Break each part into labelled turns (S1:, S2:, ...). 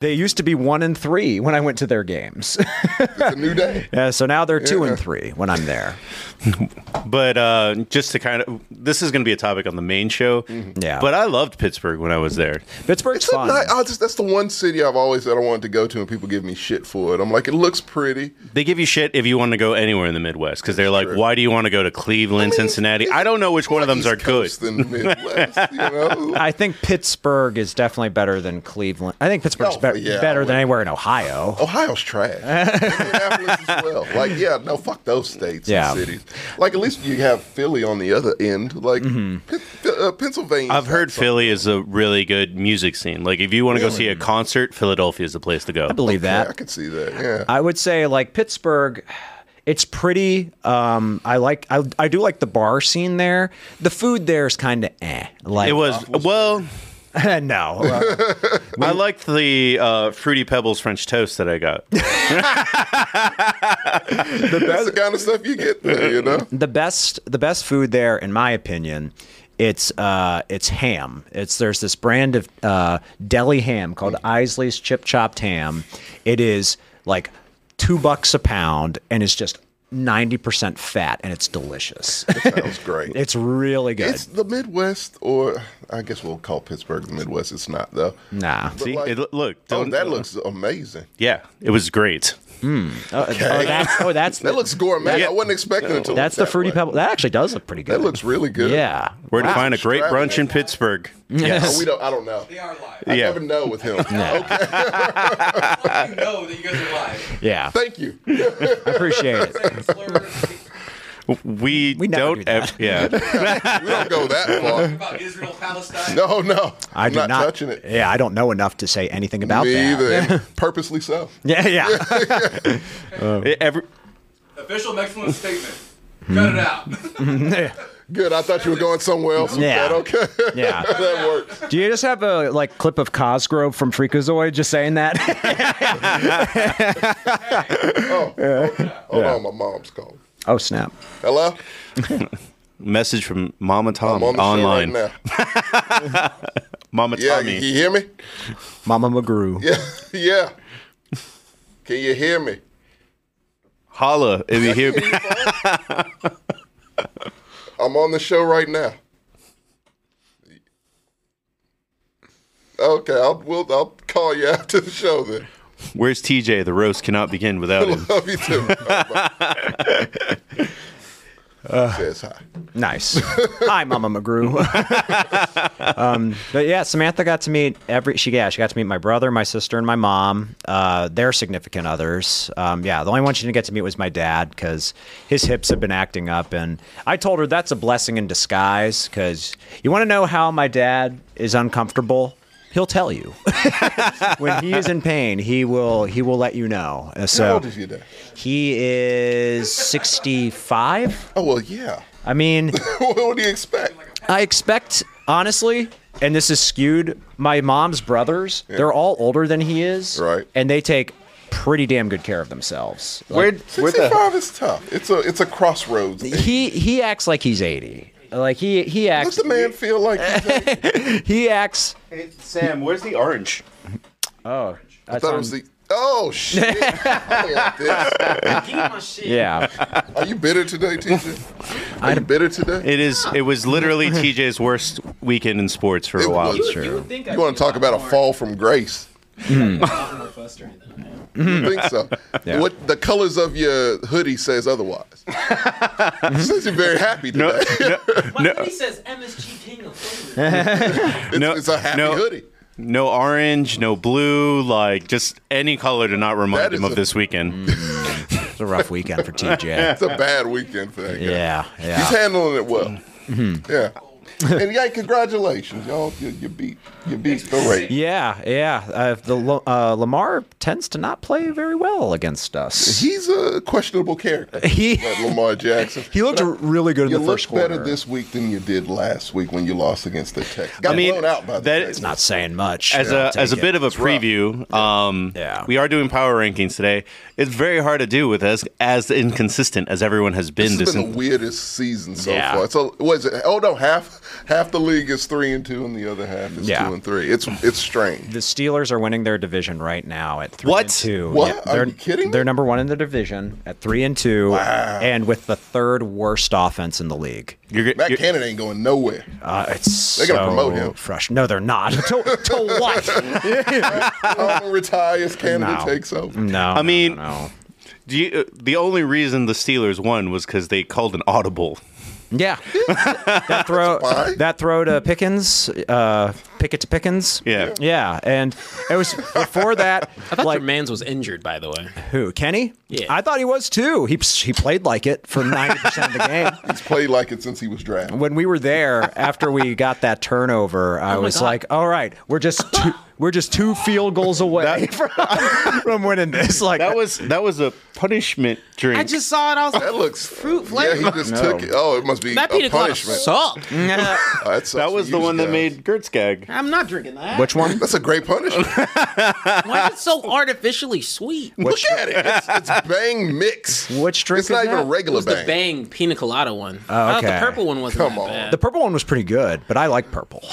S1: They used to be one and three when I went to their games.
S2: It's a new day.
S1: yeah, so now they're two
S2: Yeah.
S1: and three when I'm there.
S3: But uh, just to kind of, this is going to be a topic on the main show.
S1: Mm-hmm. Yeah.
S3: But I loved Pittsburgh when I was there.
S1: Pittsburgh's
S2: It's uh,
S1: fun.
S2: not, I just, that's the one city I've always said I wanted to go to, and people give me shit for it. I'm like, it looks pretty.
S3: They give you shit if you want to go anywhere in the Midwest because they're like, why do you want to go to Cleveland, Cincinnati? I don't know which one of them's
S2: East
S3: are good.
S2: Coast and Midwest, you know?
S1: I think Pittsburgh is definitely better than Cleveland. I think Pittsburgh's
S2: Oh,
S1: be-
S2: yeah,
S1: better than
S2: I-
S1: anywhere in Ohio.
S2: Ohio's trash. Indianapolis as well. Like, yeah, no, fuck those states
S1: Yeah.
S2: and cities. Like, at least you have Philly on the other end. Like, Pen- uh, Pennsylvania.
S3: Mm-hmm. I've heard Philly is a really good music scene. Like, if you want to go see a concert, Philadelphia is the place to go.
S1: I believe that.
S2: I can see that. Yeah.
S1: I would say like Pittsburgh. It's pretty. Um, I like. I, I do like the bar scene there. The food there is kind of eh. Like
S3: It was, well,
S1: no. Uh,
S3: I liked the uh, Fruity Pebbles French toast that I got.
S2: That's the kind of stuff you get there, you know?
S1: the best. The best food there, in my opinion, it's uh, it's ham. It's there's this brand of uh, deli ham called Isley's Chip Chopped Ham. It is like two bucks a pound and is just ninety percent fat and it's delicious.
S2: Sounds great.
S1: it's really good.
S2: It's the Midwest, or I guess we'll call Pittsburgh the Midwest. It's not, though.
S1: nah.
S3: See,
S2: like-
S3: it, lo- look,
S2: Oh,
S3: don't-
S2: that
S1: uh,
S2: looks amazing.
S3: yeah, it was great.
S1: Oh, that's, oh, that's
S2: That looks gourmet.
S3: Yeah.
S2: I wasn't expecting it to.
S1: That's
S2: look
S1: the fruity
S2: that way.
S1: pebble. That actually does look pretty good.
S2: That looks really good.
S1: Yeah.
S3: Where to find a great
S2: Strap
S3: brunch in Pittsburgh?
S1: Mm.
S2: Oh,
S3: Yes.
S2: we don't. I don't know.
S4: They are live.
S2: I
S3: Yeah.
S2: never know with him. Okay.
S4: You know that you guys are live.
S1: Yeah.
S2: Thank you.
S1: I appreciate it.
S4: Slurs
S3: We,
S1: We never
S3: don't.
S1: do that.
S3: ev- yeah.
S2: We don't go that far.
S4: about Israel, Palestine.
S2: No, no.
S1: I
S2: I'm
S1: do not,
S2: touching it.
S1: Yeah, I don't know enough to say anything about
S2: Me
S1: that.
S2: either. and Purposely so.
S1: Yeah, yeah.
S3: It- E-, every-
S4: Official Mexican statement. Cut it out.
S2: Good. I thought you were going somewhere else. with
S1: Yeah.
S2: That okay.
S1: yeah.
S2: that works.
S1: Do you just have a like clip of Cosgrove from Freakazoid just saying that?
S2: Hold
S1: Yeah.
S2: on, my mom's calling.
S1: oh snap.
S2: Hello.
S3: message from Mama Tom
S2: I'm on the
S3: online.
S2: show right now.
S3: Mama
S2: Yeah,
S3: Tommy.
S2: you hear me?
S1: Mama McGrew.
S2: Yeah, yeah. Can you hear me?
S3: Holla if you hear me.
S2: I'm on the show right now. Okay, I'll we'll, I'll call you after the show then.
S3: Where's TJ? The roast cannot begin without him.
S2: Love you too. Says hi.
S1: Nice. Hi, Mama McGrew. um, but yeah, Samantha got to meet every. She yeah, she got to meet my brother, my sister, and my mom. Uh, their significant others. Um, yeah, the only one she didn't get to meet was my dad because his hips have been acting up, and I told her that's a blessing in disguise. Because you want to know how my dad is uncomfortable. He'll tell you when he is in pain. He will. He will let you know. Uh,
S2: How
S1: So
S2: old is your dad?
S1: he is sixty-five.
S2: Oh well, yeah.
S1: I mean,
S2: what do you expect?
S1: I expect, honestly, and this is skewed. My mom's brothers, they're all older than he is,
S2: Right.
S1: And they take pretty damn good care of themselves. Like,
S3: Where, where the
S2: Sixty-five is tough. It's a it's a crossroads. age.
S1: he he acts like he's eighty. Like he he
S2: Does
S1: acts
S2: the man feel like he's a-
S1: he acts.
S3: Sam? Where's the orange?
S1: Oh,
S2: I thought it was the Oh shit! I don't like this.
S1: yeah.
S2: Are you bitter today, TJ? Are you bitter today?
S3: It is. It was literally TJ's worst weekend in sports for a while.
S2: was.
S3: Sure.
S2: You want to talk about a fall from grace? You think so?
S1: Mm-hmm. Yeah.
S2: What the colors of your hoodie says otherwise. Says you're very happy today.
S5: My hoodie says MSG King of Flavor.
S2: it's,
S3: No,
S2: it's a happy
S3: no.
S2: hoodie.
S3: No orange, no blue, like just any color to not
S2: That
S3: remind
S2: is
S3: him of
S2: a-
S3: this weekend.
S1: It's a rough weekend for TJ.
S2: It's a bad weekend for that guy.
S1: Yeah, Mm-hmm.
S2: He's
S1: yeah.
S2: handling it well. Yeah. And yeah, congratulations, y'all. You, you beat you beat the rate.
S1: Yeah, yeah. Uh, the Lo- uh, Lamar tends to not play very well against us.
S2: He's a questionable character.
S1: He
S2: that Lamar Jackson.
S1: he looked really good in
S2: You
S1: the
S2: look
S1: first quarter.
S2: better this week than you did last week when you lost against the Texans. Got
S3: I mean,
S2: blown out by the
S3: that-
S2: Texans.
S1: Not saying much.
S3: As
S1: I'll
S3: a as a
S1: take it.
S3: bit of a preview, um,
S1: Yeah.
S3: we are doing power rankings today. It's very hard to do with us as inconsistent as everyone has been
S2: This
S3: this.
S2: has been
S3: en-
S2: the weirdest season so
S1: Yeah.
S2: far. So was it? Oh no, half half the league is three and two, and the other half is
S1: Yeah.
S2: two and three. It's it's strange.
S1: The Steelers are winning their division right now at three
S3: What?
S1: and two.
S2: What? Are
S1: they're,
S2: you kidding me?
S1: They're number one in the division at three and two, and with the third worst offense in the league.
S3: You're,
S2: Matt
S3: you're, Oh.
S2: Cannon ain't going nowhere.
S1: Uh, it's
S2: They gotta
S1: so
S2: promote him.
S1: Fresh? No, they're not. to, to what?
S2: Tomlin retires. Canada
S1: No.
S2: takes
S3: Mm.
S2: over.
S1: no. I
S3: mean-
S1: no, no.
S3: do you, uh, the only reason the Steelers won was because they called an audible.
S1: yeah, that throw,
S2: fine.
S1: that throw to Pickens, uh, Pickett to Pickens.
S3: Yeah.
S1: yeah, and it was before that.
S6: I thought
S1: like,
S6: your man's was injured, by the way.
S1: Who? Kenny?
S6: Yeah.
S1: I thought he was too. He he played like it for ninety percent of the game.
S2: He's played like it since he was drafted.
S1: When we were there after we got that turnover,
S2: Oh
S1: I was
S6: God.
S1: like, "All right, we're just two, we're just two field goals away from, from winning this." Like
S3: That was that was a punishment drink.
S6: I just saw it. I was like,
S2: That looks
S6: fruit
S2: Yeah,
S6: flavor.
S2: he just took it. Oh, it must be
S6: that
S2: a
S6: pina colada
S2: punishment.
S6: salt.
S2: Oh, that sucks
S3: that
S2: for
S3: was
S2: you
S3: the one that
S2: guys.
S3: made Gertz gag.
S6: I'm not drinking that.
S1: which one?
S2: That's a great punishment.
S6: Why is it so artificially sweet? It
S2: Look at it. It's, it's bang mix.
S1: Which drink
S2: It's not
S1: is
S2: even
S1: that?
S2: a regular
S6: was the
S2: bang.
S6: bang pina colada one. I thought
S1: okay.
S6: the purple one wasn't
S2: Come
S6: that
S2: on.
S6: bad.
S1: The purple one was pretty good, but I like purple.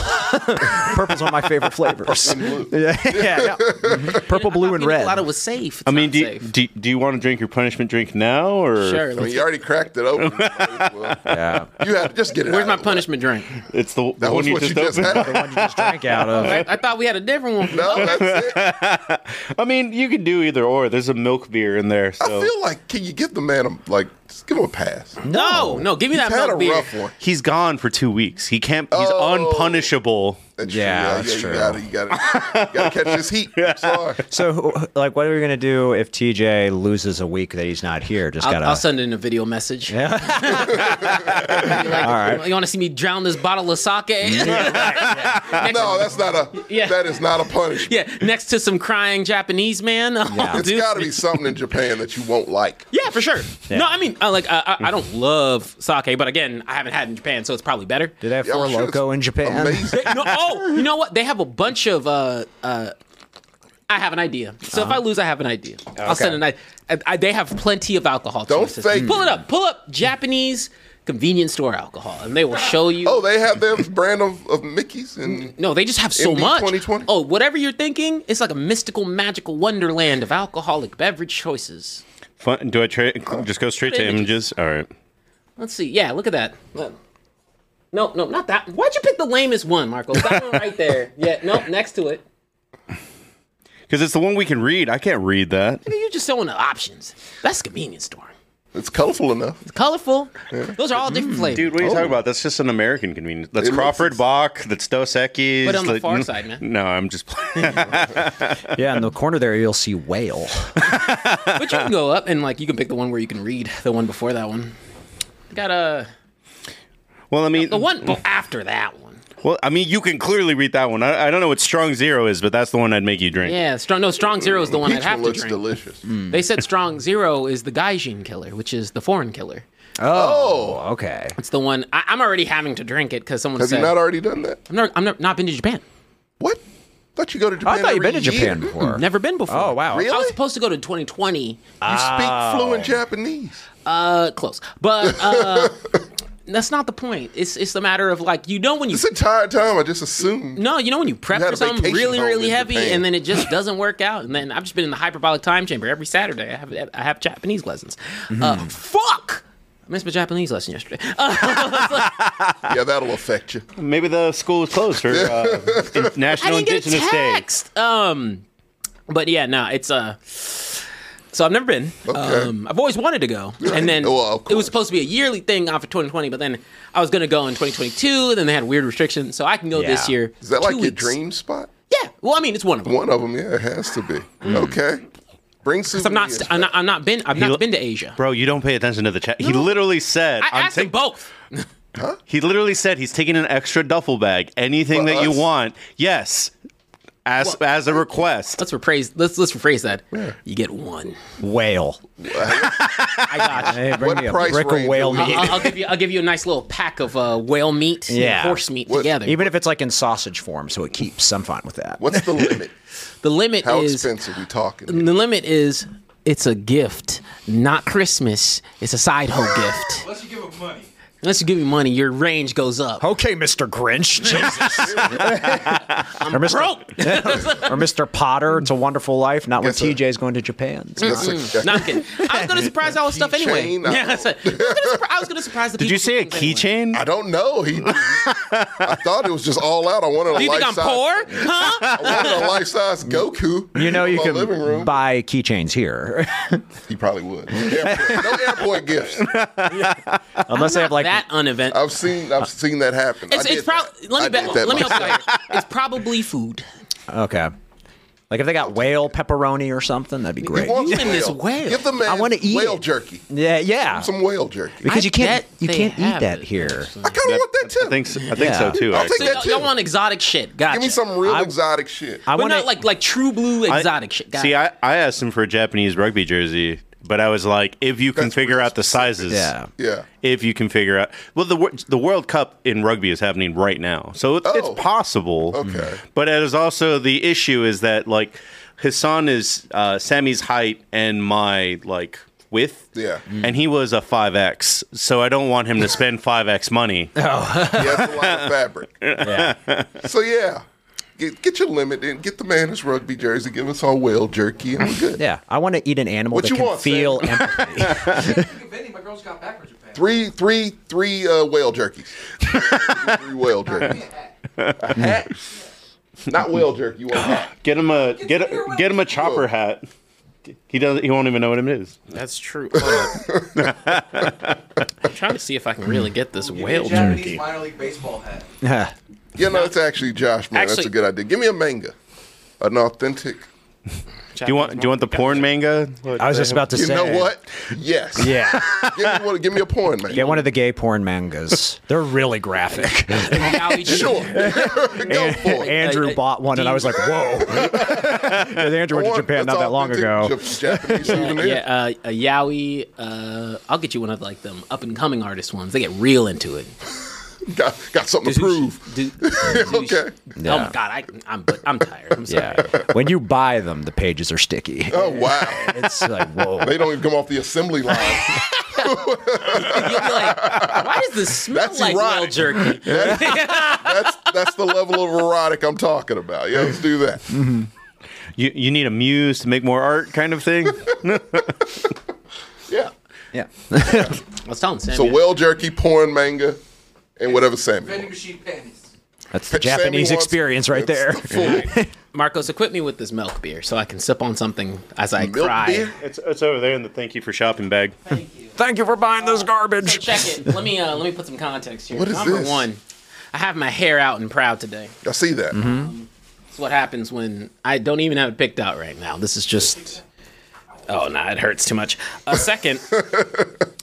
S1: Purple's one of my favorite flavors.
S2: and blue. Mm-hmm.
S1: yeah, yeah. Mhm. Purple, blue, and
S6: pina
S1: red.
S6: colada was safe. It's
S3: I mean,
S6: not
S3: do you,
S6: safe.
S3: do, you- do you want to drink your punishment drink now or
S6: sure.
S2: I mean,
S6: let's-
S2: you already cracked it open. yeah.
S1: Yeah.
S2: You have just get it.
S6: Where's
S2: out
S6: my
S2: of the way.
S6: punishment drink?
S3: it's the
S2: That
S3: one
S2: was
S3: you
S2: what
S3: just
S2: you just
S3: opened?
S2: had.
S1: One you just drank out of.
S6: I, I thought we had a different one.
S2: No, that's it.
S3: I mean, you could do either or. There's a milk beer in there.
S2: I
S3: So
S2: feel like can you give the man a like just give him a pass?
S6: no, no, give me that
S2: He's had a
S6: milk beer.
S2: rough one.
S3: he's gone for two weeks. He can't. He's
S2: Oh.
S3: unpunishable.
S2: That's
S1: Yeah, that's
S2: true.
S1: true.
S2: Yeah, You gotta, you gotta, you gotta catch his heat. I'm sorry.
S1: So, who- like, what are we gonna do if TJ loses a week that he's not here? Just
S6: I'll,
S1: gotta.
S6: I'll send in a video message.
S1: Yeah.
S6: All right. You want to see me drown this bottle of sake? Next-
S2: No, Oh, that's not a.
S6: Yeah.
S2: That is not a punishment.
S6: Yeah, next to some crying Japanese man. I'll
S2: It's
S6: do-
S2: got to be something in Japan that you won't like.
S6: Yeah, for sure.
S1: Yeah.
S6: No, I mean, uh, like, uh, I, I don't love sake, but again, I haven't had it in Japan, so it's probably better.
S1: Did they have
S2: Yeah,
S1: Four
S2: I'm sure
S1: Loco
S2: it's
S1: in Japan?
S2: Amazing.
S6: No, oh, you know what? They have a bunch of. Uh, uh, I have an idea. So
S2: Uh-huh.
S6: if I lose, I have an idea. I'll send an idea. I, I, they have plenty of alcohol.
S2: Don't
S6: choices.
S2: fake
S6: Pull
S2: it.
S6: it up. Pull up Japanese convenience store alcohol, and they will show you.
S2: Oh, they have their brand of, of Mickey's and
S6: No, they just have so
S2: MD
S6: much.
S2: 2020?
S6: Oh, whatever you're thinking, it's like a mystical, magical wonderland of alcoholic beverage choices.
S3: Fun. Do I tra- just go straight to images? All right.
S6: Let's see. Yeah, look at that. Look. No, no, not that. Why'd you pick the lamest one, Marco? That one right there. Yeah, no, next to it.
S3: Because it's the one we can read. I can't read that.
S6: You're just showing the options. That's a convenience store.
S2: it's colorful enough.
S6: It's colorful. Those are all different
S2: Hmm.
S6: flavors.
S3: Dude, what are you talking about? That's just an American convenience. That's
S2: It looks-
S3: Crawford Bach. That's Dos Equis.
S6: But on the
S3: like-
S6: far side, man.
S3: No, I'm just playing.
S1: yeah, in the corner there, you'll see whale.
S6: But you can go up and like you can pick the one where you can read the one before that one. You got a
S3: well, I mean,
S6: the one
S2: Mm.
S6: be- after that one.
S3: well, I mean, you can clearly read that one. I, I don't know what strong zero is, but that's the one I'd make you drink.
S6: Yeah, strong. No, strong zero is the one I'd
S2: Peach
S6: have
S2: one
S6: to
S2: looks
S6: drink.
S2: delicious.
S1: Mm.
S6: They said strong zero is the Gaijin killer, which is the foreign killer.
S2: Oh,
S1: Okay.
S6: It's the one I, I'm already having to drink it because someone
S2: have
S6: said
S2: you not already done that?
S6: I'm not, I'm not, not been to Japan.
S2: What? Thought you go to Japan.
S1: I thought you'd been to
S2: every year.
S1: Japan before.
S6: Never been before.
S1: Oh wow.
S2: Really?
S6: I was supposed to go to 2020.
S2: You speak
S1: Oh.
S2: fluent Japanese.
S6: Uh, close, but uh, that's not the point. It's it's a matter of like you know when you
S2: This entire time, I just assumed.
S6: no you know when you prep
S2: You had
S6: for
S2: a
S6: something
S2: vacation
S6: really
S2: home
S6: really
S2: in
S6: heavy
S2: Japan.
S6: and then it just doesn't work out and then I've just been in the hyperbolic time chamber every Saturday. I have I have Japanese lessons. Uh,
S2: Mm-hmm.
S6: fuck. I missed my Japanese lesson yesterday. Uh,
S2: Yeah, that'll affect you.
S3: Maybe the school is closed for uh, in-
S6: I
S3: National
S6: didn't get
S3: Indigenous
S6: a
S3: Day.
S6: text. Um, but yeah, no, it's uh. So I've never been. Um, I've always wanted to go, and then
S2: Well, of
S6: it was
S2: course.
S6: supposed to be a yearly thing off of 2020, but then I was gonna go in 2022. Then they had weird restrictions, so I can go this
S1: Yeah.
S6: year.
S2: Is that
S6: Two
S2: like your
S6: weeks.
S2: dream spot?
S6: Yeah. Well, I mean, it's one of them.
S2: One of them, yeah, it has to be. Okay, bring souvenirs.
S6: Mm. I'm not. I'm not. I'm not been. I've not
S3: lo-
S6: been to Asia.
S3: Bro, you don't pay attention to the chat. He literally said,
S6: I
S3: I'm
S6: asked
S3: ta-
S6: them both.
S3: He literally said he's taking an extra duffel bag. Anything
S2: For
S3: that you
S2: us?
S3: want, yes, as as a request.
S6: Let's rephrase. Let's let's rephrase that. You get one.
S1: Whale.
S6: I got you.
S1: Hey, bring
S2: What
S1: me a
S2: price
S1: brick of
S2: range
S1: whale
S2: are we
S1: meat.
S6: I'll, I'll give you. I'll give you a nice little pack of uh, whale meat, and
S1: Yeah.
S6: horse meat
S2: What-
S6: together.
S1: Even if it's like in sausage form, so it keeps. I'm fine with that.
S2: What's the limit?
S6: the limit
S2: How
S6: is
S2: expensive we talking?
S6: the limit is it's a gift, not Christmas. It's a side hoe gift.
S4: Unless you give him money.
S6: Unless you give me money, your range goes up.
S1: Okay, Mr. Grinch. or Mr.
S6: Broke.
S1: or Mr. Potter. It's a Wonderful Life. Not when
S2: Yes, sir.
S1: TJ's going to Japan.
S2: That's a-
S6: No, I'm kidding. I was gonna surprise y'all with stuff anyway.
S2: Keychain, I
S6: Yeah, that's it. I was gonna surpri- I was gonna surprise the
S3: Did
S6: people
S3: you say a
S6: with things anyway.
S3: keychain?
S2: I don't know. He, I thought it was just all out. I wanted a
S6: Do you
S2: life
S6: think I'm
S2: size.
S6: poor? Huh?
S2: I wanted a life size Goku.
S1: You know
S2: in
S1: you
S2: my
S1: can
S2: living room.
S1: buy keychains here,
S2: He probably would. Airport- no airport gifts.
S1: unless they have like
S6: that unevent.
S2: I've seen. I've seen that happen.
S6: It's,
S2: I did
S6: it's probably.
S2: that.
S6: Let me
S2: I did
S6: bet.
S2: that
S6: Let me help you out.
S2: myself.
S6: here. It's probably food.
S1: okay, like if they got whale pepperoni or something, that'd be great.
S2: He wants
S6: You in this whale.
S2: Give the man
S1: I wanna eat
S2: whale
S1: it.
S2: jerky.
S1: Yeah, yeah,
S2: Some whale jerky.
S1: because
S6: I
S1: you can't
S6: bet
S1: you
S6: they
S1: can't eat
S6: have
S1: that
S6: it,
S1: here.
S6: actually.
S2: I kind of want that too.
S3: I think so, I think
S1: Yeah.
S3: so too.
S2: I'll take
S3: actually.
S6: So
S2: that
S6: y'all,
S2: too.
S6: y'all want exotic shit? Gotcha.
S2: Give me some real
S1: I-
S2: exotic shit.
S1: I
S6: But
S1: want
S6: not like like true blue
S3: I-
S6: exotic shit. Got
S3: See,
S6: it.
S3: I, I asked him for a Japanese rugby jersey, but I was like, if you can
S2: That's
S3: figure
S2: really
S3: out the sizes,
S1: Yeah.
S2: Yeah.
S3: If you can figure out, well, the wor- the World Cup in rugby is happening right now, so it's,
S2: Oh.
S3: it's possible.
S2: Okay.
S3: but it is also the issue is that like Hassan is uh, Sammy's height and my like width.
S2: Yeah.
S3: and he was a five X, so I don't want him to spend five X money.
S2: He has a lot of fabric. So yeah, get, get your limit in. Get the man his rugby jersey. Give us all whale jerky, and we're good.
S1: yeah, I want to eat an animal
S2: What
S1: that
S2: you
S1: can
S2: want,
S1: feel empathy.
S4: If any, my girls got backwards with that.
S2: Three, three, three uh, whale jerkies. three whale jerkies. A hat. Not whale jerky. You want a hat.
S3: Get him a get a, get him a chopper hat. He doesn't. He won't even know what it is.
S6: That's true. Hold on. I'm trying to see if I can really get this whale
S4: Japanese
S6: jerky.
S4: minor league baseball hat.
S1: Yeah.
S2: Yeah, no, it's actually Josh, man. That's
S6: Actually-
S2: a good idea. Give me a manga, an authentic.
S3: Do you want do you want the porn manga?
S1: I was just about to
S2: You
S1: say.
S2: know what? Yes.
S1: Yeah,
S2: Give me, one, give me a porn, man.
S1: get one of the gay porn mangas. They're really graphic.
S2: Sure. Go for it.
S1: Andrew
S6: I- I-
S1: bought one, and I was like, "Whoa!" 'Cause Andrew went to
S2: Porn,
S1: Japan
S2: that's
S1: not that long
S2: authentic
S1: ago.
S2: Jap- Japanese souvenir.
S6: Yeah, uh, a yaoi. Uh, I'll get you one of like them up and coming artist ones. They get real into it.
S2: Got, got something to prove.
S6: Do-
S2: okay.
S6: Oh my god, I, I'm I'm tired. I'm sorry.
S1: Yeah, when you buy them, the pages are sticky.
S2: Oh, wow.
S1: It's like, whoa.
S2: They don't even come off the assembly line.
S6: You'll be like, why does this smell
S2: That's
S6: like whale
S2: erotic.
S6: jerky?
S2: That's that's the level of erotic I'm talking about. Yeah, let's do that.
S3: You, you need a muse to make more art, kind of thing.
S2: Yeah.
S1: Yeah.
S6: I was telling Sam.
S2: So whale jerky, porn manga, and whatever Sammy.
S4: Vending
S2: wants.
S4: machine panties.
S1: That's the
S2: Sammy
S1: Japanese
S2: wants-
S1: experience right there.
S2: It's the full
S6: Marcos, equip me with this milk beer so I can sip on something as I
S2: milk
S6: cry.
S2: beer.
S3: it's, it's over there in the thank you for shopping bag.
S5: Thank you.
S1: Thank you for buying this
S6: So
S1: garbage.
S6: check it. Let me uh, let me put some context here.
S2: What is
S6: Number
S2: this?
S6: one, I have my hair out and proud today.
S2: I see that.
S1: Mm-hmm.
S6: It's what happens when I don't even have it picked out right now. This is just. Oh, nah, it hurts too much. Uh, second,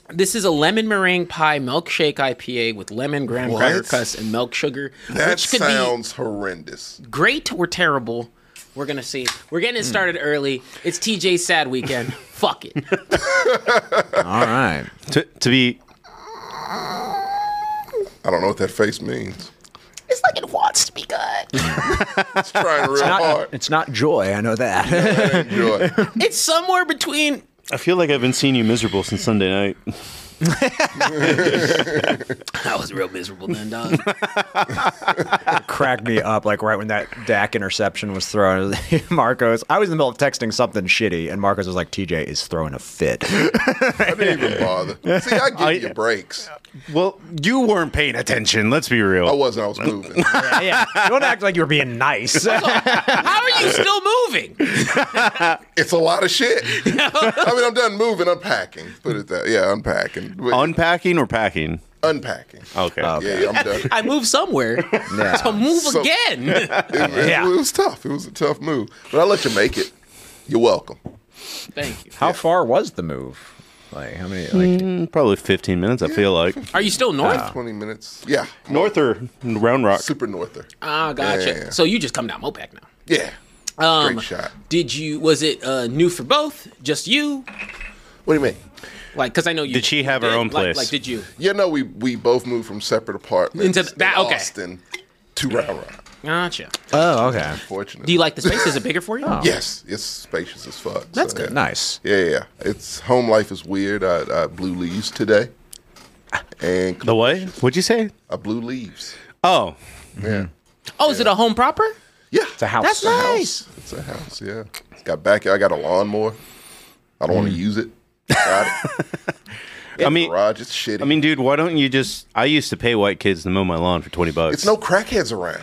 S6: this is a lemon meringue pie milkshake IPA with lemon, graham
S2: What?
S6: cracker crust, and milk sugar,
S2: That
S6: which could
S2: sounds horrendous.
S6: be great or terrible. We're gonna see. We're getting it started early. It's TJ's sad weekend. Fuck it.
S1: All right.
S3: To, to be
S2: I don't know what that face means.
S6: It's like it wants to be good.
S2: It's trying real
S1: Not,
S2: hard.
S1: it's not joy. I know that.
S2: I enjoy.
S6: It's somewhere between
S3: I feel like I've been seeing you miserable since Sunday night.
S6: I was real miserable then, dog.
S1: Cracked me up like right when that Dak interception was thrown. Marcos, I was in the middle of texting something shitty, and Marcos was like, "TJ is throwing a fit."
S2: I didn't even bother. See, I give
S1: Oh,
S3: I-
S2: you breaks.
S3: Well, you weren't paying attention. Let's be real.
S2: I wasn't. I was moving.
S1: yeah, yeah. Don't act like you were being nice.
S6: How are you still moving?
S2: It's a lot of shit. I mean, I'm done moving, unpacking. Put it that. Yeah, unpacking. But-
S3: Unpacking or packing? Um,
S2: unpacking.
S3: Okay.
S2: Yeah, yeah, I'm done.
S6: I move somewhere. So move
S2: So-
S6: again.
S2: It, it-
S1: Yeah.
S2: it was tough. It was a tough move, but I let you make it. You're welcome.
S6: Thank you.
S1: How far was the move? Like how many? Like
S3: Probably 15 minutes, I feel like.
S6: Are you still north?
S2: Twenty minutes. Yeah,
S3: North or Round Rock?
S2: super norther.
S6: Ah, gotcha.
S2: Yeah.
S6: So you just come down Mopac now.
S2: Yeah,
S6: Um,
S2: Great shot.
S6: Did you? Was it uh, new for both? Just you?
S2: What do you mean?
S6: Like, because I know you.
S3: Did she have her
S6: did,
S3: own
S6: like-
S3: place?
S6: Like, did you?
S2: Yeah, no, we we both moved from separate apartments
S6: Into that-
S2: in
S6: okay.
S2: Austin to Round Rock.
S6: Gotcha.
S1: oh, okay.
S2: Fortunately,
S6: Do you like the space? Is it bigger for you?
S3: Oh.
S2: Yes, it's spacious as fuck.
S6: That's
S2: so,
S6: good.
S2: Yeah.
S1: Nice.
S2: Yeah, yeah. It's home life is weird. I, I blew leaves today. and
S3: The what? What'd you say?
S2: uh, blue leaves.
S3: Oh,
S2: Yeah,
S6: Oh, is it a home proper?
S2: yeah.
S1: It's a house.
S6: That's
S2: a house.
S6: nice.
S2: It's a house. Yeah, it's got backyard. I got a lawnmower. I don't want to use it. Got it.
S3: I Mm. mean,
S2: garage. It's shitty.
S3: I mean, dude, why don't you just? I used to pay white kids to mow my lawn for twenty bucks.
S2: it's no crackheads around.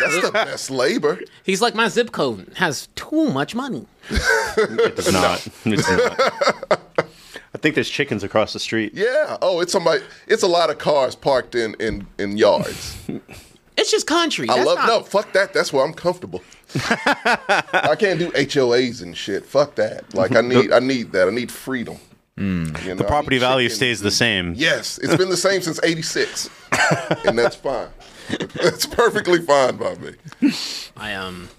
S2: That's the best labor.
S6: He's like, my zip code has too much money.
S3: it's not. It's not. I think there's chickens across the street.
S2: Yeah. Oh, it's somebody. It's a lot of cars parked in in in yards.
S6: It's just country.
S2: I
S6: That's
S2: love
S6: not-
S2: no. Fuck that. That's where I'm comfortable. I can't do HOAs and shit. Fuck that. Like I need I need that. I need freedom.
S3: Mm. The property value stays the same.
S2: Yes, it's been the same since '86, and that's fine. That's perfectly fine by me.
S6: I um,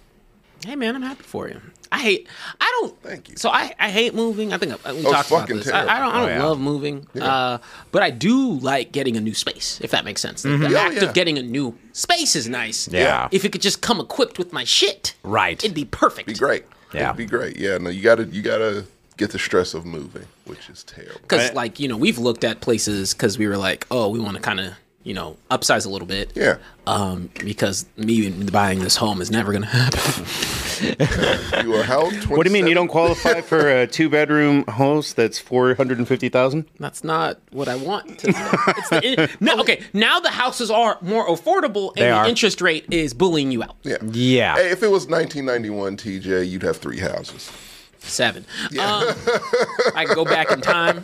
S6: hey man, I'm happy for you. I hate. I don't.
S2: Thank you.
S6: So I, I hate moving. I think I, we
S2: Oh,
S6: talked about
S2: fucking
S6: this. I, I don't. I
S1: terrible.
S6: don't
S1: Oh, yeah.
S6: love moving. Uh, but I do like getting a new space. If that makes sense. Like, The
S2: Mm-hmm. Yeah,
S6: act
S2: yeah.
S6: of getting a new space is nice.
S1: Yeah.
S6: If it could just come equipped with my shit,
S1: Right.
S6: It'd be perfect.
S2: Be great.
S1: Yeah.
S2: It'd be great. Yeah. No, you gotta you gotta get the stress of moving, which is terrible.
S6: Because
S3: I-
S6: like you know we've looked at places because we were like oh we want to kind of you know upsize a little bit.
S2: Yeah.
S6: Um, because me buying this home is never gonna happen.
S2: You are how?
S3: What do you mean you don't qualify for a two-bedroom house that's four hundred and fifty thousand?
S6: That's not what I want. To it's the, no, okay. Now the houses are more affordable, and
S1: They
S6: the
S1: are.
S6: interest rate is bullying you out.
S2: Yeah.
S1: Yeah.
S2: Hey, if it was 1991, TJ, you'd have three houses.
S6: Seven. Um, I could go back in time.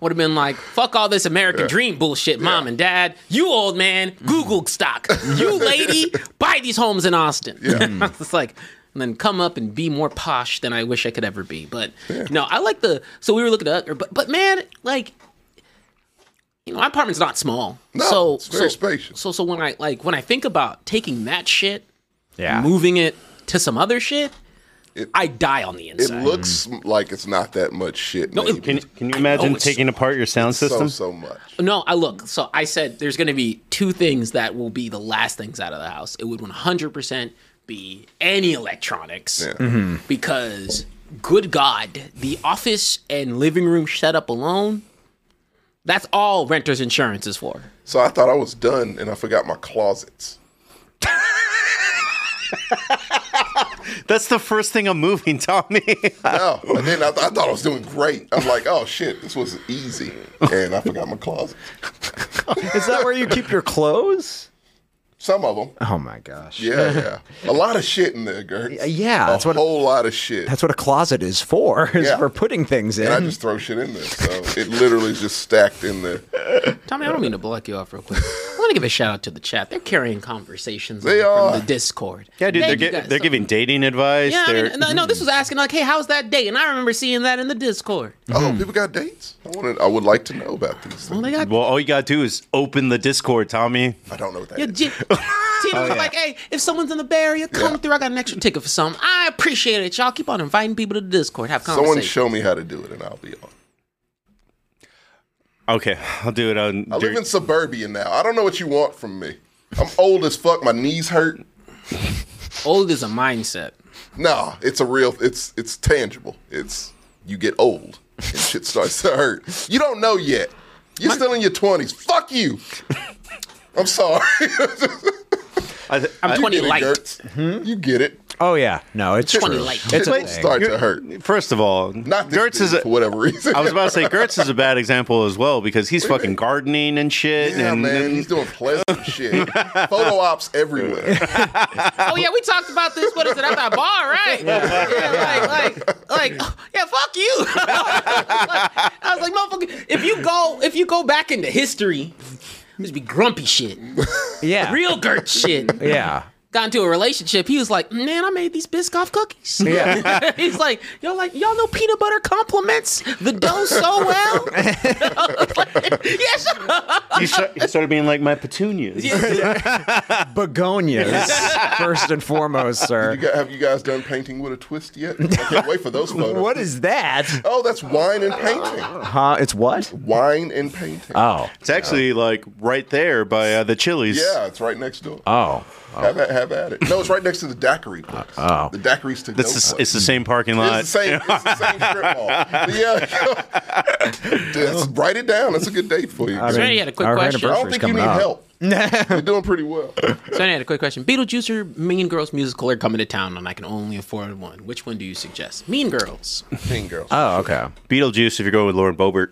S6: Would have been like, fuck all this American dream bullshit, mom and dad. You old man, Google stock. You lady, buy these homes in Austin. it's like, and then come up and be more posh than I wish I could ever be. But no, I like the. So we were looking at, but but man, like, you know, my apartment's not small.
S2: No,
S6: so
S2: it's very
S6: so,
S2: spacious.
S6: So so when I like when I think about taking that shit,
S1: yeah.
S6: moving it to some other shit,
S2: It-
S6: I die on the
S2: It
S6: inside.
S2: looks like it's not that much shit.
S6: No, it-
S2: maybe.
S3: Can Can you imagine
S6: it's-
S3: taking apart your sound
S2: so
S3: system?
S2: so much.
S6: No, I look. So I said there's going to be two things that will be the last things out of the house. It would 100% be any electronics
S2: Yeah.
S3: Mm-hmm.
S6: because good god, the office and living room setup alone that's all renter's insurance is for.
S2: So I thought I was done, and I forgot my closets.
S3: That's the first thing I'm moving, Tommy.
S2: No, Oh, and then I, th- I thought I was doing great. I'm like, oh shit, this was easy, and I forgot my closets.
S1: Is that where you keep your clothes?
S2: Some of them,
S1: Oh my gosh. Uh,
S2: yeah, yeah, a lot of shit in there, Gert.
S1: yeah, that's
S2: a
S1: what-
S2: whole lot of shit.
S1: That's what a closet is for. Is
S2: Yeah.
S1: for putting things in.
S2: and I just throw shit in there, so it literally is just stacked in there.
S6: Tommy, I don't mean to block you off real quick. I want to give a shout out to the chat. They're carrying conversations
S2: They
S6: on
S2: are.
S6: from the Discord.
S3: yeah, dude,
S6: Thank
S3: they're,
S6: you
S3: gi-
S6: guys
S3: they're
S6: so
S3: giving dating advice.
S6: Yeah, I
S3: they're,
S6: mean, no, no, this
S2: Mm-hmm.
S6: was asking like, "Hey, how's that date?" And I remember seeing that in the Discord.
S1: Hmm.
S2: Oh, people got dates. I wanted. I would like to know about these
S6: Well,
S2: things.
S6: they got
S3: well, all you gotta do is open the Discord, Tommy.
S2: I don't know what that.
S6: Yeah,
S2: is.
S6: J- Tina was like, "Hey, if someone's in the Bay Area, come
S2: Oh, Yeah.
S6: through. I got an extra ticket for some. I appreciate it. Y'all keep on inviting people to the Discord. Have
S2: Someone
S6: conversations.
S2: show me how to do it, and I'll be on.
S3: Okay, I'll do it on.
S2: I live in suburbia now. I don't know what you want from me. I'm old as fuck. My knees hurt.
S6: Old is a mindset.
S2: Nah, it's a real. It's it's tangible. It's you get old and shit starts to hurt. You don't know yet. You're still in your twenties. Fuck you. I'm sorry.
S3: I th-
S6: I'm
S3: I-
S6: 20
S2: Get it,
S6: light.
S2: Gertz. You get it.
S1: oh yeah, no, it's
S6: Twenty
S1: true.
S6: light.
S1: It's a thing.
S2: Shit start to hurt.
S3: First of all,
S2: Not this
S3: Gertz is
S2: dude,
S3: a,
S2: for whatever reason.
S3: I was about to say Gertz is a bad example as well because he's fucking gardening and shit.
S2: Yeah,
S3: and,
S2: man,
S3: and-
S2: he's doing pleasant shit. Photo ops everywhere.
S6: Oh yeah, we talked about this. What is it at that bar, right? Yeah, like, like, like, oh, yeah, fuck you. Like, I was like, motherfucker, if you go, if you go back into history, this be grumpy shit,
S1: Yeah.
S6: real Gert shit.
S1: Yeah.
S6: Got into a relationship. He was like, man, I made these Biscoff cookies.
S1: Yeah.
S6: He's like, y'all like y'all know peanut butter complements the dough so well. yes.
S3: he, start- he started being like my petunias.
S1: Begonias, first and foremost,
S2: You
S1: sir.
S2: got, have you guys done painting with a twist yet? I can't wait for those photos.
S1: What is that?
S2: Oh, that's wine and painting.
S1: Huh? It's what?
S2: Wine and painting.
S1: Oh.
S3: It's actually like right there by uh, the Chili's.
S2: yeah, it's right next door.
S1: Oh.
S2: Have, that, have at it. No, it's right next to the daiquiri place. oh. The daiquiri's to
S3: That's
S2: go
S3: the,
S2: place.
S3: it's the same parking lot.
S2: It's the same. It's the same strip mall. Yeah, Just write it down. That's a good date for you. I,
S6: Sorry, I had a quick
S1: our
S6: question.
S2: I
S1: anniversary-
S2: don't think you need
S1: Anniversary's
S2: help. You're doing pretty well.
S6: So I had a quick question. Beetlejuice or Mean Girls musical are coming to town, and I can only afford one. Which one do you suggest? Mean Girls.
S2: Mean girls.
S1: Oh, okay.
S3: Beetlejuice, if you're going with Lauren Bobert.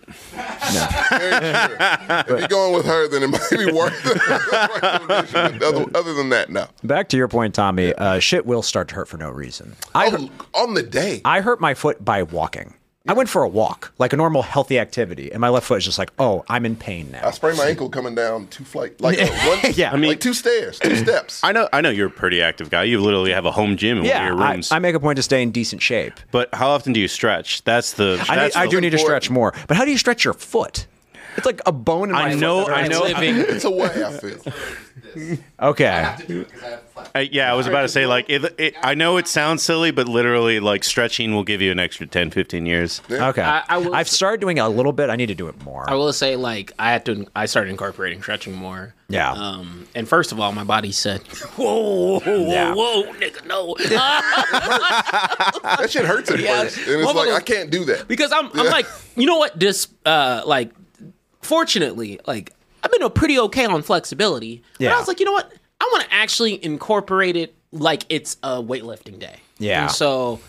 S2: if you're going with her, then it might be worth it. other, other than that, no.
S1: Back to your point, Tommy. Uh, shit will start to hurt for no reason. I
S2: Oh, on the day.
S1: I hurt my foot by walking. I went for a walk, like a normal healthy activity, and my left foot is just like, oh, I'm in pain now.
S2: I sprained my ankle coming down two flight, like uh, one,
S1: Yeah. I mean-
S2: like two stairs, two steps.
S3: I know, I know you're a pretty active guy. You literally have a home gym in
S1: yeah,
S3: one of your
S1: I,
S3: rooms.
S1: I make a point to stay in decent shape.
S3: but how often do you stretch? That's the.
S1: I, need,
S3: that's
S1: I
S3: the-
S1: do need to
S2: important.
S1: stretch more, but how do you stretch your foot? It's like a bone in my
S3: I
S1: foot
S3: know.
S1: that
S3: I
S1: hurts.
S3: know.
S6: Living.
S2: it's a way I feel.
S1: Okay,
S3: Uh, yeah, I was about to say like it, it, I know it sounds silly, but literally like stretching will give you an extra 10, 15 years.
S1: okay.
S6: I- I will-
S1: I've started doing it a little bit. I need to do it more.
S6: I will say, like, I had to. I started incorporating stretching more.
S1: Yeah.
S6: Um. And first of all, my body said, "Whoa, whoa, whoa,
S1: Yeah.
S6: whoa, nigga, no!" Ah,
S2: That shit hurts at
S6: Yeah.
S2: first, and it's
S6: Motherfucker-
S2: like I can't do that.
S6: because I'm, I'm like, you know what? This, uh, like, fortunately, like, I've been pretty okay on flexibility. But
S1: Yeah.
S6: I was like, you know what? I want to actually incorporate it like it's a weightlifting day.
S1: Yeah. Mm.
S6: And so,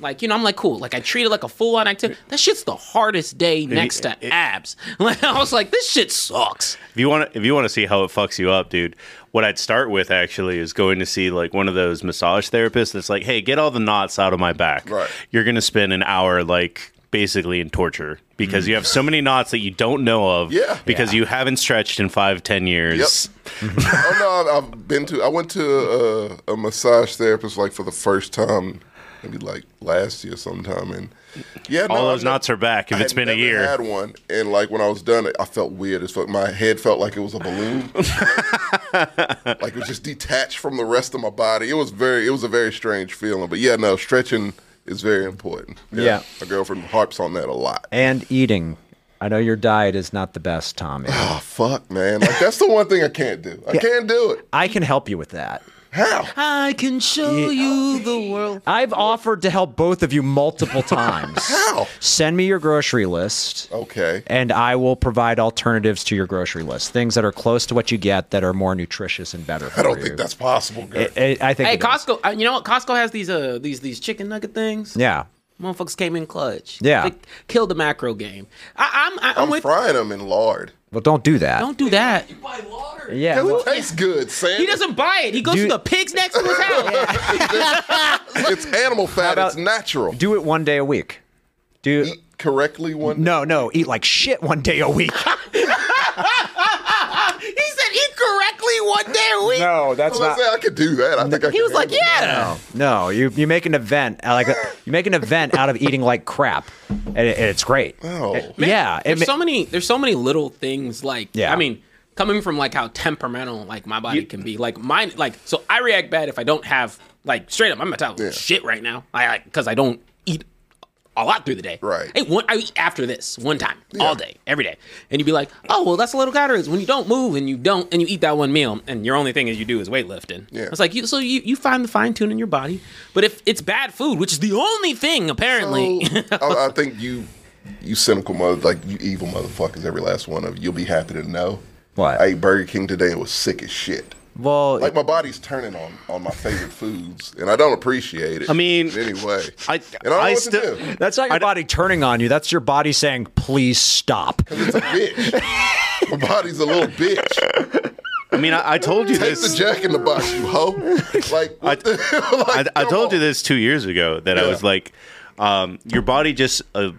S6: like, you know, I'm like, cool. Like, I treat it like a full on activity. That shit's the hardest day next to abs. Like, I was like, this shit sucks.
S3: If you want to, if you want to see how it fucks you up, dude, what I'd start with actually is going to see like one of those massage therapists that's like, "Hey, get all the knots out of my back."
S2: Right.
S3: You're gonna spend an hour like basically in torture because you have so many knots that you don't know of.
S2: Yeah.
S3: Because you haven't stretched in five, ten years.
S2: oh no, I've- I've been to. I went to a, a massage therapist like for the first time, maybe like last year sometime, and yeah,
S3: All
S2: no,
S3: those
S2: I've ne-
S3: knots are back. If
S2: I
S3: it's
S2: had
S3: been a
S2: never
S3: year,
S2: had one, and like when I was done, I felt weird as fuck. My head felt like it was a balloon, like it was just detached from the rest of my body. It was very, it was a very strange feeling. But yeah, no, stretching is very important.
S1: Yeah.
S2: my girlfriend harps on that a lot.
S1: and eating. I know your diet is not the best, Tommy.
S2: Oh fuck, man, like that's the one thing I can't do. I can't do it.
S1: I can help you with that.
S2: How?
S6: I can show you the world.
S1: I've offered to help both of you multiple times.
S2: How?
S1: Send me your grocery list.
S2: Okay.
S1: and I will provide alternatives to your grocery list, things that are close to what you get that are more nutritious and better. For
S2: I don't
S1: you.
S2: think that's possible, girl.
S1: It- it- I think.
S6: Hey,
S1: it is.
S6: Costco. uh, You know what? Costco has these uh these these chicken nugget things.
S1: Yeah,
S6: Motherfuckers came in clutch.
S1: Yeah.
S6: They killed the macro game. I, I'm I, I'm,
S2: I'm
S6: with.
S2: frying them in lard.
S1: well, don't do that.
S6: Don't do that.
S5: You buy water.
S1: Yeah,
S2: Because
S1: well,
S2: it tastes good, Sam.
S6: He doesn't buy it. He goes
S1: Dude.
S6: to the pigs next to his house.
S2: it's animal fat. it's natural.
S1: do it one day a week. Do
S2: Eat correctly one.
S1: no, no, eat like shit one day a week.
S6: he said incorrectly one day a week.
S1: no,
S2: I
S1: that's
S2: was gonna say I could do that. I think I.
S6: He was like, yeah.
S1: No, you you make an event uh, like you make an event out of eating like crap, and, it, and it's great.
S2: Oh.
S1: yeah, it
S6: There's
S1: ma-
S6: so many. There's so many little things like.
S1: Yeah.
S6: I mean. Coming from like how temperamental like my body can be, like mine, like so I react bad if I don't have like straight up. I'm gonna talk shit right now, I like because I don't eat a lot through the day.
S2: Right.
S6: Hey, one, I eat after this one time, all day, every day, and you'd be like, "Oh, well, that's a little calories." When you don't move and you don't, and you eat that one meal, and your only thing is you do is weightlifting.
S2: Yeah.
S6: It's like you, so you you find the fine tune in your body, but if it's bad food, which is the only thing apparently,
S2: I, I think you, you cynical mother, like you evil motherfuckers, every last one of you. You'll be happy to know.
S1: What?
S2: I ate Burger King today and was sick as shit.
S1: well,
S2: Like my body's turning on on my favorite foods, and I don't appreciate it. I
S3: mean,
S2: anyway,
S3: I-
S2: and I don't
S3: I
S2: know what
S3: still-
S2: to do.
S1: that's not your body turning on you. That's your body saying, "Please stop."
S2: It's a bitch. my body's a little bitch.
S3: I mean, I, I told you
S2: Take
S3: this.
S2: the jack in the box, you hoe. Like, what the,
S3: I,
S2: like
S3: I
S2: come
S3: told you
S2: on.
S3: this two years ago that I
S2: Yeah.
S3: was like, um, your body just uh,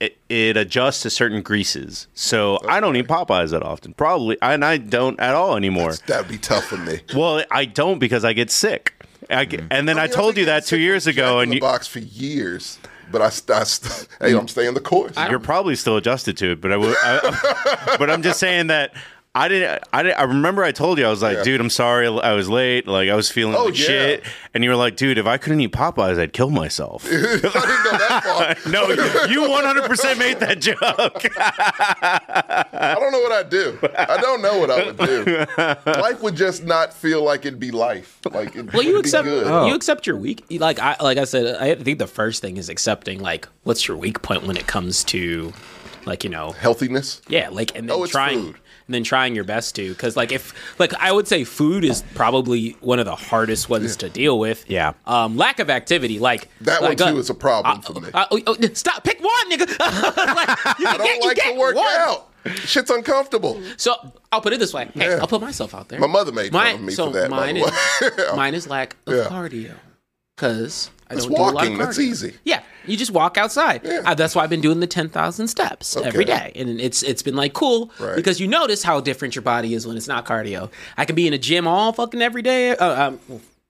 S3: it, it adjusts to certain greases. So I don't eat Popeyes that often, probably, and I don't at all anymore.
S2: That'd be tough for me.
S3: well, I don't because I get sick. I get, And then I,
S2: mean, I've
S3: told
S2: been
S3: you that
S2: getting
S3: two
S2: sick
S3: years
S2: from
S3: ago,
S2: Jack in
S3: and
S2: the
S3: you,
S2: box for years. But I, st- I st- hey, I'm staying the course.
S3: you're probably still adjusted to it. But I, will- I- but I'm just saying that. I didn't, I didn't. I remember I told you I was like, dude, I'm sorry, I was late. Like I was feeling
S2: Oh,
S3: like
S2: yeah.
S3: shit, and you were like, dude, if I couldn't eat Popeyes, I'd kill myself.
S2: I didn't go that far.
S3: no, you 100 percent made that joke.
S2: I don't know what I'd do. I don't know what I would do. Life would just not feel like it'd be life. Like it'd,
S6: Well, you
S2: it'd
S6: accept Oh.
S2: be good.
S6: you accept your weak. Like I like I said, I think the first thing is accepting like what's your weak point when it comes to, like you know,
S2: Healthiness.
S6: yeah, like and then
S2: Oh, it's
S6: trying
S2: food.
S6: and then trying your best to because like if like I would say food is probably one of the hardest ones to deal with.
S1: Yeah.
S6: Um, lack of activity like
S2: That
S6: like,
S2: one too
S6: uh,
S2: is a problem for me. I,
S6: uh, oh, oh, stop! Pick one, nigga. Like, you
S2: don't
S6: get- you
S2: like to
S6: get
S2: work
S6: one.
S2: out. Shit's uncomfortable.
S6: So I'll put it this way. Hey, I'll put myself out there.
S2: My mother made fun
S6: Mine-
S2: of me
S6: so
S2: for that. by
S6: mine
S2: the
S6: is
S2: way.
S6: mine is lack of
S2: Yeah.
S6: cardio because I
S2: It's
S6: don't do a lot of
S2: walking.
S6: cardio.
S2: That's easy.
S6: Yeah, you just walk outside. Uh, that's why I've been doing the ten thousand steps
S2: Okay.
S6: every day, and it's it's been like cool
S2: Right.
S6: because you notice how different your body is when it's not cardio. I can be in a gym all fucking every day, uh, um,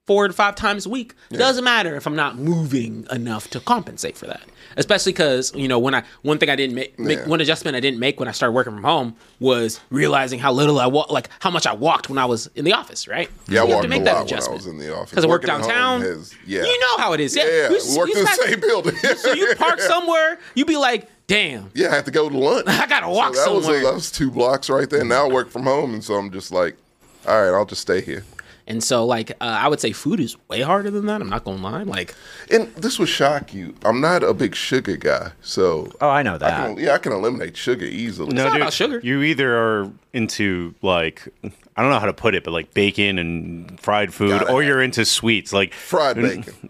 S6: four to five times a week. Doesn't matter if I'm not moving enough to compensate for that. Especially because you know when I one thing I didn't make, make
S2: Yeah.
S6: one adjustment I didn't make when I started working from home was realizing how little I walk, like how much I walked when I was in the office, right?
S2: Yeah, I
S6: You have
S2: walked
S6: to
S2: a
S6: make that
S2: lot when I
S6: adjustment.
S2: was in the office.
S6: 'Cause I work
S2: Working at
S6: downtown.
S2: home Has, yeah.
S6: You know how it is. Yeah,
S2: Yeah,
S6: You
S2: we
S6: s-
S2: worked
S6: you
S2: in the
S6: start-
S2: same building.
S6: so you park somewhere, you be like, damn,
S2: Yeah, I have to go to lunch.
S6: I gotta walk
S2: that was,
S6: somewhere.
S2: that was two blocks right there. Now I work from home, and so I'm just like, all right, I'll just stay here.
S6: And so, like, uh, I would say food is way harder than that. I'm not gonna lie. Like,
S2: And this would shock you. I'm not a big sugar guy, so
S1: Oh, I know
S2: I
S1: that.
S2: can, yeah, I can eliminate sugar easily.
S3: No,
S6: not about sugar.
S3: You either are into like I don't know how to put it, but like bacon and fried food,
S2: Gotta
S3: or
S2: have
S3: you're into sweets. Like
S2: Fried bacon.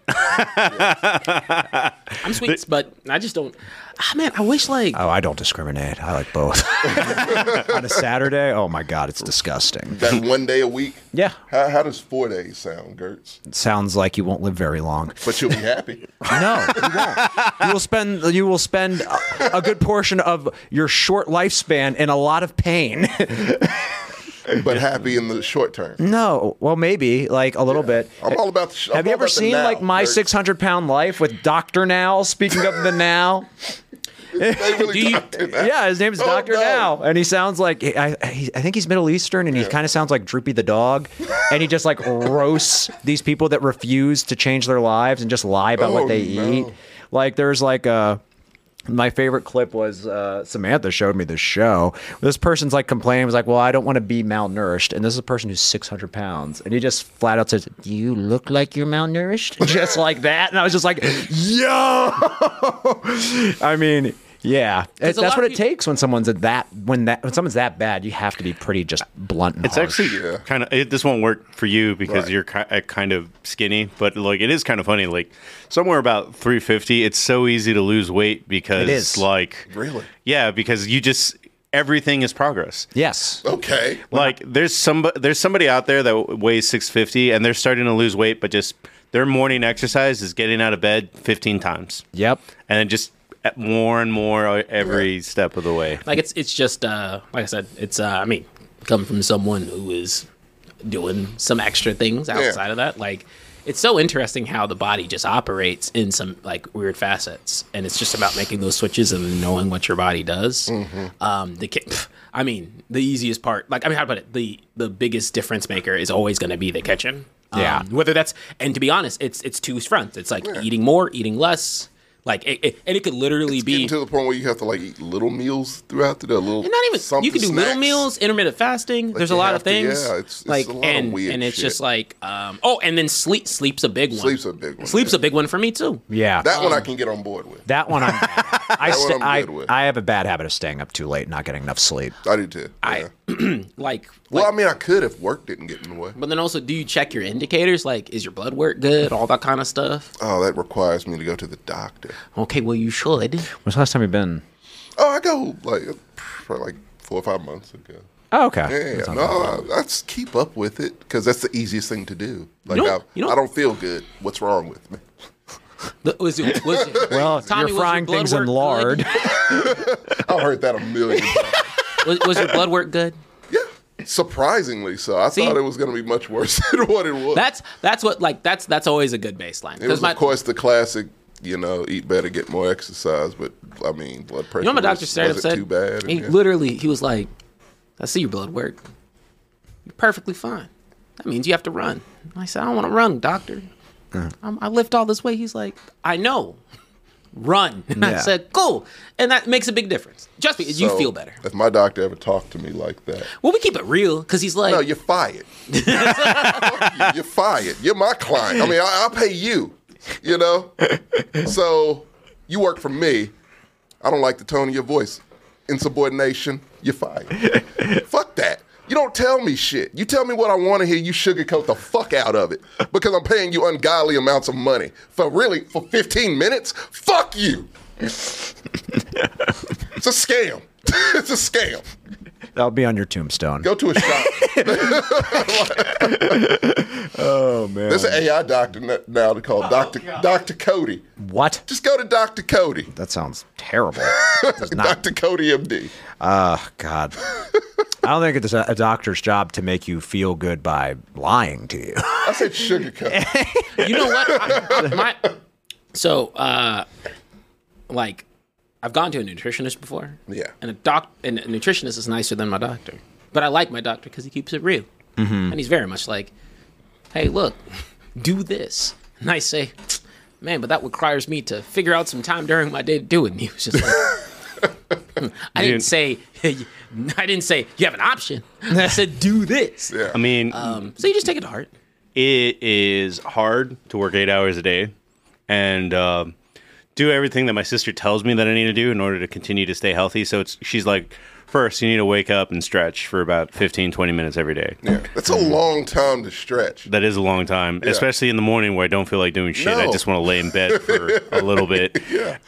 S6: I'm sweets, but I just don't. Ah, man, I wish like
S1: Oh, I don't discriminate. I like both. On a Saturday, oh my god, it's disgusting.
S2: that one day a week.
S1: Yeah,
S2: How, how does four days sound, Gertz?
S1: it sounds like you won't live very long.
S2: But you'll be happy.
S1: No, you won't. You will spend you will spend a- a good portion of your short lifespan in a lot of pain.
S2: but happy in the short term.
S1: no, well maybe like a little bit.
S2: I'm all about the. sh- I'm
S1: Have you
S2: all
S1: ever
S2: about the
S1: seen
S2: now,
S1: like my
S2: Gertz.
S1: 600 pound life with Doctor Now? Speaking of the now,
S2: They really
S6: Do you-
S2: talked in that.
S1: yeah, his name is
S2: Oh,
S1: Doctor
S2: no.
S1: Now, and he sounds like I, I, he- I think he's Middle Eastern, and he kind of sounds like Droopy the dog, and he just like roasts these people that refuse to change their lives and just lie about
S2: Oh,
S1: what they
S2: no.
S1: eat. Like there's like a. My favorite clip was uh, Samantha showed me this show. This person's like complaining, was like, "Well, I don't want to be malnourished," and this is a person who's 600 pounds, and he just flat out says, "Do you look like you're malnourished?" just like that, and I was just like, "Yo!" I mean, yeah, It-
S6: a lot
S1: that's what
S6: of
S1: it
S6: peop-
S1: takes when someone's at that when that when someone's that bad, you have to be pretty just blunt. And
S3: It's actually
S2: Yeah.
S3: kind of it, this won't work for you because
S2: Right.
S3: you're ki- uh, kind of skinny, but like it is kind of funny. Like somewhere about 350, it's so easy to lose weight because
S1: It is.
S3: like
S2: Really?
S3: yeah, because you just everything is progress.
S1: yes.
S2: Okay.
S3: Like there's some there's somebody out there that weighs 650 and they're starting to lose weight, but just their morning exercise is getting out of bed 15 times.
S1: Yep.
S3: and then just at more and more every step of the way.
S6: like it's it's just uh like I said, it's uh I mean, come from someone who is doing some extra things outside of that. Like it's so interesting how the body just operates in some like weird facets, and it's just about making those switches and then knowing what your body does.
S2: Mm-hmm.
S6: Um, the ki- pff, I mean, the easiest part, like I mean, how about it? The the biggest difference maker is always going to be the kitchen. Um,
S1: Yeah.
S6: Whether that's and to be honest, it's it's two fronts. It's like eating more, eating less. Like it, it- and it could literally be
S2: Getting to the point where you have to like eat little meals throughout the day. Little
S6: and not even
S2: something,
S6: you can do little
S2: snacks.
S6: meals, intermittent fasting. There's a
S2: you
S6: lot
S2: have
S6: of
S2: to- yeah,
S6: things.
S2: it's- it's
S6: like
S2: a lot of
S6: and
S2: weird
S6: and it's
S2: shit.
S6: just like um oh and then sleep sleep's a big one.
S2: Sleep's a big one.
S6: Sleep's a Um, big one for me too.
S1: Yeah.
S2: That one I can get on board with.
S1: That one I'm. I, sta-
S2: I'm
S1: I,
S2: good with.
S1: I have a bad habit of staying up too late, and not getting enough sleep.
S2: I do too. yeah.
S6: Like,
S2: well, I mean, I could if work didn't get in the way.
S6: but then also do you check your indicators? Like, is your blood work good? All that kind of stuff.
S2: Oh, that requires me to go to the doctor.
S6: Okay, well you should.
S1: When's the last time you've been?
S2: Oh, I go like probably like four or five months ago.
S1: Oh, okay.
S2: Yeah,
S1: That's not
S2: no,
S1: bad.
S2: I, I just keep up with it because that's the easiest thing to do. Like,
S6: don't-
S2: I,
S6: you don't-
S2: I don't feel good. What's wrong with me?
S6: The- Was it, was it,
S1: Well,
S6: Tommy, was
S1: you're
S6: your
S1: frying
S6: blood
S1: things in
S6: work
S1: lard.
S2: I've heard that a million times.
S6: was, was your blood work good?
S2: Yeah, surprisingly so. I
S6: See?
S2: thought it was going to be much worse than what it was.
S6: That's that's what like that's that's always a good baseline.
S2: it was,
S6: 'Cause my-
S2: of course, the classic. You know, eat better, get more exercise. But I mean, blood pressure.
S6: You know what my doctor
S2: was,
S6: straight up
S2: wasn't
S6: said?
S2: too bad.
S6: He
S2: and, yeah.
S6: literally, he was like, I see your blood work. You're perfectly fine. That means you have to run. I said, I don't want to run, doctor.
S2: Uh-huh.
S6: I'm, I lift all this weight. He's like, I know. Run. And I
S1: Yeah.
S6: said, cool. And that makes a big difference. Just because you
S2: So,
S6: feel better.
S2: If my doctor ever talked to me like that,
S6: Well, we keep it real because he's like,
S2: no, you're fired. Fuck you, you're fired. You're my client. I mean, I, I'll pay you. You know, so you work for me. I don't like the tone of your voice. Insubordination. You're fired. fuck that. You don't tell me shit. You tell me what I want to hear. You sugarcoat the fuck out of it because I'm paying you ungodly amounts of money for really for 15 minutes. Fuck you. it's a scam. it's a scam.
S1: That'll be on your tombstone.
S2: Go to a shop.
S1: Oh man.
S2: There's an AI doctor n- now called Doctor Doctor Cody.
S1: What?
S2: Just go to Doctor Cody.
S1: That sounds terrible. It does not.
S2: Doctor Cody MD.
S1: Oh God. I don't think it's a, a doctor's job to make you feel good by lying to you.
S2: I said sugarcoat.
S6: you know what? I- my, so, uh, like, I've gone to a nutritionist before.
S2: Yeah.
S6: And a doc, and a nutritionist is nicer than my doctor, but I like my doctor because he keeps it real,
S2: Mm-hmm.
S6: and he's very much like, "Hey, look, do this," and I say, "Man, but that requires me to figure out some time during my day to do it." And he was just like. I didn't
S3: Dude.
S6: say I didn't say you have an option. I said do this.
S2: Yeah.
S3: I mean,
S6: Um, so you just take it to heart.
S3: it is hard to work eight hours a day and um do everything that my sister tells me that I need to do in order to continue to stay healthy. So it's she's like, first you need to wake up and stretch for about 15, 20 minutes every day.
S2: Yeah. That's a long time to stretch.
S3: That is a long time, especially in the morning where I don't feel like doing shit. I
S2: No.
S3: just want to lay in bed for a little bit.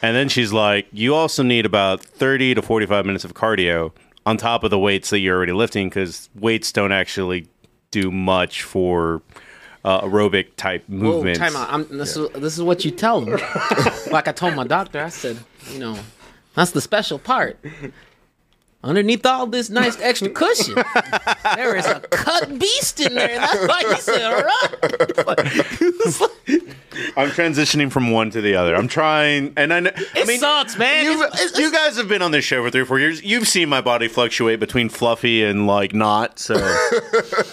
S3: And then she's like, you also need about 30 to 45 minutes of cardio on top of the weights that you're already lifting because weights don't actually do much for uh, aerobic type movements.
S6: Whoa, Oh, time out. I'm, this, is, this is what you tell them. like I told my doctor, I said, you know, that's the special part. Underneath all this nice extra cushion, there is a cut beast in there. That's why he said, all right. It's, like,
S3: I'm transitioning from one to the other. I'm trying, and I know. I
S6: It
S3: mean,
S6: sucks, man.
S3: you've-
S6: It's- it's-
S3: you guys have been on this show for three or four years. You've seen my body fluctuate between fluffy and like not. So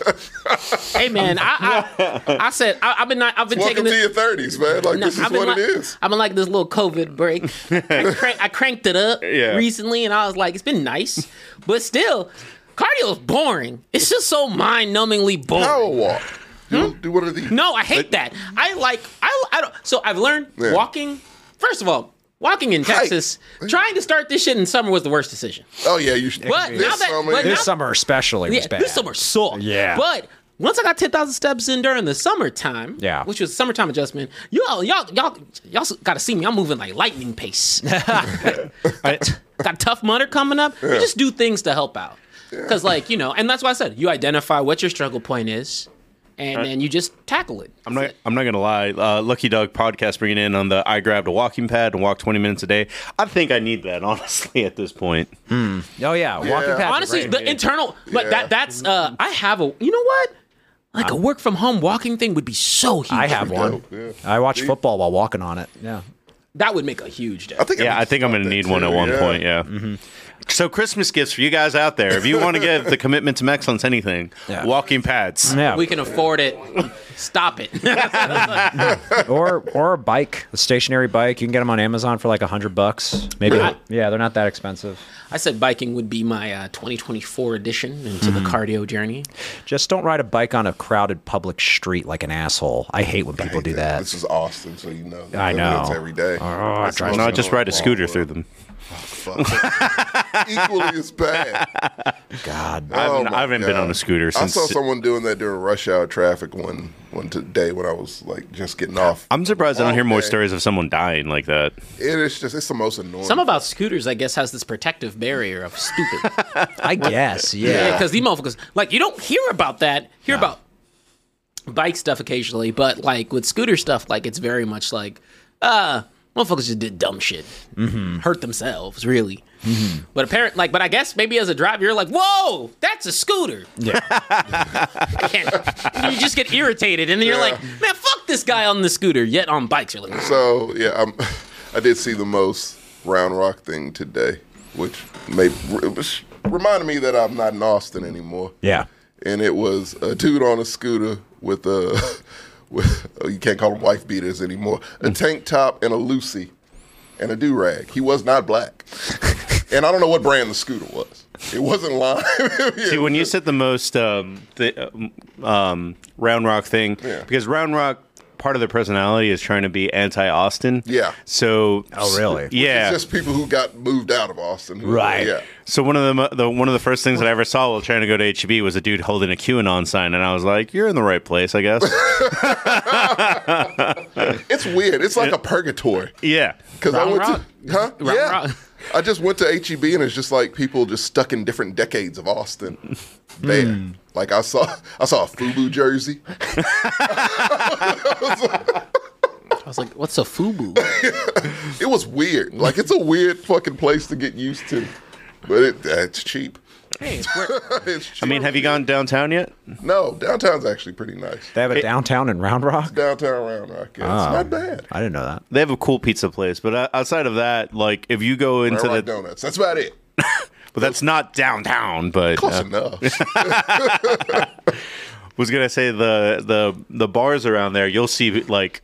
S6: hey, man, I, I, I said, I, I've been, not, I've been
S2: Welcome
S6: taking
S2: to
S6: this.
S2: your thirties, man. Like this is
S6: I've been
S2: what
S6: like,
S2: it is.
S6: I've been like this little COVID break. I, crank, I cranked it up
S3: Yeah.
S6: recently, and I was like, it's been nice, but still, cardio's boring. It's just so mind-numbingly boring.
S2: Power walk. Do,
S3: Hmm?
S2: do one of these.
S6: No, I hate that. I like I, I don't. So I've learned
S2: Yeah.
S6: walking. First of all, walking in
S2: Hike.
S6: Texas, trying to start this shit in summer was the worst decision.
S2: Oh yeah, you should.
S6: But now that- but
S1: This
S6: now-
S1: summer especially was
S6: Yeah,
S1: bad.
S6: this summer sucked.
S1: Yeah.
S6: but. Once I got ten thousand steps in during the summertime,
S1: Yeah.
S6: which was summertime adjustment, you all y'all y'all y'all got to see me. I'm moving like lightning pace. got tough mudder coming up. You just do things to help out, because like you know, and that's why I said you identify what your struggle point is, and then you just tackle it.
S3: I'm not. I'm not gonna lie. Uh, Lucky Dog podcast bringing in on the I grabbed a walking pad and walked 20 minutes a day. I think I need that honestly at this point.
S1: Oh yeah, walking pads. are
S6: honestly
S1: great.
S6: the internal like
S2: Yeah.
S6: that that's uh i have a you know what like a work from home walking thing would be so huge
S1: I have
S6: for me.
S1: one.
S2: yeah.
S1: I watch football while walking on it. Yeah.
S6: that would make a huge
S2: I
S6: difference
S2: think.
S3: Yeah, I think I'm gonna need one at
S2: too,
S3: one
S2: yeah. Mm-hmm.
S3: point. Yeah. So Christmas gifts for you guys out there. If you want to give the commitment to excellence anything,
S1: Yeah.
S3: walking pads.
S1: Yeah.
S6: we can afford it stop it
S1: or or a bike, a stationary bike. You can get them on Amazon for like a hundred bucks. Maybe. Yeah, they're not that expensive.
S6: i said biking would be my uh, 2024 addition into the cardio journey
S1: Just don't ride a bike on a crowded public street like an asshole. I hate when people do that.
S2: This is Austin, so you know.
S1: I know.
S2: It's every day.
S1: Oh, it
S2: It's
S1: drives me
S2: Austin.
S3: No, just ride a scooter through them.
S2: Fuck. Equally as bad.
S1: God.
S3: I haven't,
S2: Oh my
S3: I haven't been
S2: God.
S3: on a scooter
S2: I
S3: since.
S2: saw someone doing that during rush hour traffic one one t- day when I was like just getting off.
S3: I'm surprised I don't hear more
S2: Okay.
S3: stories of someone dying like that.
S2: It is just it's the most annoying.
S6: some about scooters i guess has this protective barrier of stupid
S1: I guess.
S6: Yeah,
S1: Yeah.
S6: because these motherfuckers, like, you don't hear about that. Hear about bike stuff occasionally, but like with scooter stuff, like it's very much like, uh, motherfuckers just did dumb shit, hurt themselves, really. But apparently, like, but I guess maybe as a driver, you're like, whoa, that's a scooter.
S1: Yeah.
S6: I can't. you just get irritated, and then you're like, man, fuck this guy on the scooter. Yet on bikes, you're like,
S2: So yeah, I'm, I did see the most Round Rock thing today, which may it was reminded me that I'm not in Austin anymore.
S1: Yeah.
S2: and it was a dude on a scooter with a with oh, you can't call them wife beaters anymore. A tank top and a Lucy and a do rag. He was not black, and I don't know what brand the scooter was. It wasn't lime.
S3: See, when you said the most um, the, um, Round Rock thing,
S2: Yeah.
S3: because Round Rock part of their personality is trying to be anti Austin.
S2: Yeah.
S3: So.
S1: Oh, really?
S3: Yeah.
S2: It's just people who got moved out of Austin. who-
S1: Right.
S2: Yeah.
S3: so one of the, mo- the one of the first things that I ever saw while trying to go to HEB was a dude holding a QAnon sign, and I was like, "You're in the right place, I guess."
S2: It's weird. It's like a purgatory.
S3: yeah.
S2: Because I
S6: Round
S2: went
S6: rock.
S2: to huh?
S6: Round
S2: yeah.
S6: rock.
S2: I just went to HEB and it's just like people just stuck in different decades of Austin. There, like I saw, I saw a FUBU jersey.
S6: I was like, what's a FUBU?
S2: It was weird. Like it's a weird fucking place to get used to, but it, uh, it's cheap.
S6: hey, it's where,
S2: it's cheap.
S3: I mean, have you gone downtown yet?
S2: no, downtown's actually pretty nice.
S1: They have a downtown in Round Rock?
S2: Downtown Round Rock, yeah,
S3: Ah.
S1: Oh.
S2: it's not bad.
S1: I didn't know that.
S3: They have a cool pizza place, but uh, outside of that, like if you go into
S2: Round Rock
S3: the,
S2: Donuts. That's about it.
S3: but that's not downtown. But
S2: Close
S3: uh,
S2: enough.
S3: was gonna say the the the bars around there. You'll see like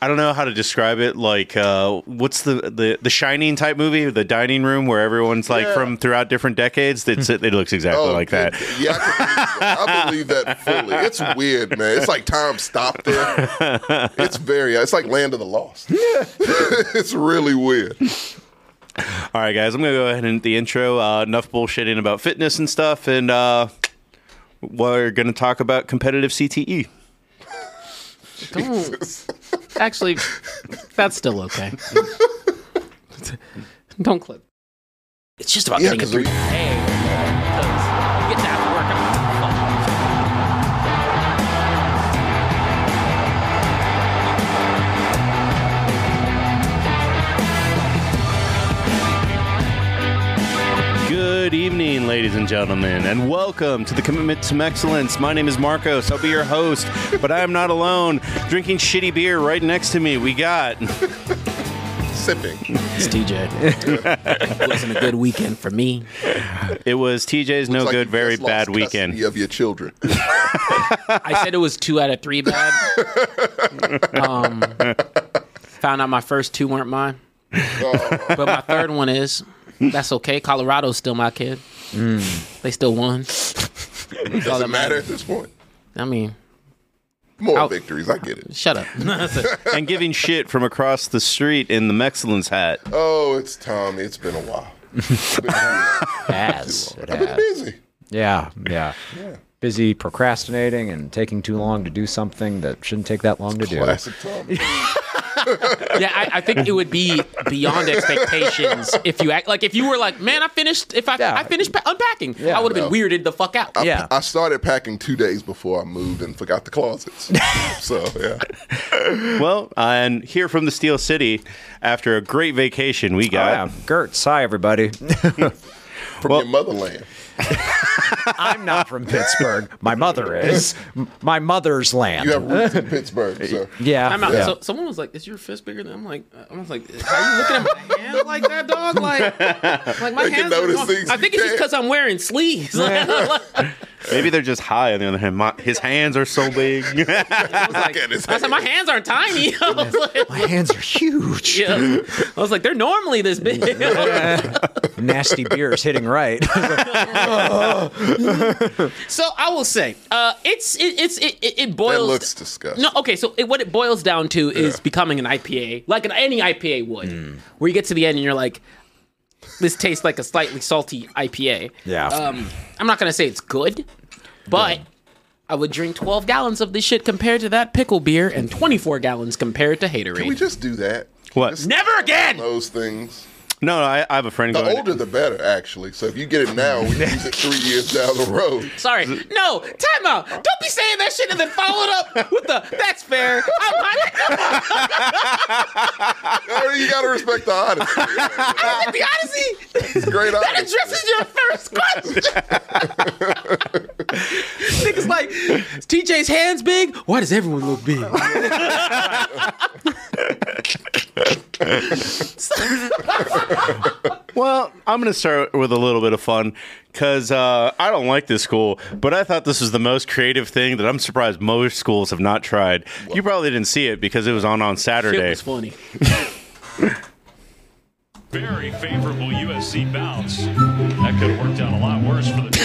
S3: I don't know how to describe it. Like uh, what's the, the the Shining type movie, the dining room where everyone's like
S2: Yeah. Oh,
S3: from throughout different decades. It's, it looks exactly like
S2: good.
S3: that.
S2: Yeah, I, can believe that. I believe that fully. It's weird, man. It's like time stopped there. It's very. It's like Land of the Lost. it's really weird.
S3: All right, guys, I'm gonna go ahead and the intro. Uh, enough bullshitting about fitness and stuff, and uh, we're gonna talk about competitive E. CTE.
S6: don't. Actually, that's still okay. don't clip. It's just about
S2: Yeah,
S6: getting it
S2: 'cause
S6: through.
S2: we-
S6: Hey, 'cause you get to have to work out.
S3: Good evening, ladies and gentlemen, and welcome to the Commitment to Excellence. My name is Marcos. I'll be your host, but I am not alone. Drinking shitty beer right next to me, we got
S2: Sipping.
S6: It's DJ. it wasn't a good weekend for me.
S3: it was TJ's no
S2: It's like
S3: good,
S2: you
S3: very
S2: just lost
S3: bad
S2: custody
S3: weekend.
S2: of your children.
S6: I said it was two out of three bad. Um, found out my first two weren't mine,
S2: Oh,
S6: but my third one is. That's okay. Colorado's still my kid. They still won.
S2: does it matter at this point?
S6: I mean,
S2: More
S6: Out.
S2: victories. I get it.
S6: shut up.
S3: and giving shit from across the street in the Mexilence hat.
S2: Oh, it's Tommy. It's been a while. It's been, a
S1: Has. It
S2: while. been
S1: has.
S2: busy.
S1: Yeah, yeah. Busy procrastinating and taking too long to do something that shouldn't take that long to do.
S2: Classic Tommy.
S6: Yeah, I, I think it would be beyond expectations if you act like if you were like, man, I finished. If I
S1: Yeah.
S6: I finished pa- unpacking, I would have been weirded the fuck out.
S2: I,
S1: Yeah.
S2: I started packing two days before I moved and forgot the closets. so yeah,
S3: Well, and here from the Steel City, after a great vacation, we
S1: Oh, yeah.
S3: got
S1: Gertz, hi everybody.
S2: from your motherland.
S1: I'm not from Pittsburgh. My mother is. M- My mother's land.
S2: You have roots in Pittsburgh, so
S1: yeah.
S6: I'm out.
S1: yeah.
S6: So, someone was like, "Is your fist bigger?" than I'm like, uh, "I was like, are you looking at my hand like that, dog? Like, like my
S2: They can
S6: hands are
S2: notice
S6: gone."
S2: things
S6: I
S2: you
S6: think it's just
S2: can't.
S6: because I'm wearing sleeves. Like,
S3: maybe they're just high. On the other hand, my, his hands are so big.
S6: I was like,
S2: Look at his
S6: I was like, my
S2: hand.
S6: hands aren't tiny. I was
S1: My
S6: like,
S1: hands are huge.
S6: yeah. I was like, they're normally this big.
S1: Nasty beers hitting right.
S6: So I will say, uh, it's it, it's it, it, it
S2: that
S6: boils.
S2: looks disgusting.
S6: No, okay. So it, what it boils down to is becoming an IPA, like an, any IPA would, where you get to the end and you're like, "This tastes like a slightly salty IPA."
S1: yeah.
S6: Um, I'm not gonna say it's good, but I would drink 12 gallons of this shit compared to that pickle beer, and 24 gallons compared to
S2: Can we
S6: haterade.
S2: just do that?
S3: What?
S2: Just
S6: Never again.
S2: Those things.
S3: No, no, I, I have a friend.
S2: The
S3: going-
S2: older the better, actually. So if you get it now, we can use it three years down the road.
S6: Sorry, no time out. Don't be saying that shit and then follow it up with the "That's fair." I'm not-
S2: I mean, you gotta respect the honesty. man.
S6: I think the Odyssey.
S2: It's great
S6: That
S2: honesty.
S6: addresses your first question. Niggas like, "Is TJ's hands big? Why does everyone look big?
S3: Well, I'm going to start with a little bit of fun because uh, I don't like this school, but I thought this was the most creative thing that I'm surprised most schools have not tried. You probably didn't see it because it was on on
S6: Shit
S3: Saturday.
S6: was funny.
S7: Very favorable USC bounce. That could have worked out a lot worse for the.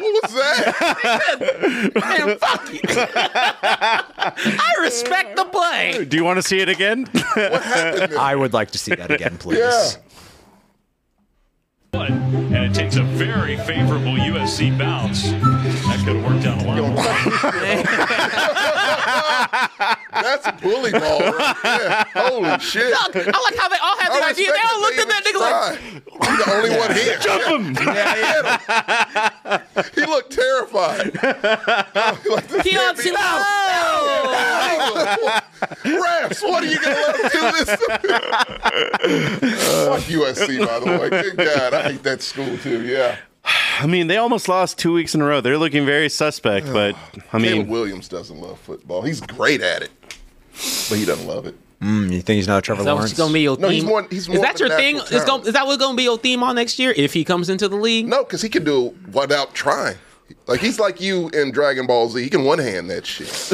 S2: What was that?
S6: Man, fuck you. I respect the play.
S3: Do you want to see it again?
S1: I would like to see that again, please.
S2: Yeah.
S7: But, and it takes a very favorable USC bounce. That could have worked out a lot worse.
S2: That's bully ball. Right there. Holy shit.
S6: I like how they all had the idea. They all looked at that nigga like,
S2: like I'm the only one here. Jump him. he looked terrified. like, this can't be-
S6: Keontae, no.
S2: Raps, what are you gonna let him do this? Fuck USC, by the way. Good God, I hate that school too. Yeah,
S3: I mean, they almost lost two weeks in a row. They're looking very suspect, but I
S2: Caleb
S3: mean,
S2: Williams doesn't love football. He's great at it, but he doesn't love it.
S1: Mm, you think he's not Trevor
S6: That's
S1: Lawrence?
S6: gonna be your
S2: No,
S6: theme.
S2: he's more- he's
S6: is
S2: more
S6: that
S2: of a
S6: your thing?
S2: natural
S6: Is,
S2: talent.
S6: gonna, is that what's going to be your theme on next year if he comes into the league?
S2: No, because he can do it without trying. Like he's like you in Dragon Ball Z. He can one hand that shit.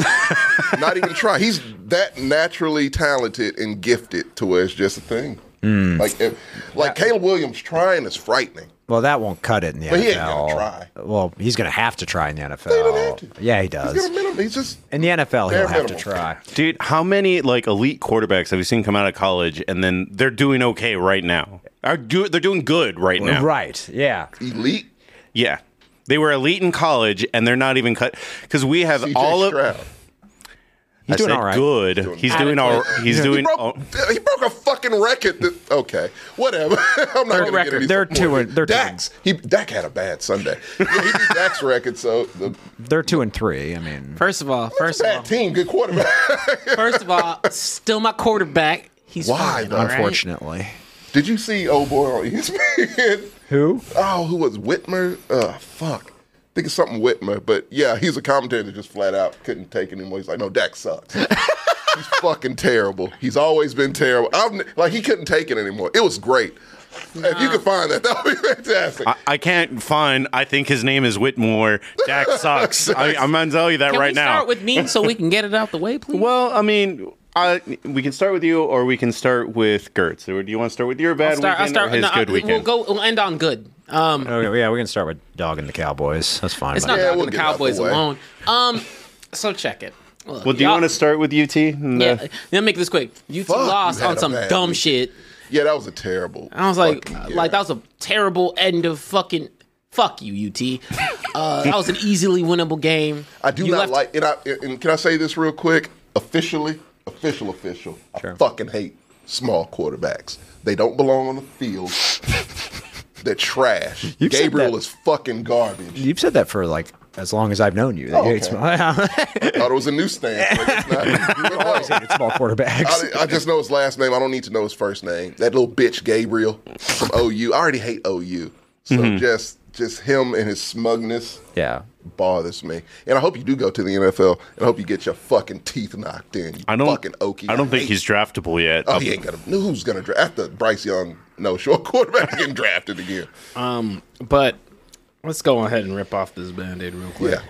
S2: Not even try. He's that naturally talented and gifted to where it's just a thing. Like, if, like Caleb Williams trying is fraining.
S1: well, that won't cut it in the NFL.
S2: But he ain't gonna try.
S1: Well, he's going to have to try in the NFL.
S2: He doesn't have to.
S1: Yeah, he
S2: He's
S1: does.
S2: got a minimum. He's just
S1: In the NFL, he'll
S2: Bare
S1: have to
S2: minimum.
S1: try.
S3: dude, how many like elite quarterbacks have you seen come out of college and then they're doing okay right now? Are do, they're doing good right now?
S1: Right. Yeah.
S2: elite.
S3: Yeah. They were elite in college and they're not even cut because we have
S2: CJ
S3: all of
S2: Stroud.
S3: He's
S1: doing
S3: doing
S1: all right.
S3: good. He's doing all. He's
S2: he
S3: doing.
S2: broke,
S3: all-
S2: he broke a fucking record. That, okay, whatever. I'm not going to get
S6: record.
S2: any
S1: They're two
S2: more.
S1: and- they're two.
S2: Dax. He, Dak had a bad Sunday. Yeah, he beat Dak's record, so the
S1: They're two and three. I mean,
S6: First of all, first of
S2: bad
S6: all,
S2: team, good quarterback.
S6: first of all, still my quarterback. He's
S2: Why,
S6: fine,
S2: though?
S6: all right?
S1: unfortunately.
S2: Did you see old boy on E ESPN?
S1: Who?
S2: Oh, who was Whitmer? Uh, fuck. I think it's something Whitmer, but yeah, he's a commentator that just flat out couldn't take it anymore. He's like, no, Dak sucks. he's fucking terrible. He's always been terrible. I've, n- like, he couldn't take it anymore. It was great. If you could find that, that would be fantastic.
S3: I, I can't find. I think his name is Whitmore. Dak sucks. I, I'm gonna tell you that
S6: Can
S3: right
S6: we
S3: now.
S6: start with me so we can get it out the way, please?
S3: well, I mean, I, we can start with you, or we can start with Gertz. Or do you want to start with your bad
S6: Start-
S3: weekend or his
S6: no,
S3: good
S6: I-
S3: weekend?
S6: We'll go. We'll end on good. Um,
S1: Okay, Oh, yeah, we can start with Dog and the Cowboys. That's fine.
S6: it's
S1: buddy.
S6: not
S2: Yeah,
S6: yeah,
S2: we'll
S6: the
S2: get it out
S6: Cowboys
S2: the way.
S6: alone. Um, so check it. Look,
S3: well, do you
S6: y'all-
S3: want to start with UT? And,
S6: Yeah,
S3: uh,
S6: let me make this quick. You two
S2: Fuck, you
S6: lost
S2: had
S6: on
S2: a
S6: some
S2: bad
S6: dumb
S2: week.
S6: shit.
S2: yeah, that was a terrible.
S6: I was like,
S2: fucking- yeah.
S6: like that was a terrible end of fucking. Fuck you, UT. Uh, that was an easily winnable game.
S2: I do
S6: You
S2: not
S6: left-
S2: like, and, I, and can I say this real quick? Officially, official, official. I fucking hate small quarterbacks. They don't belong on the field. They're trash.
S1: You've said
S2: Gabriel
S1: that-
S2: is fucking garbage.
S1: You've said that for like as long as I've known you. that
S2: Oh,
S1: you hate
S2: okay.
S1: small-
S2: I thought it was a new stance. Like, it's not- you know,
S1: hated small quarterbacks.
S2: I, I just know his last name. I don't need to know his first name. That little bitch Gabriel from OU. I already hate OU. So
S1: Mm-hmm.
S2: just just him and his smugness
S1: yeah.
S2: bothers me. And I hope you do go to the NFL and I hope you get your fucking teeth knocked in. You
S3: I don't.
S2: fucking okie.
S3: I don't think
S2: hate
S3: he's draftable yet.
S2: Oh, he ain't gonna. Who's gonna draft after Bryce Young? No, sure, quarterback getting drafted again.
S6: But let's go ahead and rip off this band-aid real quick.
S2: Yeah,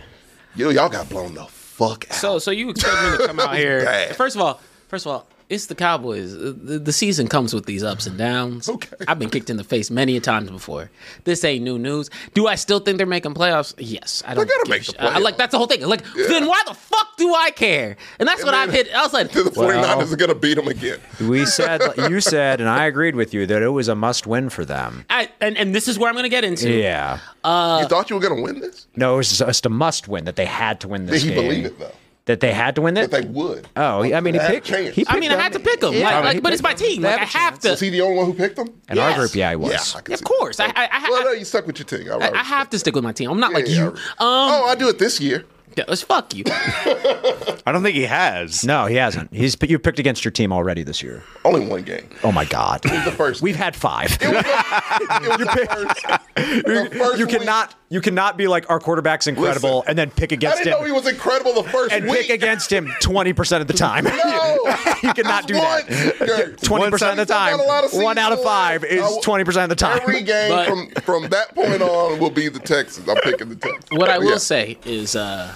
S2: you know y'all got blown the fuck out.
S6: So, so you expect me to come out here?
S2: Bad.
S6: First of all, first of all, it's the Cowboys. The, the season comes with these ups and downs.
S2: Okay.
S6: I've been kicked in the face many a times before. This ain't new news. Do I still think they're making playoffs? Yes, I don't.
S2: gotta
S6: give a
S2: make the
S6: shit. I, I- like
S2: playoffs.
S6: that's the whole thing. Like, then why the fuck do I care? And that's what
S2: then-
S6: I've hit. I was like,
S2: the 49ers are gonna beat them again.
S1: We said you said, and I agreed with you that it was a must-win for them.
S6: I, and and this is where I'm gonna get into.
S1: Yeah. uh,
S2: you thought you were gonna win this?
S1: No, it was just a must-win that they had to win
S2: Did
S1: this
S2: he
S1: game.
S2: believe it though?
S1: That they had to win
S2: That
S1: it.
S2: they would.
S1: Oh, he- I mean, he
S2: They had a
S1: picked.
S2: chance.
S1: He
S6: I
S1: picked
S6: mean, I
S1: them.
S6: had to pick them.
S1: Yeah,
S6: like,
S1: I mean,
S6: like,
S1: he
S6: but it's my
S1: picked them.
S6: team.
S1: They
S6: Like, I
S1: have a
S6: have
S2: Is he
S6: to.
S2: the only one who picked them?
S1: In our
S6: Yes.
S1: group, yeah, I
S2: Yeah,
S1: was.
S2: I can
S6: Of
S2: see
S6: course, I-
S2: that.
S6: I- I-
S2: well,
S6: I-
S2: no, you stuck with your team. All right.
S6: I have to stick with my team. I'm not like
S2: Yeah,
S6: you.
S2: yeah,
S6: Um,
S2: oh, I do it this year.
S6: fuck you.
S3: I don't think he has.
S1: No, he hasn't. He's you picked against your team already this year.
S2: Only one game.
S1: Oh my God.
S2: The first.
S1: We've had five.
S2: It was the first- it was the first- the first
S1: you
S2: week-
S1: cannot You cannot be like our quarterback's incredible
S2: Listen,
S1: and then pick
S2: I
S1: against
S2: didn't know he
S1: him
S2: was incredible the first
S1: and
S2: week.
S1: pick against him twenty percent of the time.
S2: No,
S1: you cannot do
S2: Once.
S1: that. Twenty percent of the
S2: He's
S1: time.
S2: done a lot of
S1: One out of
S2: seasons
S1: five
S2: left. I
S1: is
S2: will-
S1: twenty percent of the time.
S2: Every game
S6: But-
S2: from from that point on will be the Texans. I'm picking the Texans.
S6: What I will
S2: Yeah.
S6: say is, uh,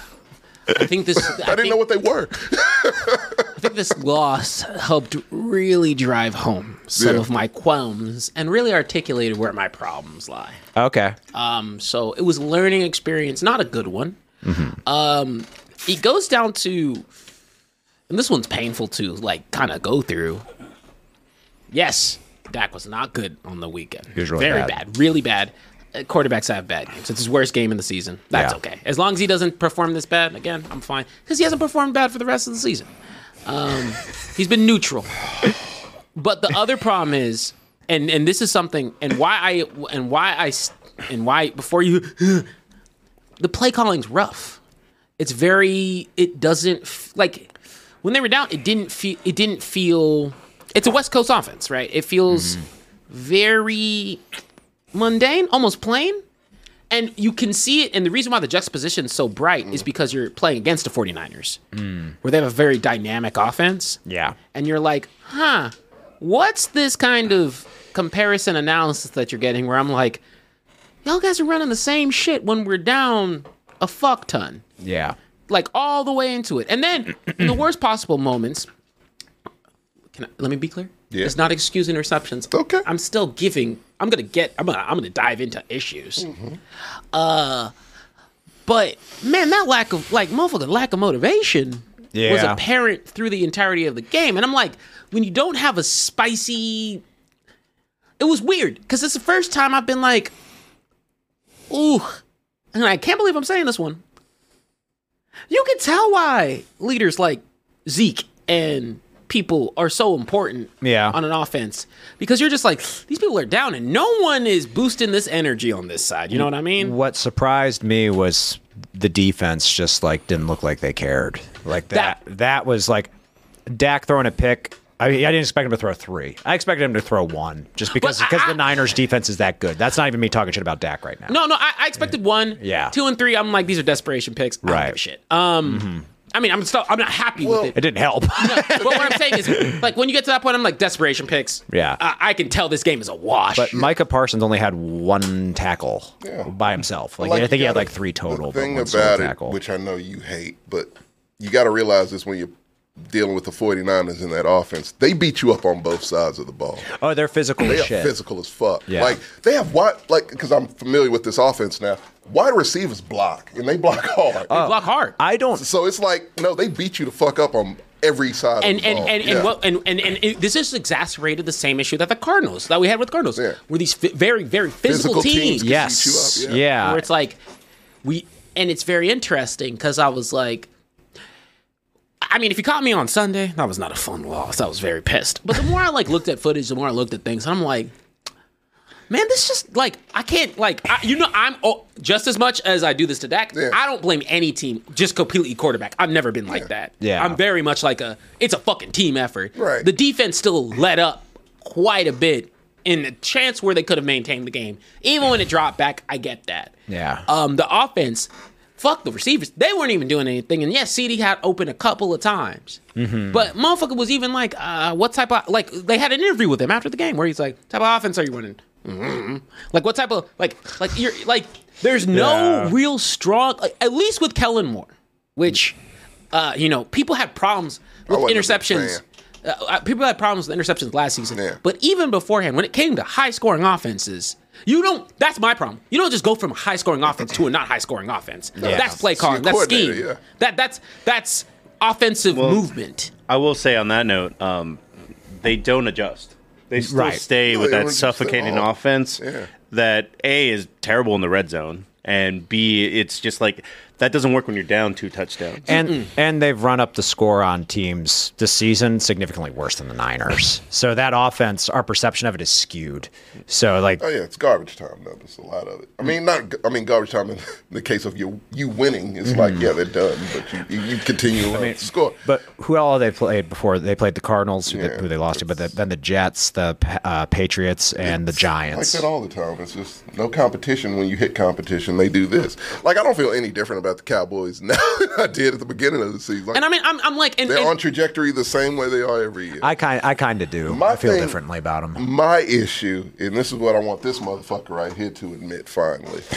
S6: I think this. I,
S2: I
S6: think,
S2: didn't know what they were.
S6: I think this loss helped really drive home some
S2: Yeah.
S6: of my qualms and really articulated where my problems lie.
S1: Okay.
S6: Um, so it was a learning experience, not a good one. Um, it goes down to, and this one's painful to like kind of go through. Yes, Dak was not good on the weekend. He
S1: was really
S6: very
S1: bad.
S6: really bad. Uh, quarterbacks have bad games. It's his worst game in the season. That's
S1: Yeah.
S6: okay, as long as he doesn't perform this bad again. I'm fine because he hasn't performed bad for the rest of the season. Um, he's been neutral. But the other problem is, and and this is something, and why I and why I s- and why before you, the play calling's rough. It's very. It doesn't f- like when they were down. It didn't feel. It didn't feel. It's a West Coast offense, right? It feels very mundane, almost plain. And you can see it, and the reason why the juxtaposition is so bright is because you're playing against the 49ers, where they have a very dynamic offense
S1: Yeah.
S6: and you're like, huh, what's this kind of comparison analysis that you're getting where I'm like, y'all guys are running the same shit when we're down a fuck ton,
S1: Yeah.
S6: like all the way into it. And then in the worst possible moments, can I, let me be clear.
S2: Yeah.
S6: It's not excusing receptions.
S2: Okay.
S6: I'm still giving. I'm gonna get. I'm gonna. I'm gonna dive into issues.
S2: Mm-hmm.
S6: Uh, but man, that lack of like motherfucker lack of motivation was
S1: Yeah.
S6: apparent through the entirety of the game, and I'm like, when you don't have a spicy, it was weird because it's the first time I've been like, ooh, and I can't believe I'm saying this one. You can tell why leaders like Zeke and people are so important
S1: Yeah.
S6: on an offense because you're just like these people are down and no one is boosting this energy on this side you know what i mean
S1: What surprised me was the defense just like didn't look like they cared. Like that that, was like Dak throwing a pick. I mean, I didn't expect him to throw three. I expected him to throw one just because
S6: But I-
S1: because
S6: I-
S1: the Niners defense is that good. That's not even me talking shit about Dak right now.
S6: no no i, I expected one
S1: Yeah.
S6: two and three i'm like these are desperation picks I don't
S1: Right. Mm-hmm.
S6: give a shit um i mean i'm still i'm not happy
S2: Well-
S6: with
S1: It
S6: it
S1: didn't help.
S6: but what i'm saying is like when you get to that point i'm like desperation picks
S1: Yeah.
S6: i, I can tell this game is a wash
S1: But Micah Parsons only had one tackle by himself. Like, I
S2: you
S1: think he had
S2: gotta-
S1: like three total.
S2: The thing
S1: but one solo
S2: about it,
S1: tackle.
S2: which I know you hate, but you got to realize this when you're dealing with the 49ers in that offense. They beat you up on both sides of the ball.
S1: oh, they're physical
S2: They
S1: as
S2: are
S1: shit.
S2: physical as fuck.
S1: Yeah.
S2: Like they have wide, like because I'm familiar with this offense now. Wide receivers block and they block hard.
S1: Oh.
S6: block hard
S1: I don't.
S2: So it's like no, they beat you to fuck up on every side. of
S6: and
S2: the
S6: and
S2: ball.
S6: and,
S2: Yeah.
S6: and, what, and and and it- this has exacerbated the same issue that the Cardinals that we had with Cardinals
S2: Yeah.
S6: were these fi- very very
S2: Physical
S6: physical,
S2: teams,
S6: teams,
S2: can
S1: Yes.
S2: beat you up, yeah.
S1: Yeah.
S6: where it's like we and it's very interesting because I was like. I mean, if you caught me on Sunday, that was not a fun loss. I was very pissed. But the more I like looked at footage, the more I looked at things, and I'm like, man, this just like I can't like I, you know I'm oh, just as much as I do this to Dak.
S2: Yeah.
S6: I don't blame any team just completely quarterback. I've never been like that.
S1: Yeah.
S6: I'm very much like a it's a fucking team effort.
S2: Right.
S6: The defense still let up quite a bit in a chance where they could have maintained the game. Even when it dropped back, I get that.
S1: Yeah.
S6: Um, the offense, fuck the receivers. They weren't even doing anything. And yes, CD had open a couple of times.
S1: Mm-hmm.
S6: But motherfucker was even like, uh, what type of like they had an interview with him after the game where he's like, type of offense are you running? Mhm. Like what type of like like you're like there's no
S1: Yeah.
S6: real strong like, at least with Kellen Moore, which uh, you know, people had problems with
S2: wasn't a big
S6: interceptions.
S2: fan.
S6: Uh, uh, people had problems with interceptions last season,
S2: Yeah.
S6: but even beforehand, when it came to high scoring offenses, you don't. That's my problem. You don't just go from a high scoring offense to a not high scoring offense. That's play
S2: It's
S6: calling.
S2: your
S6: That's
S2: coordinator,
S6: scheme.
S2: yeah.
S6: That that's that's offensive movement.
S3: I will say on that note, um, they don't adjust. They still
S1: Right.
S3: stay
S2: No,
S3: with
S2: they
S3: that
S2: don't adjust
S3: suffocating
S2: at all.
S3: offense
S2: Yeah.
S3: that A is terrible in the red zone and B it's just like That doesn't work when you're down two touchdowns.
S1: And and they've run up the score on teams this season significantly worse than the Niners. So that offense, our perception of it is skewed. So like
S2: Oh yeah, it's garbage time though. There's a lot of it. I mean, not. I mean, garbage time in the case of you you winning. It's like yeah, they're done, but you you, you continue to score.
S1: Mm-hmm. But who all they played before? They played the Cardinals, who, they, who they lost to, but the, then the Jets, the uh, Patriots, and the
S2: like
S1: Giants.
S2: that all the time. It's just no competition. When you hit competition, they do this. Like I don't feel any different about the Cowboys now than I did at the beginning of the season. Like,
S6: And I mean, I'm, I'm like, and,
S2: they're
S6: and-
S2: on trajectory the same way they are every year.
S1: I kind I kind of do.
S2: My
S1: I feel
S2: thing-
S1: differently about them.
S2: My issue, and this is what I want this motherfucker right here to admit finally.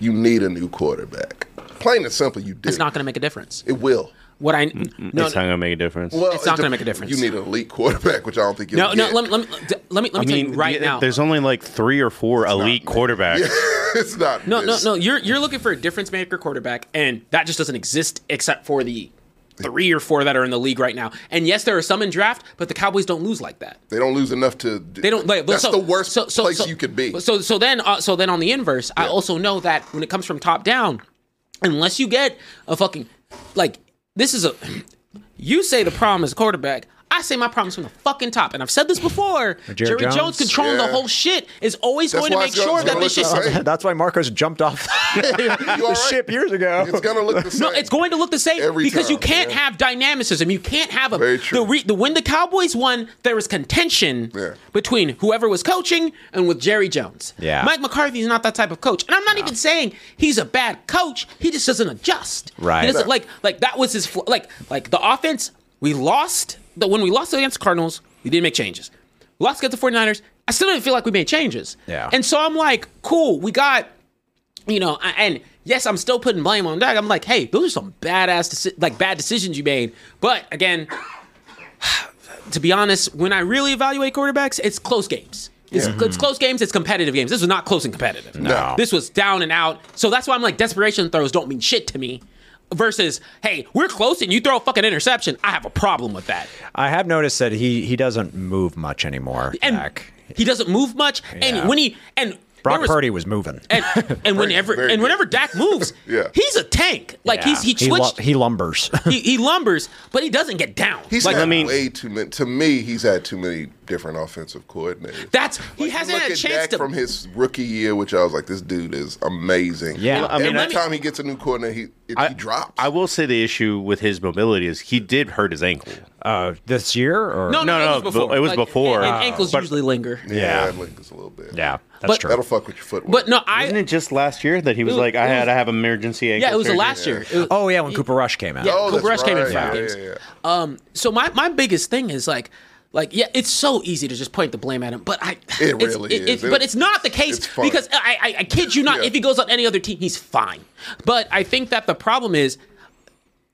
S2: you need a new quarterback. Plain and simple, you do.
S6: it's not going to make a difference.
S2: It will.
S6: What I no
S3: mm, it's not gonna make a difference.
S2: Well,
S6: It's not
S2: it
S6: gonna
S2: dep-
S6: make a difference.
S2: You need an elite quarterback, which I don't think you'll
S6: no no
S2: get.
S6: let me let me let me, let me tell you right
S3: th-
S6: now.
S3: there's only like three or four elite quarterbacks.
S2: it's not.
S6: No, no,
S2: this.
S6: no. You're you're looking for a difference maker quarterback, and that just doesn't exist except for the three or four that are in the league right now. And yes, there are some in draft, but the Cowboys don't lose like that.
S2: They don't lose enough to.
S6: They don't like.
S2: That's
S6: so-
S2: the worst
S6: so- so-
S2: place
S6: so-
S2: you could be.
S6: So so then uh, so then on the inverse, I also know that when it comes from top down, unless you get a fucking like this is a you say the problem is quarterback. I say my problem's from the fucking top, and I've said this before. Jerry,
S1: Jones?
S6: Jones, controlling
S2: Yeah.
S6: the whole shit is always
S2: That's
S6: going to
S2: why
S6: make
S2: it's gonna-
S6: sure
S2: it's
S6: that
S2: gonna
S6: this
S2: look
S6: shit.
S2: the same.
S1: That's why Marcos jumped off
S2: You all
S1: the
S2: right?
S1: ship years ago.
S2: It's gonna look the same.
S6: No, it's going to look the same
S2: Every
S6: because you
S2: time,
S6: can't
S2: yeah.
S6: have dynamicism. You can't have a
S2: Very true.
S6: the re, the when the Cowboys won, there was contention
S2: Yeah.
S6: between whoever was coaching and with Jerry Jones.
S1: Yeah.
S6: Mike McCarthy is not that type of coach, and I'm not even saying he's a bad coach. He just doesn't adjust.
S1: Right.
S6: He doesn't
S1: No.
S6: like like that was his fl- like like the offense. We lost the when we lost against the Cardinals, we didn't make changes. Lost against the 49ers. I still didn't feel like we made changes.
S1: Yeah.
S6: And so I'm like, cool, we got you know, I- and yes, I'm still putting blame on Doug. I'm like, hey, those are some badass, deci- like bad decisions you made. But again, to be honest, when I really evaluate quarterbacks, it's close games. It's, it's close games. It's competitive games. This was not close and competitive.
S1: No.
S6: this was down and out. So that's why I'm like, desperation throws don't mean shit to me. Versus, hey, we're close and you throw a fucking interception. I have a problem with that.
S1: I have noticed that he he doesn't move much anymore.
S6: And
S1: Dak.
S6: he doesn't move much.
S1: Yeah.
S6: And when he and
S1: Brock
S6: there was-
S1: Purdy was moving.
S6: and, and whenever
S2: very
S6: and
S2: good.
S6: whenever Dak moves,
S2: Yeah.
S6: he's a tank. Like he's he
S1: lu-
S6: switched.
S1: he lumbers.
S6: he, he lumbers, but he doesn't get down.
S2: He's
S6: like
S2: had
S3: I mean-
S2: way too many. To me, he's had too many different offensive coordinators.
S6: that's he
S2: Like, you
S6: hasn't
S2: look
S6: had a
S2: at
S6: chance
S2: Dak
S6: to.
S2: from his rookie year, which I was like, this dude is amazing.
S1: Yeah. Well, I
S3: mean,
S2: every
S3: let me-
S2: time he gets a new coordinator, he, it, he drops.
S3: I will say the issue with his mobility is he did hurt his ankle.
S1: uh, this year or
S6: no,
S3: no,
S6: no, no,
S3: no,
S6: it was before.
S3: it was
S6: Like,
S3: before.
S6: and-
S3: Ah.
S6: and ankles usually linger.
S2: yeah,
S1: yeah.
S2: that lingers a little bit.
S1: Yeah, that's
S6: But-
S1: true.
S2: that'll fuck with your footwork.
S6: But no, I
S3: Isn't it just last year that he was
S6: It was-
S3: like, I
S6: it
S3: had
S6: was-
S3: to have emergency ankle
S6: yeah, it was the
S3: surgery?
S6: last year. It was-
S1: oh yeah, when Cooper Rush came out.
S2: oh,
S6: Cooper
S2: that's
S6: Rush came in
S2: right.
S6: five
S2: yeah,
S6: games.
S2: yeah, yeah.
S6: um, so my my biggest thing is like. Like yeah, it's so easy to just point the blame at him, but I
S2: It
S6: it's-
S2: really
S6: it-
S2: is.
S6: it- but it's not the
S2: It's
S6: case
S2: fun.
S6: because I, I I kid you not,
S2: Yeah.
S6: if he goes on any other team, he's fine. But I think that the problem is,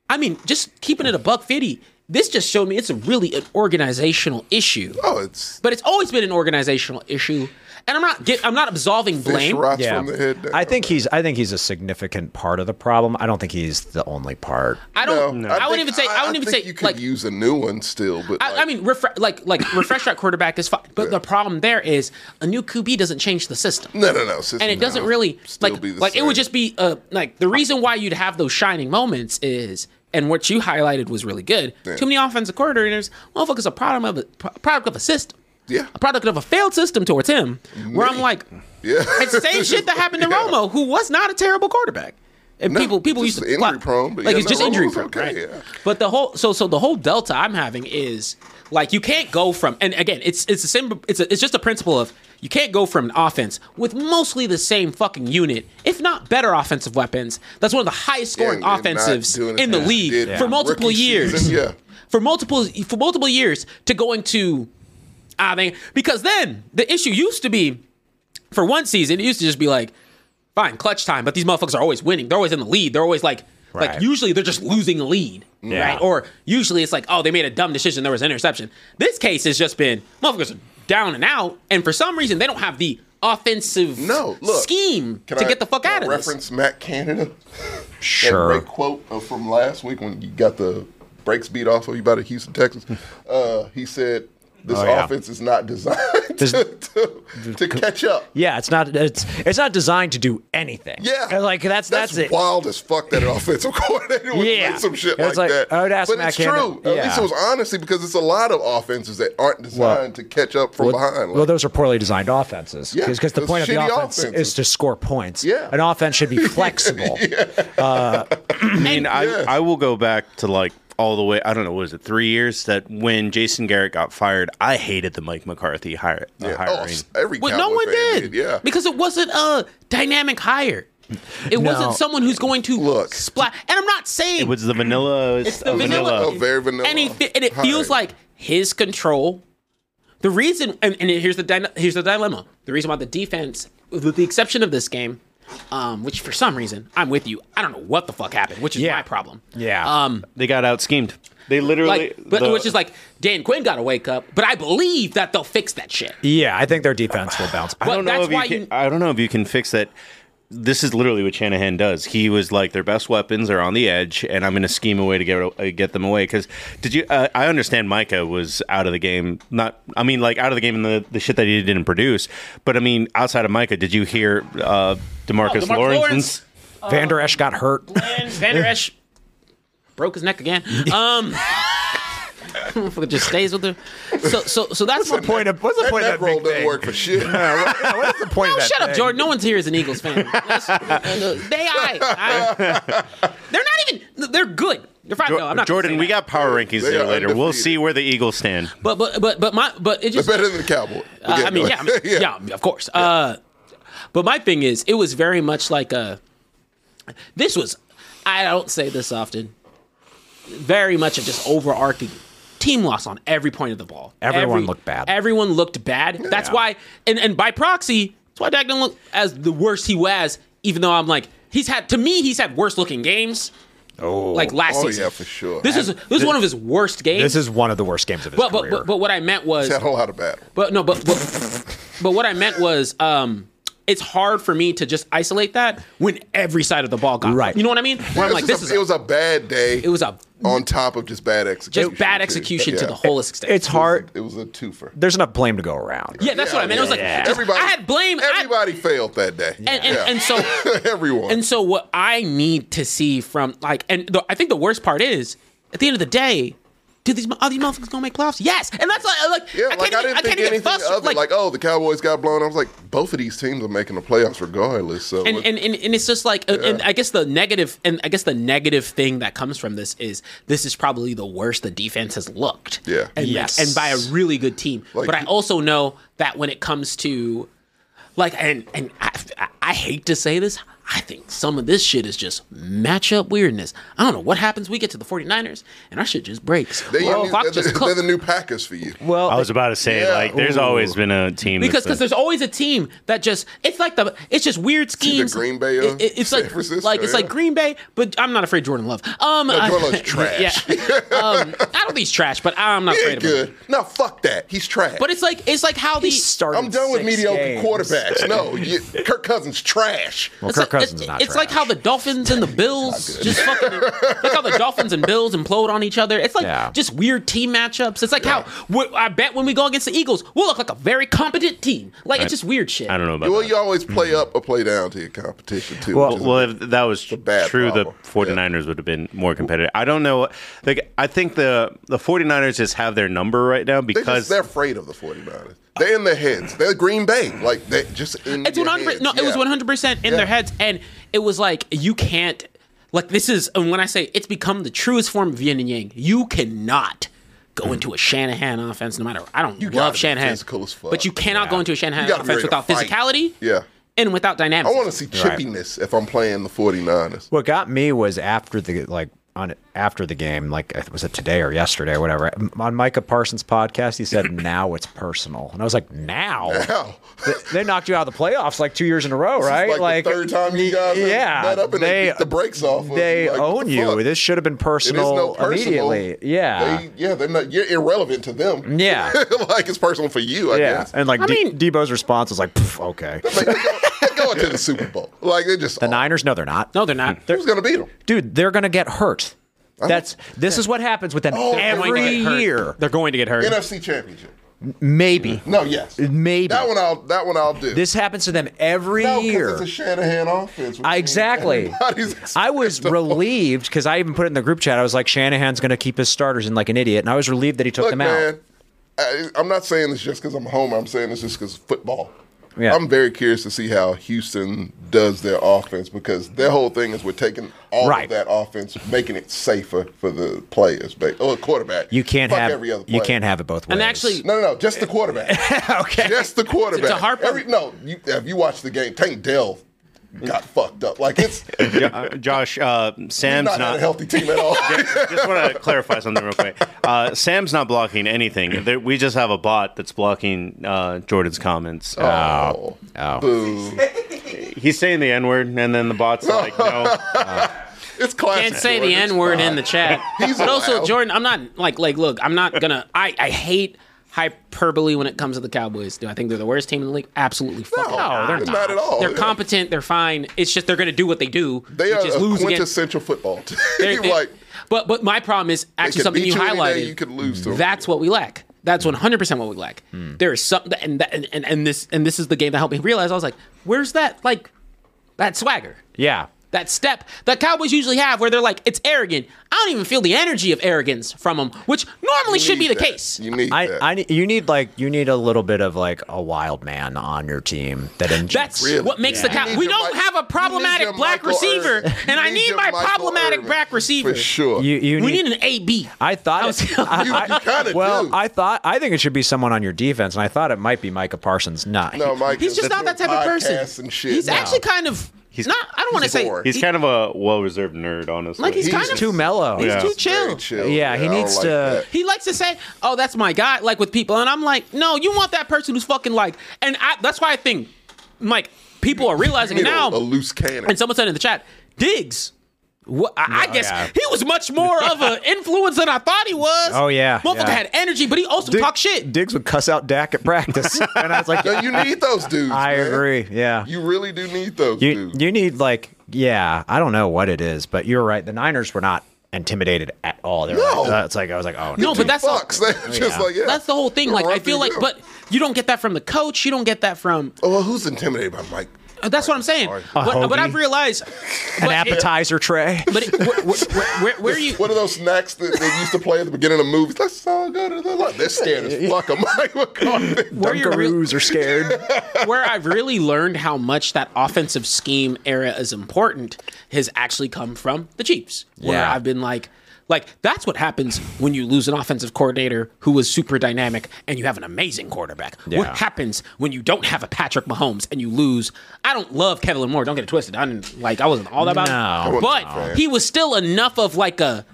S6: I mean, just keeping it a buck fifty. This just showed me it's a really an organizational issue.
S2: Oh, it's
S6: but it's always been an organizational issue. And I'm not get, I'm not absolving
S2: fish
S6: blame.
S2: rots
S1: Yeah,
S2: from the head. Down.
S1: I think he's. I think he's a significant part of the problem. I don't think he's the only part.
S6: I don't. I,
S2: think-
S6: wouldn't even say. I, wouldn't even
S2: think
S6: say
S2: you could
S6: like.
S2: use a new one still. But
S6: I, I
S2: like,
S6: mean, refre- like like refresh that quarterback is fine. But the problem there is a new QB doesn't change the system.
S2: no, no, no. System
S6: And it doesn't
S2: now
S6: really
S2: still
S6: like
S2: be the
S6: like it
S2: same.
S6: would just be uh like the reason why you'd have those shining moments is and what you highlighted was really good. Too many offensive coordinators, motherfuckers, a product of a pro- product of a system.
S2: Yeah.
S6: a product of a failed system towards him. Where I'm like,
S2: Yeah.
S6: It's the same shit that happened to
S2: Yeah.
S6: Romo, who was not a terrible quarterback. And
S2: No,
S6: people people
S2: just
S6: used to
S2: injury
S6: clock-
S2: prone, but
S6: like
S2: yeah,
S6: it's
S2: no,
S6: just
S2: Romo
S6: injury
S2: was
S6: prone,
S2: okay,
S6: right?
S2: yeah.
S6: But the whole so so the whole delta I'm having is like you can't go from and again it's it's the same it's a, it's just a principle of you can't go from an offense with mostly the same fucking unit, if not better offensive weapons. That's one of the highest scoring
S2: Yeah, and- and not
S6: offensives
S2: doing it
S6: in the
S2: as they
S6: league
S2: did
S6: for multiple
S2: rookie
S6: years
S2: season, Yeah.
S6: for multiple for multiple years to going to I think because then the issue used to be for one season it used to just be like fine clutch time but these motherfuckers are always winning they're always in the lead they're always like
S1: Right.
S6: like usually they're just losing a lead
S1: Yeah.
S6: right or usually it's like oh they made a dumb decision there was an interception this case has just been motherfuckers are down and out and for some reason they don't have the offensive
S2: No, look,
S6: scheme
S2: Can
S6: to
S2: I-
S6: get the fuck
S2: can I
S6: out of this
S2: Reference Matt Canada. That
S1: Sure.
S2: great quote uh, from last week when you got the brakes beat off of you by the Houston Texans. Uh, he said, "This
S1: Oh, yeah.
S2: offense is not designed
S1: There's-
S2: to, to catch up.
S1: yeah, it's not it's it's not designed to do anything.
S2: Yeah,
S1: And, like that's that's, it.
S2: Wild as fuck that an offensive coordinator would
S1: Yeah.
S2: play some shit
S1: It's
S2: like,
S1: like,
S2: that.
S1: I would ask
S2: but
S1: Matt
S2: it's true.
S1: Canada-
S2: At least
S1: yeah.
S2: it was honesty because it's a lot of offenses that aren't designed to catch up from
S1: Well,
S2: behind.
S1: well,
S2: Like,
S1: those are poorly designed offenses.
S2: Yeah,
S1: Because the
S2: those
S1: point of the
S2: shitty
S1: offense
S2: offenses.
S1: is to score points.
S2: Yeah.
S1: An offense should be flexible.
S3: I mean, I,
S2: Yeah.
S3: I will go back to like all the way. I don't know, what is it three years that when Jason Garrett got fired, I hated the Mike McCarthy hire, uh,
S2: yeah. Oh,
S3: hiring.
S2: s- every
S6: Well, no
S2: Cowboy
S6: one
S2: fan
S6: did.
S2: Yeah,
S6: Because it wasn't a dynamic hire. It wasn't someone who's going to
S2: Look.
S6: splash. And I'm not saying
S3: it was the vanilla.
S6: It's the
S3: uh,
S6: vanilla.
S2: oh, very vanilla.
S6: and, he fe- and it feels
S2: Hard.
S6: like his control. The reason, and, and here's the dyna- here's the dilemma. The reason why the defense, with the exception of this game, um, which for some reason I'm with you. I don't know what the fuck happened, which is
S1: Yeah.
S6: my problem.
S1: Yeah.
S6: Um,
S3: They got out schemed. They literally,
S6: like, but
S3: the-
S6: which is like Dan Quinn got to wake up. But I believe that they'll fix that shit.
S1: yeah, I think their defense will bounce back.
S3: I don't know
S6: that's
S3: if you
S6: why
S3: can,
S6: you-
S3: I don't know if you can fix that. This is literally what Shanahan does. He was like, their best weapons are on the edge, and I'm going to scheme a way to get uh, get them away. Because did you? Uh, I understand Micah was out of the game. Not, I mean, like out of the game in the, the shit that he didn't produce. But I mean, outside of Micah, did you hear uh, Demarcus,
S6: Oh, DeMarcus
S3: Lawrence?
S6: Lawrence.
S1: Van Der Esch got hurt.
S6: And Vander Esch broke his neck again. Um, motherfucker just stays with her. So, so, so that's my
S1: Point of, what's the
S2: that,
S1: point
S2: that
S1: of that
S2: role
S1: big
S2: doesn't
S1: thing?
S2: work for shit.
S1: Yeah, what's the point of that
S6: Shut up,
S1: thing?
S6: Jordan. No one's here is an Eagles fan. That's- uh, they, I, I, they're not even. They're good. They're fine.
S3: Jo-
S6: no, I'm not gonna
S3: Jordan,
S6: say
S3: we
S6: that.
S3: got power rankings
S2: They
S3: there
S2: are
S3: later. We'll
S2: undefeated.
S3: see where the Eagles stand.
S6: But but but but my but it
S2: It's
S6: just.
S2: better than the Cowboy.
S6: uh, I mean, yeah, I mean, yeah, of course. Uh, but my thing is, it was very much like a. This was, I don't say this often. Very much of just overarching team loss on every point of the ball.
S1: Everyone looked bad.
S6: Everyone looked bad. That's why, and and by proxy, that's why Dak didn't look as the worst he was. Even though I'm like, he's had to me, he's had worse looking games. Oh, like last
S2: Oh
S6: season.
S2: yeah, for sure.
S6: This is this is one of his worst games.
S1: This is one of the worst games of his
S6: but, but
S1: career.
S6: but but what I meant was
S2: had a lot of battle.
S6: but no, but but, but what I meant was, um, it's hard for me to just isolate that when every side of the ball got
S1: Right.
S6: You know what I mean? Where I'm
S2: It's
S6: like,
S2: just
S6: this is
S2: a-
S6: a-
S2: it was a bad day.
S6: it was a
S2: on top of just bad execution.
S6: just bad
S2: too.
S6: execution to
S2: Yeah.
S6: the whole extent.
S1: it's hard.
S2: It was a twofer.
S1: There's enough blame to go around.
S6: yeah, that's what I meant. It was like
S1: yeah.
S6: just- I had blame. I-
S2: Everybody failed that day.
S6: and, and,
S2: Yeah.
S6: and so
S2: everyone.
S6: And so what I need to see from like, and the, I think the worst part is at the end of the day. Do these are these motherfuckers gonna make playoffs? Yes, and that's like, like
S2: yeah,
S6: I can't
S2: like I
S6: even,
S2: didn't
S6: I can't
S2: think
S6: even
S2: anything
S6: fuss
S2: of it. Like,
S6: like
S2: oh, the Cowboys got blown. I was like, both of these teams are making the playoffs regardless. So
S6: and,
S2: what-
S6: and, and, and it's just like and I guess the negative and I guess the negative thing that comes from this is this is probably the worst the defense has looked.
S2: Yeah.
S6: And,
S1: Yes.
S6: and by a really good team.
S2: Like-
S6: but I also know that when it comes to like and and I, I- I hate to say this, I think some of this shit is just matchup weirdness. I don't know what happens. We get to the 49ers and our shit just breaks.
S2: they're, your
S6: Well,
S2: new-
S6: clock
S2: they're
S6: just
S2: the-
S6: cooks.
S2: they're the new Packers for you.
S1: Well,
S3: I was about to say,
S2: Yeah.
S3: like, there's
S1: Ooh.
S3: always been a team
S6: because
S3: that's
S6: because there's always a team that just it's like the it's just weird schemes.
S2: Green Bay or
S6: It- it- it's
S2: San
S6: like
S2: Francisco,
S6: like it's like
S2: yeah.
S6: Green Bay, but I'm not afraid of Jordan Love. Um, I-
S2: Jordan Love's trash.
S6: yeah, um, I don't think he's trash, but I'm not
S2: He
S6: afraid
S2: ain't
S6: of him.
S2: good. No, fuck that. He's trash.
S6: But it's like it's like how these
S1: started
S2: I'm done with
S1: six
S2: mediocre
S1: games.
S2: quarterbacks. No, you, Kirk Cousins trash.
S1: Well,
S6: It's
S1: Kirk
S6: like,
S1: Cousins
S6: it's,
S1: is not
S6: it's like how
S1: trash.
S6: the Dolphins and the Bills just fucking like how the Dolphins and Bills implode on each other. It's like
S1: Yeah.
S6: just weird team matchups. It's like how we- I bet when we go against the Eagles, we'll look like a very competent team. Like it's just weird shit.
S3: I don't know about
S2: Well,
S3: that.
S2: you always play up or play down to your competition too.
S1: Well-
S2: which is-
S3: Well, if that was
S2: bad
S3: true,
S2: problem.
S3: the 49ers would have been more competitive. I don't know. Like, I think the the 49ers just have their number right now
S2: They just,
S3: because
S2: they're afraid of the 49ers. They're in their heads. They're Green Bay. Like they just in
S6: It's
S2: your
S6: one hundred. No,
S2: heads.
S6: it was
S2: Yeah.
S6: one hundred percent in
S2: Yeah.
S6: their heads, and it was like you can't. Like this is, and when I say it's become the truest form of yin and yang, you cannot go into a Shanahan offense. No matter, I don't
S2: gotta
S6: love
S2: be
S6: Shanahan,
S2: physical as fuck.
S6: but you cannot go into a
S2: You
S6: Shanahan
S2: gotta be
S6: offense
S2: ready to
S6: without
S2: fight.
S6: physicality,
S2: Yeah.
S6: and without
S2: I
S6: dynamics.
S2: want to see chippiness if I'm playing the 49ers.
S1: What got me was after the like on after the game, like was it today or yesterday or whatever. On Micah Parsons' podcast, he said, "Now it's personal," and I was like, "Now."
S2: Wow.
S1: They knocked you out of the playoffs like two years in a row, right?
S2: Like, the third time you guys have
S1: yeah,
S2: met up and they,
S1: they-
S2: kicked the brakes off. of
S1: they
S2: you, like, what
S1: own
S2: the
S1: you.
S2: fuck?
S1: This should have been
S2: It is
S1: personal,
S2: no personal.
S1: immediately. Yeah,
S2: They, yeah, they're not. You're irrelevant to them.
S1: Yeah.
S2: like it's personal for you. I
S1: yeah.
S2: guess.
S1: And like
S6: I
S1: D-
S6: mean-
S1: Debo's response was like, "Pff, "Okay,
S2: Like, they're, going, they're going to the Super Bowl. Like they just
S1: the Niners? No, they're not.
S6: No, they're not.
S2: Who's gonna beat them?
S1: dude, they're gonna get hurt." That's this is what happens with them
S2: Oh, they're
S1: every
S2: gonna
S6: get hurt.
S1: year.
S6: They're going to get hurt.
S2: NFC Championship.
S1: Maybe.
S2: No, yes.
S1: Maybe.
S2: Mm-hmm. That one I'll that one I'll do.
S1: This happens to them every
S2: no, 'cause
S1: year.
S2: it's a Shanahan offense. which
S1: I-
S2: means
S1: exactly.
S2: everybody's-
S1: I was relieved because I even put it in the group chat. I was like, Shanahan's going to keep his starters in like an idiot, and I was relieved that he took
S2: Look,
S1: them out.
S2: man, I, I'm not saying this just because I'm home. I'm saying this just because football.
S1: Yeah.
S2: I'm very curious to see how Houston does their offense because their whole thing is we're taking all
S1: Right.
S2: of that offense, making it safer for the players, ba- or the quarterback.
S1: You can't
S2: Fuck
S1: have
S2: every other.
S1: you
S2: player.
S1: can't have it both ways.
S6: And actually,
S2: No, no, no. Just the quarterback.
S1: okay.
S2: Just the quarterback.
S6: To harp on-
S2: Every, no, you, if you watch the game, Tank Dell got fucked up. Like it's he's
S3: Jo- uh, Josh, uh, Sam's
S2: not,
S3: not.
S2: not a healthy team at all.
S3: just want to clarify something real quick. Uh, Sam's not blocking anything. There, we just have a bot that's blocking uh, Jordan's comments. Uh,
S2: oh, boo!
S3: He's saying the N word, and then the bot's like, no.
S2: It's classic.
S6: can't say
S2: Jordan.
S6: the
S2: It's
S6: N word in
S2: fine.
S6: the chat.
S2: He's
S6: but also,
S2: allowed.
S6: Jordan, I'm not like like look, I'm not gonna. I I hate hyperbole when it comes to the Cowboys. Do I think they're the worst team in the league? Absolutely fucking.
S2: No,
S6: not.
S2: they're not at all.
S6: They're
S2: Yeah.
S6: competent. They're fine. It's just they're gonna do what they do,
S2: They
S6: which
S2: are
S6: is
S2: a
S6: lose against.
S2: quintessential football team.
S6: they're- they-
S2: like
S6: but but my problem is
S2: they
S6: actually
S2: could
S6: something
S2: beat
S6: you
S2: you any day,
S6: highlighted.
S2: you could lose to. Hmm. them.
S6: That's what we lack. That's one hundred percent what we lack. There is something, and, that, and and and this and this is the game that helped me realize. I was like, "Where's that like, that swagger,
S1: yeah.
S6: that step that Cowboys usually have, where they're like, it's arrogant. I don't even feel the energy of arrogance from them, which normally should be
S2: need
S6: the
S2: that.
S6: case.
S2: You need
S1: I,
S2: that.
S1: I ne- you need like you need a little bit of like a wild man on your team that injects.
S6: That's what makes the
S2: You
S6: cow.
S2: need
S6: We
S2: your
S6: don't
S2: Mi-
S6: have
S2: you
S6: a
S2: need
S6: problematic
S2: your
S6: black
S2: Michael
S6: receiver,
S2: Irvin.
S6: and I
S2: You
S6: need
S2: your
S6: my
S2: Michael
S6: problematic
S2: Irvin.
S6: black receiver.
S2: for sure.
S1: you, you
S6: we
S1: need,
S6: need an AB.
S1: I thought.
S6: I
S1: it-
S6: was-
S1: I-
S2: You-
S1: I-
S2: you kinda
S1: well,
S2: do.
S1: I thought I think it should be someone on your defense, and I thought it might be Micah Parsons. Not
S2: no, Mike,
S6: He's just
S2: there's
S6: not
S2: no
S6: that type of
S2: podcasts
S6: person.
S2: And shit.
S6: He's
S2: No.
S6: actually kind of. He's not. I don't want to say.
S2: bored.
S3: He's
S6: he-
S3: kind of a well reserved nerd, honestly.
S6: Like, he's
S2: He's
S6: kind
S2: just
S6: of
S1: too mellow.
S6: He's
S3: Yeah.
S6: too
S3: Very
S6: chill.
S2: Very chill.
S1: Yeah, he
S2: I don't
S1: needs
S2: like
S1: to-
S2: that.
S6: He likes to say, "Oh, that's my guy," like with people, and I'm like, "No, you want that person who's fucking like." And I, that's why I think, Mike, people are realizing
S2: You
S6: it
S2: need
S6: now.
S2: a, a loose cannon.
S6: And someone said in the chat, Diggs. Wha- I, I guess
S1: yeah.
S6: he was much more of an influence than I thought he was.
S1: Oh, yeah,
S6: motherfucker
S1: yeah.
S6: had energy, but he also talked shit.
S1: Diggs would cuss out Dak at practice, and I was like,
S2: no, you need those dudes.
S1: I
S2: man.
S1: agree. Yeah,
S2: You really do need those
S1: you
S2: dudes.
S1: you need like yeah i don't know what it is but you're right the niners were not intimidated at all They were
S2: No.
S1: like- uh, it's like i was like oh no,
S6: no, but that's all-
S2: Fucks. They're just like yeah.
S6: that's the whole thing. Like I
S2: Run
S6: feel
S2: through
S6: like,
S2: them.
S6: but you don't get that from the coach. You don't get that from. uh,
S2: oh, well, who's intimidated by Mike?
S6: That's what I'm saying.
S2: Sorry.
S6: What, what
S1: hoagie?
S6: I've realized,
S1: an
S6: but it-
S1: appetizer tray
S6: but it, where, where, where, where you?
S2: What are those snacks that they used to play at the beginning of movies? Let's all go to the like. They're scared as fuck of Mike McCarthy.
S6: Where you're real-
S1: Dunkaroos are scared
S6: where I've really learned how much that offensive scheme era is important has actually come from the Chiefs. Where
S1: Yeah.
S6: I've been like, like that's what happens when you lose an offensive coordinator who was super dynamic and you have an amazing quarterback.
S1: Yeah.
S6: What happens when you don't have a Patrick Mahomes and you lose? I don't love Kevin Moore. Don't get it twisted. I didn't like. I wasn't all that about.
S1: No.
S6: him. but he was still enough of like a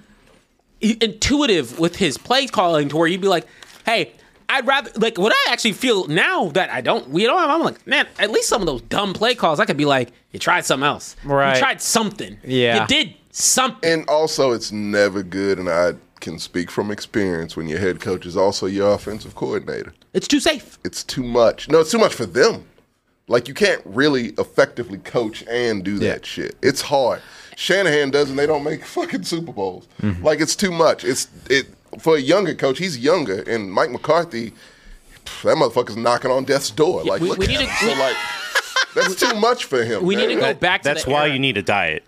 S6: intuitive with his play calling to where you'd be like, hey, I'd rather like what I actually feel now that I don't we don't have I'm like, man, at least some of those dumb play calls I could be like, you tried something else.
S1: Right.
S6: You tried something.
S1: Yeah.
S6: You did something.
S2: And also, it's never good, and I can speak from experience when your head coach is also your offensive coordinator.
S6: It's too safe.
S2: It's too much. No, it's too much for them. Like, you can't really effectively coach and do that shit. It's hard. Shanahan does, and they don't make fucking Super Bowls.
S6: Mm-hmm.
S2: Like, it's too much. It's it for a younger coach. He's younger, and Mike McCarthy, pff, that motherfucker's knocking on death's door. Like,
S6: we-
S2: look
S6: we
S2: at
S6: need
S2: him.
S6: to-
S2: so, like, that's too much for him.
S6: We need to
S2: man.
S6: go back to
S3: that's
S6: the
S3: why
S6: era.
S3: you need a diet.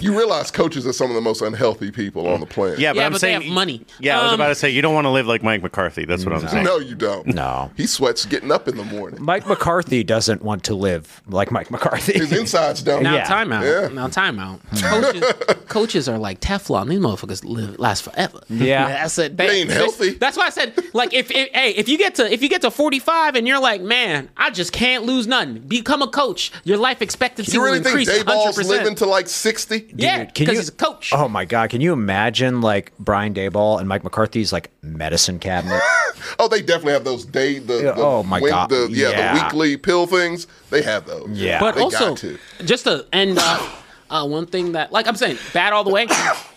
S2: You realize coaches are some of the most unhealthy people on the planet.
S3: Yeah, but
S6: Mm. Yeah,
S3: I'm
S6: but they
S3: saying
S6: have money.
S3: Yeah, I was
S6: Um,
S3: about to say you don't want to live like Mike McCarthy. That's what I'm saying.
S2: No, you don't.
S1: No.
S2: He sweats getting up in the morning.
S1: mike mccarthy doesn't want to live like mike mccarthy
S2: His insides don't.
S6: Now
S1: Yeah. Hmm.
S6: timeout. Now timeout. Coaches, coaches are like Teflon. These motherfuckers live last forever.
S1: Yeah.
S6: that's it.
S2: They ain't healthy.
S6: That's why I said, like, if, if hey, if you get to if you get to forty five and you're like, man, I just can't lose nothing. Become a coach. Your life expectancy
S2: You really
S6: will
S2: think
S6: increase
S2: Day
S6: hundred
S2: Ball's living
S6: percent.
S2: to like 60?
S6: Yeah,
S1: Dude, can
S6: because
S1: you-
S6: he's a coach.
S1: oh my god can you imagine like brian dayball and mike mccarthy's like medicine cabinet
S2: Oh, they definitely have those day, the,
S1: Yeah,
S2: the
S1: oh my God,
S2: The, yeah,
S1: yeah.
S2: the weekly pill things. They have those.
S1: Yeah.
S6: but
S2: they
S6: also
S2: got to.
S6: just to end uh, uh, one thing that like i'm saying bad all the way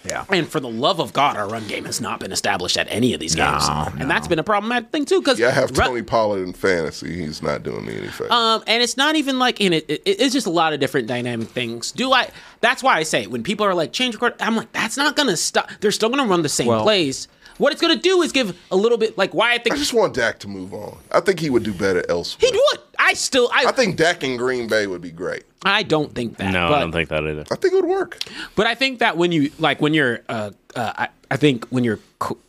S1: Yeah.
S6: and for the love of god our run game has not been established at any of these games and that's been a problematic thing too because
S2: Yeah, I have Tony Pollard in fantasy. He's not doing me any favor.
S6: um, and it's not even like in it, it- It's just a lot of different dynamic things. Do I? That's why I say when people are like change record, I'm like that's not gonna stop. They're still gonna run the same
S1: Well-
S6: plays. What it's going to do is give a little bit, like why I think
S2: I just want Dak to move on. I think he would do better elsewhere.
S6: he would. I still, I,
S2: I think Dak in Green Bay would be great.
S6: I don't think that.
S3: No,
S6: but,
S3: I don't think that either.
S2: I think it would work.
S6: But I think that when you like when you're, uh, uh, I, I think when you're, co-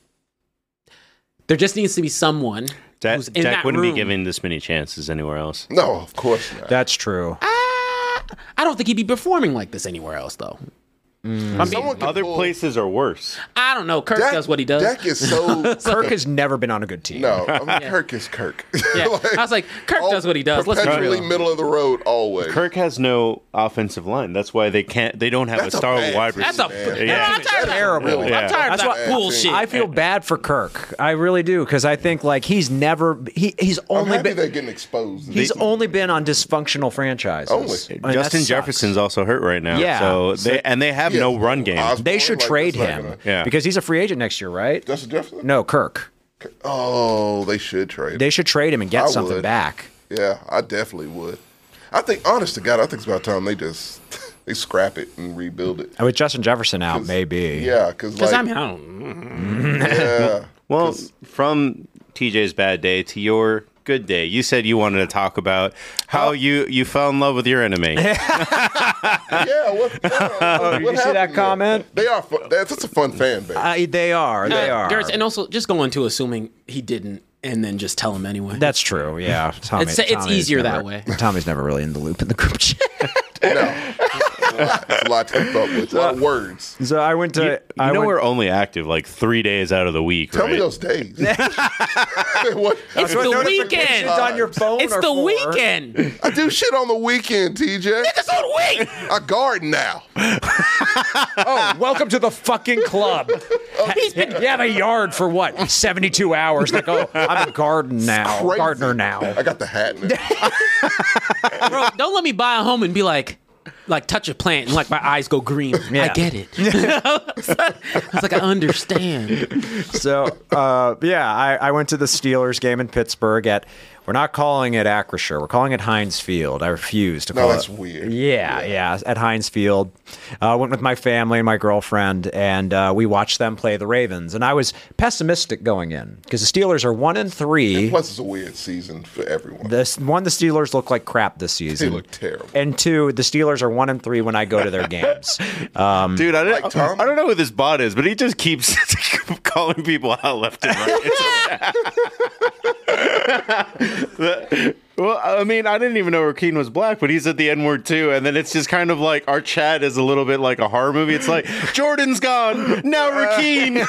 S6: there just needs to be someone
S3: Dak,
S6: who's in
S3: Dak
S6: that
S3: wouldn't
S6: room.
S3: be given this many chances anywhere else.
S2: No, of course not.
S1: That's true.
S6: Ah, I don't think he'd be performing like this anywhere else, though. I mean,
S2: Someone can
S3: Other
S2: pull-
S3: places are worse.
S6: I don't know. Kirk
S2: Dak-
S6: does what he does.
S2: Dak is so
S1: Kirk has never been on a good team.
S2: no. I mean, Kirk is Kirk.
S6: Yeah. I was like, Kirk
S2: all-
S6: does what he does. Let's be
S2: Perpetually
S6: real.
S2: middle of the road always.
S3: Kirk has no offensive line. That's why they can't. They don't have
S2: That's
S3: a
S2: a
S3: star
S2: bad
S3: wide
S2: team,
S3: receiver.
S6: That's a.
S2: man.
S6: Yeah. I'm tired of that.
S1: Terrible.
S2: Really
S3: Yeah.
S6: I'm tired of
S1: That's
S6: that
S1: what-
S6: bullshit.
S1: I feel bad for Kirk. I really do because I think like he's never he he's
S2: I'm
S1: only
S2: happy
S1: been
S2: they're getting exposed.
S1: he's
S2: They-
S1: only been on dysfunctional franchises.
S2: Only.
S1: I mean, that
S3: Justin
S1: sucks.
S3: Jefferson's also hurt right now.
S1: Yeah.
S3: So they and they have
S2: Yeah.
S3: no run game.
S2: Osborne,
S1: They should
S2: like,
S1: trade
S2: that's not
S1: him
S2: gonna-
S3: Yeah.
S1: because he's a free agent next year, right?
S2: Justin Jefferson?
S1: No, Kirk.
S2: Oh, they should trade.
S1: They should trade him and get
S2: I
S1: something
S2: would.
S1: back.
S2: Yeah, I definitely would. I think, honest to God, I think it's about time they just they scrap it and rebuild it.
S1: And Oh, With Justin Jefferson out, maybe.
S2: Yeah, because
S6: Because
S2: like,
S6: I mean, I don't.
S2: yeah,
S3: well, from TJ's bad day to your good day, you said you wanted to talk about how you you fell in love with your enemy.
S2: yeah. What, yeah, what
S1: you see
S2: happened
S1: that
S2: there?
S1: comment?
S2: They are. Fun, that's, that's a fun fan base.
S1: I, Uh, they are. They are.
S6: Garrett's- and also just going to assuming he didn't, and then just tell him anyway.
S1: That's true. Yeah. Tommy,
S6: It's- it's
S1: Tommy's
S6: easier
S1: never-
S6: that way.
S1: Tommy's never really in the loop in the group chat.
S2: it's a lot to keep up with. A lot of words.
S1: So I went to.
S3: You
S1: I
S3: know
S1: went-
S3: we're only active like three days out of the week,
S2: Tell me
S3: right?
S2: those days. what,
S6: it's the
S1: It's
S6: weekend.
S1: on your phone.
S6: It's
S1: are
S6: the
S1: for-
S6: weekend.
S2: I do shit on the weekend, TJ.
S6: It's on week.
S2: I garden now.
S1: Oh, welcome to the fucking club. yeah, the yard for what? 72 hours. Like, oh, I'm a garden now.
S2: Crazy.
S1: Gardener now.
S2: I got the hat. Now.
S6: Bro, Oh, don't let me buy a home and be like, like touch a plant and like my eyes go green. I
S1: Yeah.
S6: get it. I was like, I understand.
S1: So, uh, yeah, I, I went to the Steelers game in Pittsburgh at, we're not calling it Acrisure. We're calling it Heinz Field. I refuse to
S2: No,
S1: call
S2: that's
S1: it.
S2: weird.
S1: Yeah, yeah, at Heinz Field. I uh, went with my family and my girlfriend, and uh, we watched them play the Ravens. And I was pessimistic going in because the Steelers are one and three.
S2: Plus, it's a weird season for everyone.
S1: This one, the Steelers look like crap this
S2: they
S1: season.
S2: look terrible.
S1: and two, the Steelers are one and three when I go to their games.
S3: Dude, I don't,
S2: Like Tom?
S3: I don't know who this bot is, but he just keeps calling people out left and right. The- well, I mean, I didn't even know Rakeen was black, but he's at the N word too. And then it's just kind of like our chat is a little bit like a horror movie. It's like, Jordan's gone. Now Rakeen.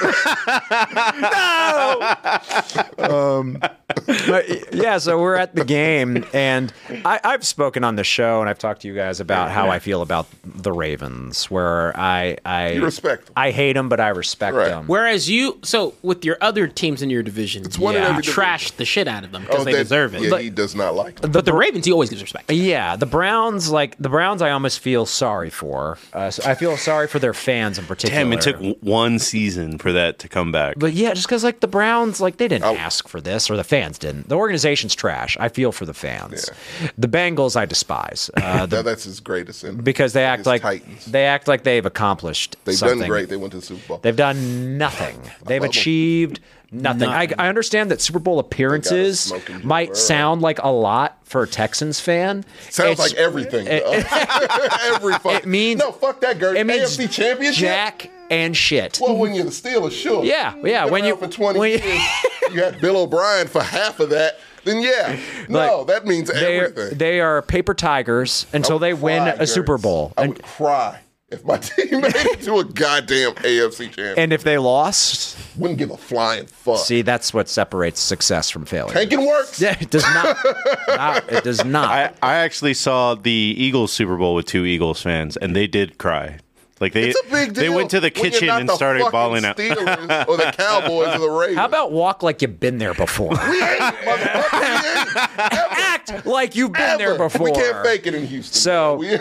S1: but yeah, so we're at the game, and I, I've spoken on the show, and I've talked to you guys about how I feel about the Ravens, where I I
S2: You respect them.
S1: I hate them, but I respect
S2: Right.
S1: them.
S6: Whereas you, so with your other teams in your division,
S2: one in
S6: you
S2: every
S6: trash the shit out of them because they
S2: Oh, that-
S6: deserve it.
S2: Yeah,
S6: but,
S2: he does not like. Them.
S6: but the Ravens, he always gives respect.
S1: Yeah, the Browns like the Browns. I almost feel sorry for. Uh, so I feel sorry for their fans in particular.
S3: Damn, it took one season for that to come back.
S1: But yeah, just because like the Browns, like they didn't
S2: Oh.
S1: ask for this, or the fans didn't. The organization's trash. I feel for the fans. The Bengals, I despise. Uh,
S2: That- that's his greatest enemy.
S1: because they act
S2: His
S1: like
S2: Titans.
S1: they act like they've accomplished
S2: They've
S1: something.
S2: done great. They went to the Super Bowl.
S1: They've done nothing. They've
S2: love 'em.
S1: achieved nothing. I, I understand that Super Bowl appearances
S2: smoking Joe
S1: might
S2: Burrow.
S1: sound like a lot for a Texans fan.
S2: Sounds
S1: It's-
S2: like everything. to us. Every fuck.
S1: it means
S2: no. Fuck that, Gert.
S1: It means
S2: AFC championship.
S1: jack and shit.
S2: Well, when you're the Steelers, sure.
S1: Yeah,
S2: You've
S1: yeah,
S2: been
S1: when
S2: around
S1: you-
S2: for 20
S1: when you-
S2: years, you had Bill O'Brien for half of that. Then yeah, no,
S1: Like,
S2: that means
S1: They're,
S2: everything. Oh,
S1: they are paper tigers until they win
S2: Cry,
S1: a Super
S2: Gertz.
S1: Bowl.
S2: I
S1: And,
S2: would cry if my team made it to a goddamn AFC championship.
S1: and if they lost,
S2: Wouldn't give a flying fuck.
S1: see, that's what separates success from failure.
S2: Tanking works.
S1: Yeah, it does not. not- it does not.
S3: I, I actually saw the Eagles Super Bowl with two Eagles fans, and they did cry. Like they,
S2: It's a big deal.
S3: they went to the
S2: when you're
S3: kitchen
S2: not
S3: and
S2: the
S3: started
S2: fucking
S3: bawling out.
S2: Steelers or the Cowboys or the Ravens.
S1: How about walk like you've been there before?
S2: we ain't, motherfucker, we ain't. Ever,
S1: Act like you've been there
S2: ever.
S1: before.
S2: We can't fake it in Houston.
S1: So-
S2: we,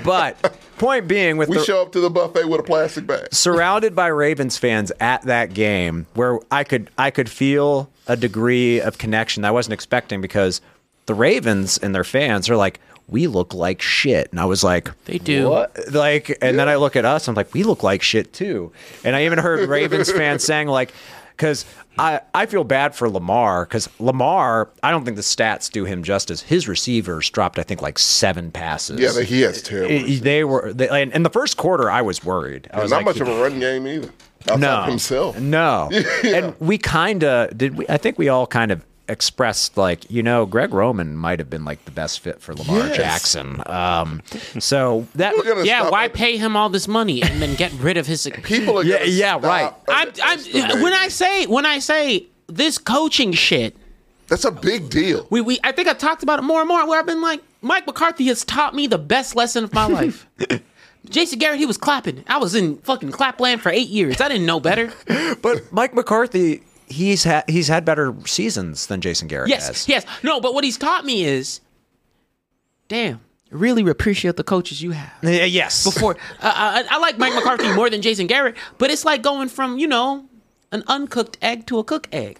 S1: But point being, with
S2: we
S1: the,
S2: show up to the buffet with a plastic bag.
S1: surrounded by Ravens fans at that game, where I could I could feel a degree of connection that I wasn't expecting because the Ravens and their fans are like, we look like shit, and I was like,
S6: They do.
S1: What? Like, and then I look at us, I'm like, we look like shit too. And I even heard Ravens fans saying like, because I, I feel bad for Lamar because Lamar, I don't think the stats do him justice. His receivers dropped, I think, like seven passes.
S2: Yeah, but he has terrible.
S1: It- it- they were they, and in the first quarter. I was worried. I was
S2: not
S1: like,
S2: much of a run game either. Outside
S1: no
S2: himself.
S1: No, and we kind of did. We I think we all kind of expressed like you know Greg Roman might have been like the best fit for Lamar
S2: Yes.
S1: Jackson. Um, so that
S2: We're gonna
S6: Yeah,
S2: stop
S6: why
S2: it.
S6: pay him all this money and then get rid of his?
S2: People are
S1: Yeah,
S2: gonna
S1: yeah,
S2: stop
S1: right.
S6: I'm, I'm,
S2: underestimating.
S6: when I say when I say this coaching shit,
S2: that's a big deal.
S6: we, we I think I've talked about it more and more. Where I've been like, Mike McCarthy has taught me the best lesson of my life. Jason Garrett, he was clapping. I was in fucking clapland for eight years. I didn't know better.
S1: but Mike McCarthy. He's had he's had better seasons than Jason Garrett
S6: Yes,
S1: has.
S6: yes. No, but what he's taught me is, damn, really appreciate the coaches you have.
S1: Yeah, yes.
S6: Before uh, I, I like Mike McCarthy more than Jason Garrett, but it's like going from you know an uncooked egg to a cooked egg.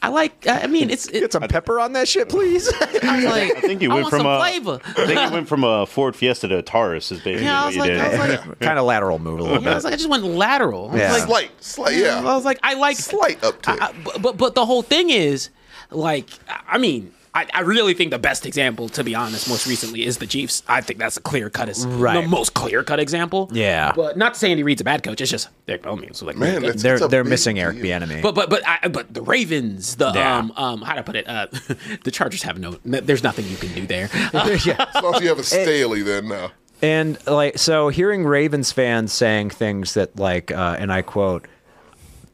S6: I like. I mean, it's
S1: Get
S6: it's.
S1: some pepper on that shit, please.
S6: I'm like,
S3: I think you went
S6: want
S3: from
S6: some
S3: a-
S6: flavor.
S3: I think you went from a Ford Fiesta to a Taurus is basically
S6: Yeah, I
S3: what
S6: was
S3: you
S6: like,
S3: did.
S6: I was like,
S1: kind of lateral move a little
S6: yeah, I
S1: bit.
S6: was like, I just went lateral. I was
S1: Yeah.
S6: like,
S2: Slight, slight, yeah.
S6: I was like, I like.
S2: slight uptick.
S6: I- but- but but the whole thing is like I I mean I, I really think the best example to be honest most recently is the Chiefs. I think that's a clear cut is
S1: Right.
S6: the most clear cut example.
S1: Yeah.
S6: But not to say Andy Reid's a bad coach. It's just Eric Bieniemy was like
S2: Man,
S6: really good.
S2: that's-
S1: they're
S2: it's a
S1: they're
S2: big
S1: missing Eric
S2: deal.
S1: Bieniemy.
S6: But but but I, but the Ravens the
S1: Yeah.
S6: um um how to put it uh the Chargers have no there's nothing you can do there.
S2: as
S6: Uh,
S2: long as you have a Staley, then uh,
S1: And like so, hearing Ravens fans saying things that like, uh, and I quote,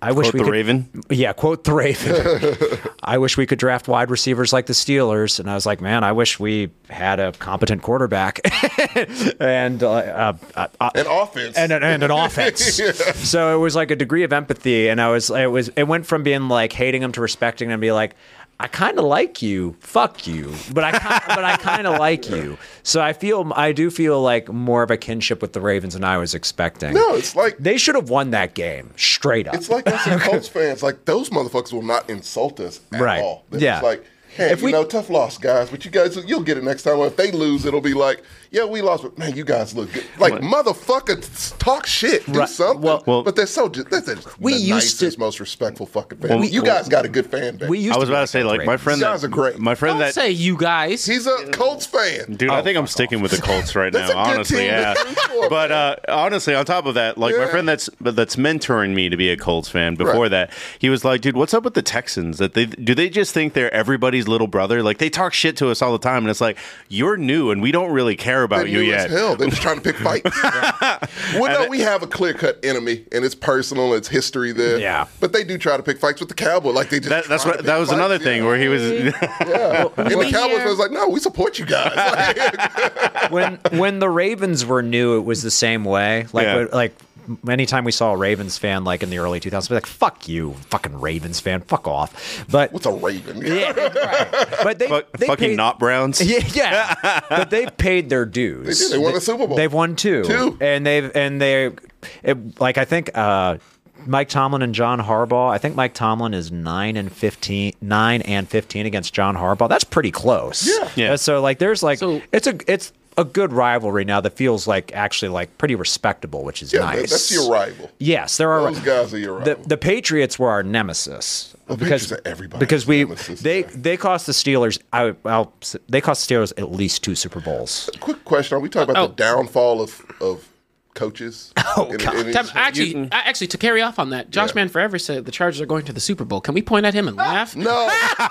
S1: "I wish
S3: Quote
S1: we
S3: the
S1: could,
S3: Raven?
S1: Yeah, quote the Raven. I wish we could draft wide receivers like the Steelers. And I was like, man, I wish we had a competent quarterback and uh, uh, uh, uh,
S2: an offense.
S1: and, an- and an offense. So it was like a degree of empathy, and I was it was it went from being like hating him to respecting him, and be like. I kind of like you. Fuck you. But I ki- but I kind of like you. So I feel I do feel like more of a kinship with the Ravens than I was expecting.
S2: no, it's like
S1: They should have won that game straight up.
S2: it's like us and Colts fans. Like those motherfuckers will not insult us at
S1: Right.
S2: all. It's
S1: Yeah.
S2: like. Hey,
S1: If
S2: you
S1: we-
S2: know, tough loss, guys. But you guys, you'll get it next time. Or if they lose, it'll be like, yeah, we lost, but man, you guys look good. Like motherfucker, s- talk shit, do
S1: Right.
S2: something.
S1: Well-
S2: Well,
S3: Well-
S2: but they're so ju- that's the,
S1: We
S2: the
S1: used to-
S2: nicest, most respectful fucking fan.
S3: Well,
S2: you
S3: well-
S2: guys got a good fan base.
S1: we used
S3: I was
S1: to
S3: about
S1: be
S3: to say,
S1: the
S3: like my
S1: Ravens.
S3: friend
S2: You guys
S3: that
S2: are great.
S3: my friend
S6: Don't
S3: that
S6: say you guys.
S2: He's a Colts fan.
S3: Dude, I think I'm sticking with the Colts right
S2: Oh, That's
S3: now.
S2: a good
S3: honestly,
S2: team to
S3: yeah.
S2: root for,
S3: but uh, honestly, on top of that, like my
S2: Yeah.
S3: friend that's that's mentoring me to be a Colts fan. Before
S2: Right.
S3: that, he was like, "Dude, what's up with the Texans? That they do they just think they're everybody's little brother? Like they talk shit to us all the time, and it's like you're new and we don't really care about
S2: They're
S3: you
S2: new
S3: yet."
S2: as hell. They're just trying to pick fights. Well, no, we have a clear cut enemy, and it's personal. It's history there.
S1: Yeah.
S2: but they do try to pick fights with the Cowboy. Like they just
S3: That, that's
S2: try to
S3: what
S2: pick
S3: that was
S2: fights,
S3: another
S2: yeah.
S3: thing where he was.
S2: Yeah. and the
S6: We
S2: Cowboys
S6: hear-
S2: was like, "No, we support you guys."
S1: when when the Ravens were new, it was the same way. Like
S3: Yeah.
S1: when- like anytime we saw a Ravens fan like in the early 2000s, we'd be like fuck you, fucking Ravens fan, fuck off. But
S2: What's a Raven?
S1: but they,
S3: Fuck,
S1: they
S3: fucking
S1: paid-
S3: not Browns.
S1: Yeah, yeah. but they paid their dues.
S2: They did. They won the Super Bowl.
S1: They've won two.
S2: Two.
S1: And they've and they, it, like I think. uh Mike Tomlin and John Harbaugh. I think Mike Tomlin is nine and fifteen, nine and fifteen against John Harbaugh. That's pretty close. Yeah.
S3: Yeah.
S1: So like, there's like,
S6: So-
S1: it's a it's a good rivalry now that feels like actually like pretty respectable, which is
S2: Yeah, that-
S1: nice.
S2: that's your rival.
S1: Yes, there are
S2: Those guys are your
S1: the,
S2: rival.
S1: the Patriots were our nemesis
S2: The
S1: because
S2: Patriots are everybody's
S1: because we
S2: nemesis,
S1: they
S2: yeah.
S1: they cost the Steelers I well they cost the Steelers at least two Super Bowls.
S2: Quick question: Are we talking
S6: Oh.
S2: about the downfall of of coaches? Oh
S6: Time- actually, I- actually, to carry off on that, Josh
S2: Yeah.
S6: Man Forever said the Chargers are going to the Super Bowl. Can we point at him and laugh?
S2: Ah,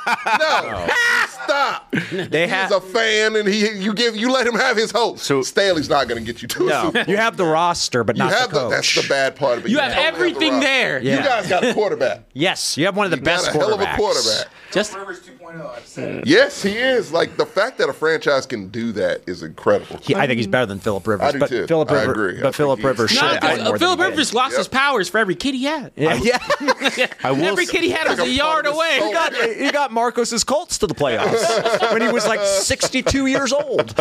S2: No, no, stop.
S1: They
S2: He's
S1: have
S2: a fan, and he you give you let him have his hope.
S3: So-
S2: Staley's not going to get you to a
S1: no.
S2: Super Bowl.
S1: You have the roster, but
S2: You
S1: not
S2: have
S1: the
S2: the,
S1: coach.
S2: that's the bad part of it.
S6: You have
S2: totally the
S6: everything
S2: roster.
S6: there.
S1: Yeah.
S2: You guys got a quarterback.
S1: yes, you have one of the
S2: You
S1: best
S2: got a hell of a
S1: quarterbacks.
S2: quarterback.
S6: Just
S4: Rivers
S5: oh,
S4: 2.0. I've
S1: Mm.
S4: said it.
S2: Yes, he is. Like the fact that a franchise can do that is incredible.
S1: He- I think he's better than Philip Rivers,
S2: do
S1: but
S2: too.
S1: Philip
S2: I
S1: Rivers,
S2: agree. I
S1: but
S2: think
S1: Philip
S2: he is.
S1: Rivers
S6: No,
S1: should have
S6: because
S1: had more
S6: uh, Philip
S1: than he
S6: Rivers
S1: did.
S6: lost
S2: Yep.
S6: his powers for every kid he had.
S1: Yeah, yeah.
S3: I will
S6: Every
S3: s-
S6: kid he had was
S2: Like
S6: a
S2: a part
S6: yard
S2: of
S6: away.
S2: his soul.
S1: God, he got Marcos's Colts to the playoffs when he was like 62 years old.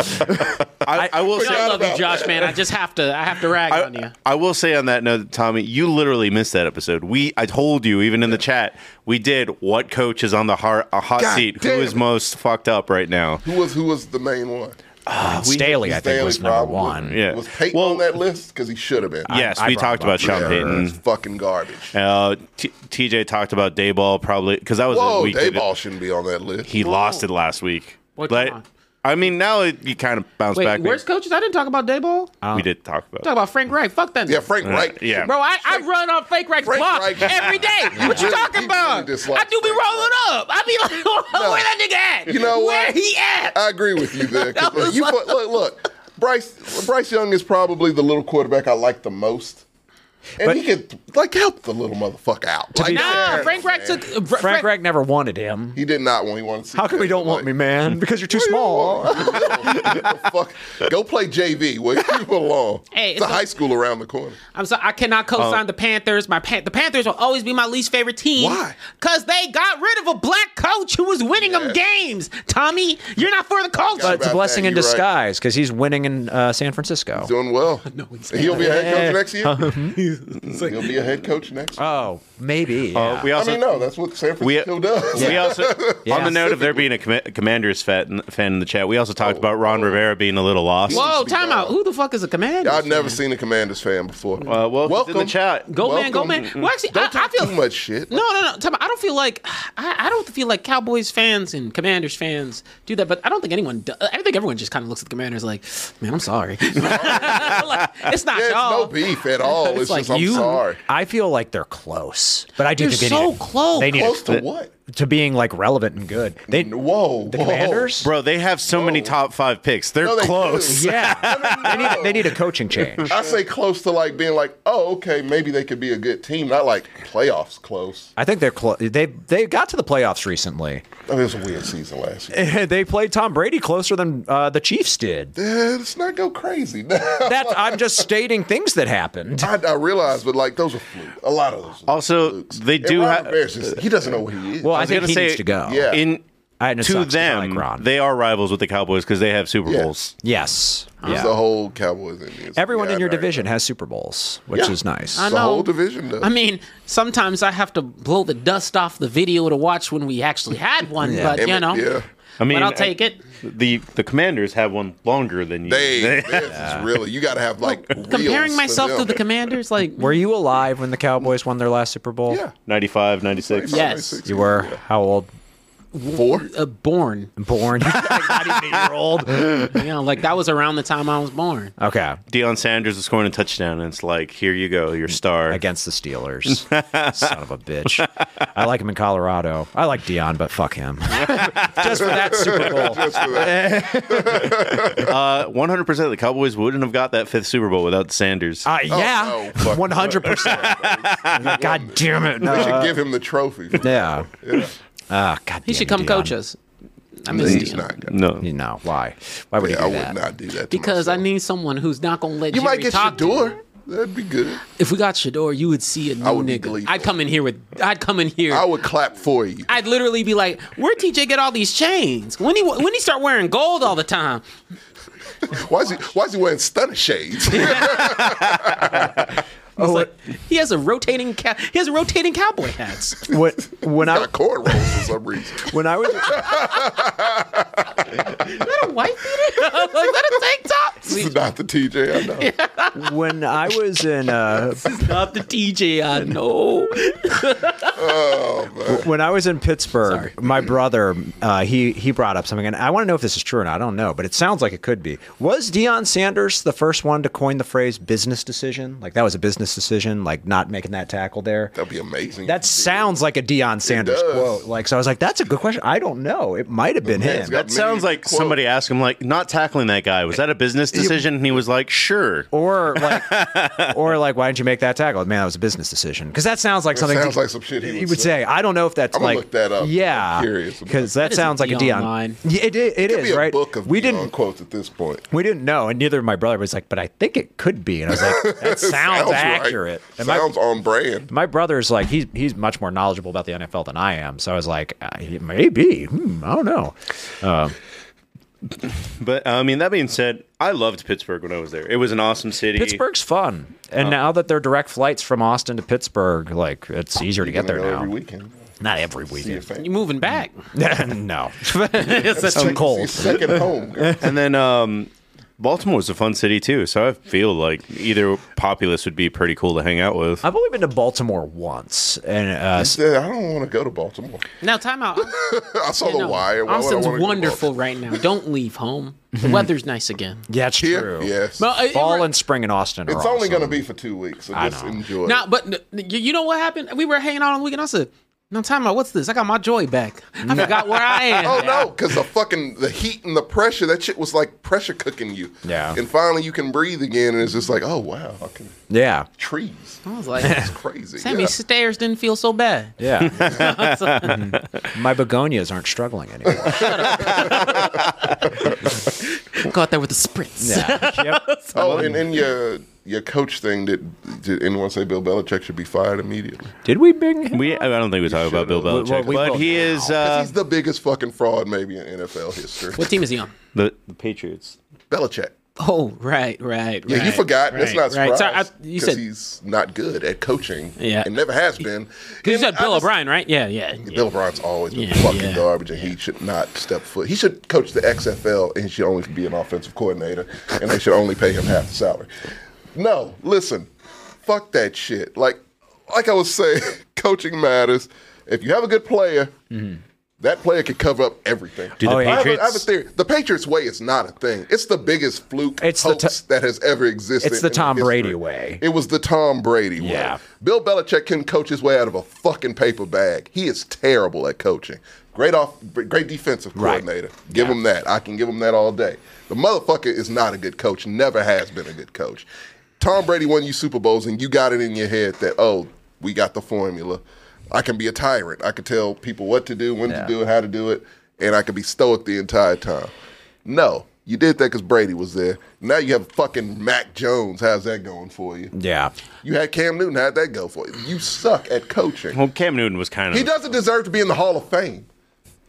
S3: I, I will
S6: You know,
S3: say
S6: I love you, Josh, man. I just have to. I have to rag on you.
S3: I, I will say on that note, Tommy, you literally missed that episode. We, I told you, even in the chat, we did what coach is on the har- a hot
S2: God
S3: seat. Who
S2: damn
S3: is
S2: it.
S3: most fucked up right now?
S2: Who was who was the main one?
S1: Staley, I think,
S2: Stanley
S1: was number
S2: probably.
S1: one.
S3: Yeah.
S2: Was Peyton
S3: Well-
S2: on that list? Because he should have been.
S3: Yes,
S1: I
S3: we
S1: brought
S3: talked
S1: him up.
S3: about Sean
S2: Yeah,
S3: Payton.
S2: It's fucking garbage.
S3: Uh, T- TJ talked about Dayball probably because that was a
S2: Whoa,
S3: week that
S2: Dayball shouldn't be on that list.
S3: he lost it last week.
S6: What
S3: But-
S6: time?
S3: I mean, now it, you kind of bounce
S6: Wait,
S3: back.
S6: worst coaches? I didn't talk about Dayball. Talk
S1: Oh.
S3: we did talk about.
S6: about Frank Reich. Fuck that.
S2: yeah,
S6: nigga.
S1: Uh,
S2: Frank Reich.
S3: yeah.
S6: Bro, I, I run on Frank Reich's
S2: Frank
S6: block
S2: Reich-
S6: every day. What you
S2: really-
S6: talking
S2: he really
S6: about? I
S2: dislikes
S6: do be
S2: Frank
S6: rolling up. I be like, where that nigga at?
S2: You know
S6: where
S2: what? Uh,
S6: he at?
S2: I agree with you there. 'cause
S6: That was
S2: look, you
S6: like-
S2: put- look, look, Bryce Bryce Young is probably the little quarterback I like the most, and he could like help the little motherfucker out. Like,
S1: be
S6: nah,
S2: yeah,
S6: Frank Reich
S2: man.
S6: took.
S1: Frank
S6: Fra- Frank
S1: Reich never wanted him.
S2: He did not want. He wanted. To see
S1: How come
S2: that.
S1: you don't want
S2: Like,
S1: me, man? Because you're too small.
S2: the fuck? Go play JV where you belong.
S6: Hey,
S2: it's a
S6: it's a-
S2: high school around the corner.
S6: I'm sorry, I cannot co-sign the Panthers. My pan- the Panthers will always be my least favorite team.
S2: Why?
S6: Because they got rid of a black coach who was winning them games. Tommy, you're not for the
S1: But
S6: culture.
S1: it's a
S2: About
S1: blessing
S2: that,
S1: in
S2: you're right.
S1: disguise because he's winning in uh, San Francisco.
S2: Doing well. No, He'll be a head coach next year.
S1: Um,
S2: Mm, He'll be a head coach next year.
S1: Oh, maybe.
S3: Uh, we
S2: I
S3: also
S2: mean, no, that's what San
S3: we,
S2: Francisco does.
S3: we also on
S1: Yeah.
S3: the note of there being a com- Commanders fan, fan in the chat. We
S2: Oh.
S3: also talked about Ron Rivera being a little lost. Uh,
S6: Whoa,
S2: Needs to be
S6: time out.
S2: gone.
S6: Who the fuck is a commander?
S2: I've never seen a Commanders fan before.
S3: Uh, well, it's in
S2: Welcome.
S3: the chat.
S6: Go man, go
S2: Welcome.
S6: man. Well, actually, I,
S2: Don't
S6: I
S2: talk
S6: feel
S2: too much shit.
S6: No, no, no. Time out. I don't feel like I, I don't feel like Cowboys fans and Commanders fans do that. But I don't think anyone. Do, I think everyone just kind of looks at the Commanders like, man, I'm sorry. Like, it's not
S2: Yeah, it's
S6: y'all.
S2: no beef at all. It's,
S6: It's like
S2: just I'm
S6: you-
S2: sorry.
S1: I feel like they're close, but I do
S6: They're
S1: think they
S6: so
S1: need to-
S6: close.
S1: They need to-
S2: Close to what?
S1: to being like relevant and good. They
S2: Whoa,
S1: the
S2: whoa.
S1: Commanders.
S3: Bro, they have so many top five picks. They're
S2: No, they
S3: close.
S2: do.
S1: Yeah,
S2: No,
S1: they need
S2: no.
S1: they need a coaching change.
S2: I say close to like being like, oh, okay, maybe they could be a good team. Not like playoffs close.
S1: I think they're close. They they got to the playoffs recently.
S2: I mean, it was a weird season last year.
S1: they played Tom Brady closer than uh, the Chiefs did.
S2: Yeah, let's not go crazy.
S1: That I'm just stating things that happened.
S2: I, I realize, but like those are fluke. A lot of
S6: Oh,
S2: those. Are
S3: Also,
S2: flukes.
S3: they
S2: And
S3: do
S2: Ron
S3: have-
S2: Rivera's just- he doesn't know what he is.
S1: Well, I,
S3: was
S1: think
S3: gonna
S1: he
S3: say-
S1: needs to go.
S2: Yeah.
S3: In
S1: I- and it
S3: to
S1: sucks 'cause I
S3: them,
S1: like Ron.
S3: they are rivals with the Cowboys because they have Super
S2: Yeah.
S3: Bowls.
S1: Yes.
S2: It's
S1: Yeah.
S2: the whole Cowboys Indians.
S1: Everyone
S2: Yeah,
S1: in your
S2: I know.
S1: division has Super Bowls, which
S2: Yeah.
S1: is nice.
S6: I
S2: The
S6: know.
S2: whole division does.
S6: I mean, sometimes I have to blow the dust off the video to watch when we actually had one, but you
S2: Emmett,
S6: know,
S2: yeah.
S3: I mean,
S6: but I'll
S3: I-
S6: take it.
S3: The the Commanders have one longer than you.
S2: They, this is really you got to have like reels
S6: Comparing
S2: for
S6: myself to
S2: them.
S6: the Commanders, like
S1: Were you alive when the Cowboys won their last Super Bowl?
S2: yeah
S3: 95, 96.
S6: Yeah. Yes.
S1: You were how old?
S2: four.
S6: uh, born,
S1: Born? like not even a year old.
S6: you know, like that was around the time I was born.
S1: Okay.
S3: Deion Sanders is scoring a touchdown, and it's like, here you go, your star.
S1: Against the Steelers. Son of a bitch. I like him in Colorado. I like Dion, but fuck him. Just for that Super Bowl.
S3: Uh, 100% the Cowboys wouldn't have got that fifth Super Bowl without Sanders.
S1: Uh,
S2: Oh,
S1: yeah.
S2: no, fuck no.
S1: 100%. God damn it.
S2: They should
S1: Uh,
S2: give him the trophy. for that.
S1: yeah. Ah, God
S6: He should come coach us. I miss
S2: He's
S6: Deion.
S2: not gonna.
S3: no.
S1: No, why? Why would
S2: Yeah, I
S1: he do
S2: would
S1: that?
S2: not do that to
S6: Because I
S2: myself.
S6: need someone who's not gonna let
S2: You
S6: Jerry
S2: might get
S6: talk to you.
S2: Shador. That'd be good.
S6: If we got Shador, you would see a new
S2: I would be
S6: nigga.
S2: gleeful.
S6: I'd come in here with. I'd come in here.
S2: I would clap for you.
S6: I'd literally be like, "Where TJ get all these chains? When he when he start wearing gold all the time?
S2: Why is he? Why is he wearing stunner shades?
S1: Oh, what-
S6: He has a rotating cow. He has a rotating cowboy hats.
S1: what, when I
S2: got cornrows for some reason.
S1: when I was
S6: Is that a white beater? like, is that a tank top?
S2: This is
S6: Please,
S2: not the TJ I know.
S1: when I was in uh,
S6: not the TJ I know.
S1: when I was in Pittsburgh, my brother uh, he he brought up something, and I want to know if this is true or not. I don't know, but it sounds like it could be. Was Deion Sanders the first one to coin the phrase "business decision"? Like that was a business decision, like not making that tackle there.
S2: That'd be amazing.
S1: That sounds like a Deion Sanders
S2: does.
S1: quote. Like so, I was like, "That's a good question. I don't know. It might have been
S2: man's
S1: him."
S2: got-
S3: That sounds like somebody asked him, like, not tackling that guy. Was that a business decision? And he was like, sure.
S1: or like, or like, why didn't you make that tackle? Man, that was a business decision. Because that sounds like
S2: That
S1: something.
S2: sounds like some shit he
S1: you
S2: would,
S1: would, say. I don't know if that's
S2: I'm gonna
S1: like
S2: look that up.
S1: Yeah,
S2: I'm curious about
S1: because that
S6: That is a
S1: sounds like a
S6: Deion
S1: Dion
S6: line.
S1: Yeah, it, it, it
S2: Could
S1: is
S2: be a
S1: right.
S2: book of
S1: we
S2: we
S1: didn't
S2: quotes at this point.
S1: we didn't know, and neither my brother was like. But I think it could be, and I was like, that sounds,
S2: right.
S1: accurate. And my-
S2: Sounds on brand.
S1: my brother's like he's he's much more knowledgeable about the NFL than I am, so I was like, uh, maybe hmm, I don't know. Um,
S3: But, uh, I mean, that being said, I loved Pittsburgh when I was there. It was an awesome city.
S1: Pittsburgh's fun, and now that they're direct flights from Austin to Pittsburgh, like it's easier to get there
S2: Gonna go
S1: now.
S2: Every weekend.
S1: Not every
S2: See your
S1: weekend.
S2: family.
S6: You're moving back.
S1: no, it's too
S2: Your
S1: cold.
S2: second home.
S3: And then um, Baltimore was a fun city too, so I feel like either populace would be pretty cool to hang out with.
S1: I've only been to Baltimore once, and uh, s-
S2: Yeah, I don't want to go to Baltimore.
S6: Now, time out.
S2: I saw
S6: You
S2: the
S6: know,
S2: wire. Why would I
S6: Austin's
S2: wanna go to
S6: wonderful right now. Don't leave home. The weather's nice again.
S1: yeah, it's
S2: Baltimore?
S1: true.
S2: Here, yes.
S6: Well, it- it
S1: Fall
S6: re-
S1: and spring in Austin.
S2: it's
S1: are
S2: only going to
S1: awesome.
S2: be for two weeks, so
S1: I
S2: just
S1: know.
S2: enjoy.
S6: Now, but n- n- you know what happened? We were hanging out on the weekend. I said, "No time out. What's this? I got my joy back. I forgot where I am."
S2: Oh no, because the fucking the heat and the pressure. That shit was like pressure cooking you.
S1: Yeah.
S2: And finally, you can breathe again, and it's just like, oh wow, fucking
S1: Yeah,
S2: trees.
S6: I was like,
S2: It's crazy.
S6: "Sammy,
S2: yeah.
S6: stairs didn't feel so bad."
S1: yeah. Mm-hmm.
S6: So-
S1: My begonias aren't struggling anymore.
S6: Go out there with a spritz.
S1: Yeah. Yep.
S2: Oh, and, and your your coach thing. Did did anyone say Bill Belichick should be fired immediately?
S1: Did we bring him?
S3: We I don't think we talk about Bill
S1: Well,
S3: Belichick,
S1: we will
S3: but he is uh,
S2: He's the biggest fucking fraud maybe in NFL history.
S6: What team is he on?
S3: the, the Patriots.
S2: Belichick.
S6: Oh, right, right, right.
S2: Yeah, you forgot. That's not surprising.
S6: right. Sorry, I- you said-
S2: he's not good at coaching.
S6: Yeah.
S2: and never has been.
S6: You
S2: And
S6: said
S2: I
S6: Bill
S2: just-
S6: O'Brien, right? Yeah, yeah. yeah.
S2: Bill O'Brien's always been
S6: Yeah,
S2: fucking
S6: yeah.
S2: garbage, and he should not step foot. He should coach the XFL, and he should only be an offensive coordinator, and they should only pay him half the salary. No, listen, fuck that shit. Like, like I was saying, coaching matters. If you have a good player,
S1: Mm-hmm.
S2: that player can cover up everything.
S3: Do the
S1: Oh, yeah.
S2: I have, a, I have a
S3: Patriots?
S2: theory. The Patriots way is not a thing. It's the biggest fluke
S1: It's the
S2: hoax
S1: t-
S2: that has ever existed.
S1: It's the
S2: in
S1: Tom
S2: history.
S1: Brady way.
S2: It was the Tom Brady way.
S1: Yeah.
S2: Bill Belichick couldn't coach his way out of a fucking paper bag. He is terrible at coaching. Great off, great defensive
S1: Right.
S2: coordinator. Give him that. I can give him that all day. The motherfucker is not a good coach. Never has been a good coach. Tom Brady won you Super Bowls, and you got it in your head that oh, we got the formula. I can be a tyrant. I can tell people what to do, when
S1: Yeah.
S2: to do it, how to do it, and I can be stoic the entire time. No, you did that because Brady was there. Now you have fucking Mac Jones. How's that going for you?
S1: Yeah.
S2: You had Cam Newton. How'd that go for you? You suck at coaching.
S3: Well, Cam Newton was kind of.
S2: He doesn't deserve to be in the Hall of Fame.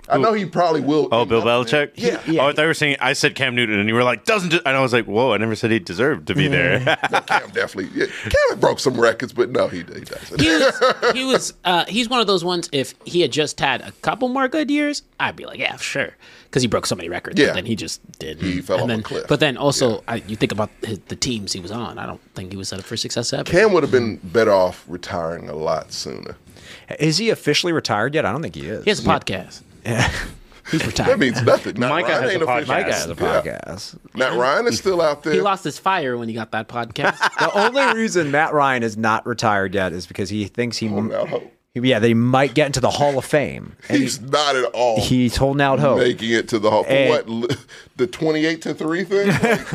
S2: I know he probably will.
S3: Oh, Bill Belichick.
S2: Yeah.
S3: Oh, I thought you were saying I said Cam Newton, and you were like, doesn't. do-" And I was like, whoa, I never said he deserved to be there.
S2: Cam definitely. Yeah, Cam broke some records, but no, he, he doesn't.
S6: He was, he was, uh, he's one of those ones. If he had just had a couple more good years, I'd be like, yeah, sure, because he broke so many records.
S2: Yeah.
S6: but then he just did.
S2: He fell off
S6: and
S2: a
S6: then,
S2: cliff.
S6: But then also, I, you think about his, the teams he was on. I don't think he was set up for success ever.
S2: Cam would have been better off retiring a lot sooner.
S1: Is he officially retired yet? I don't think he is.
S6: he has a podcast. Yeah, he's
S2: That
S6: retired.
S2: means nothing. Matt
S3: Micah
S2: Ryan
S3: has
S2: ain't
S3: a
S2: official.
S3: podcast.
S1: Micah has a
S2: Yeah.
S1: podcast.
S2: Matt Ryan is still out there.
S6: he lost his fire when he got that podcast.
S1: The only reason Matt Ryan is not retired yet is because he thinks he,
S2: Holding out hope.
S1: yeah, they might get into the Hall of Fame. And
S2: He's not at all
S1: he's holding out hope.
S2: making it to the Hall. For
S1: And-
S2: what? li- The twenty-eight to three thing.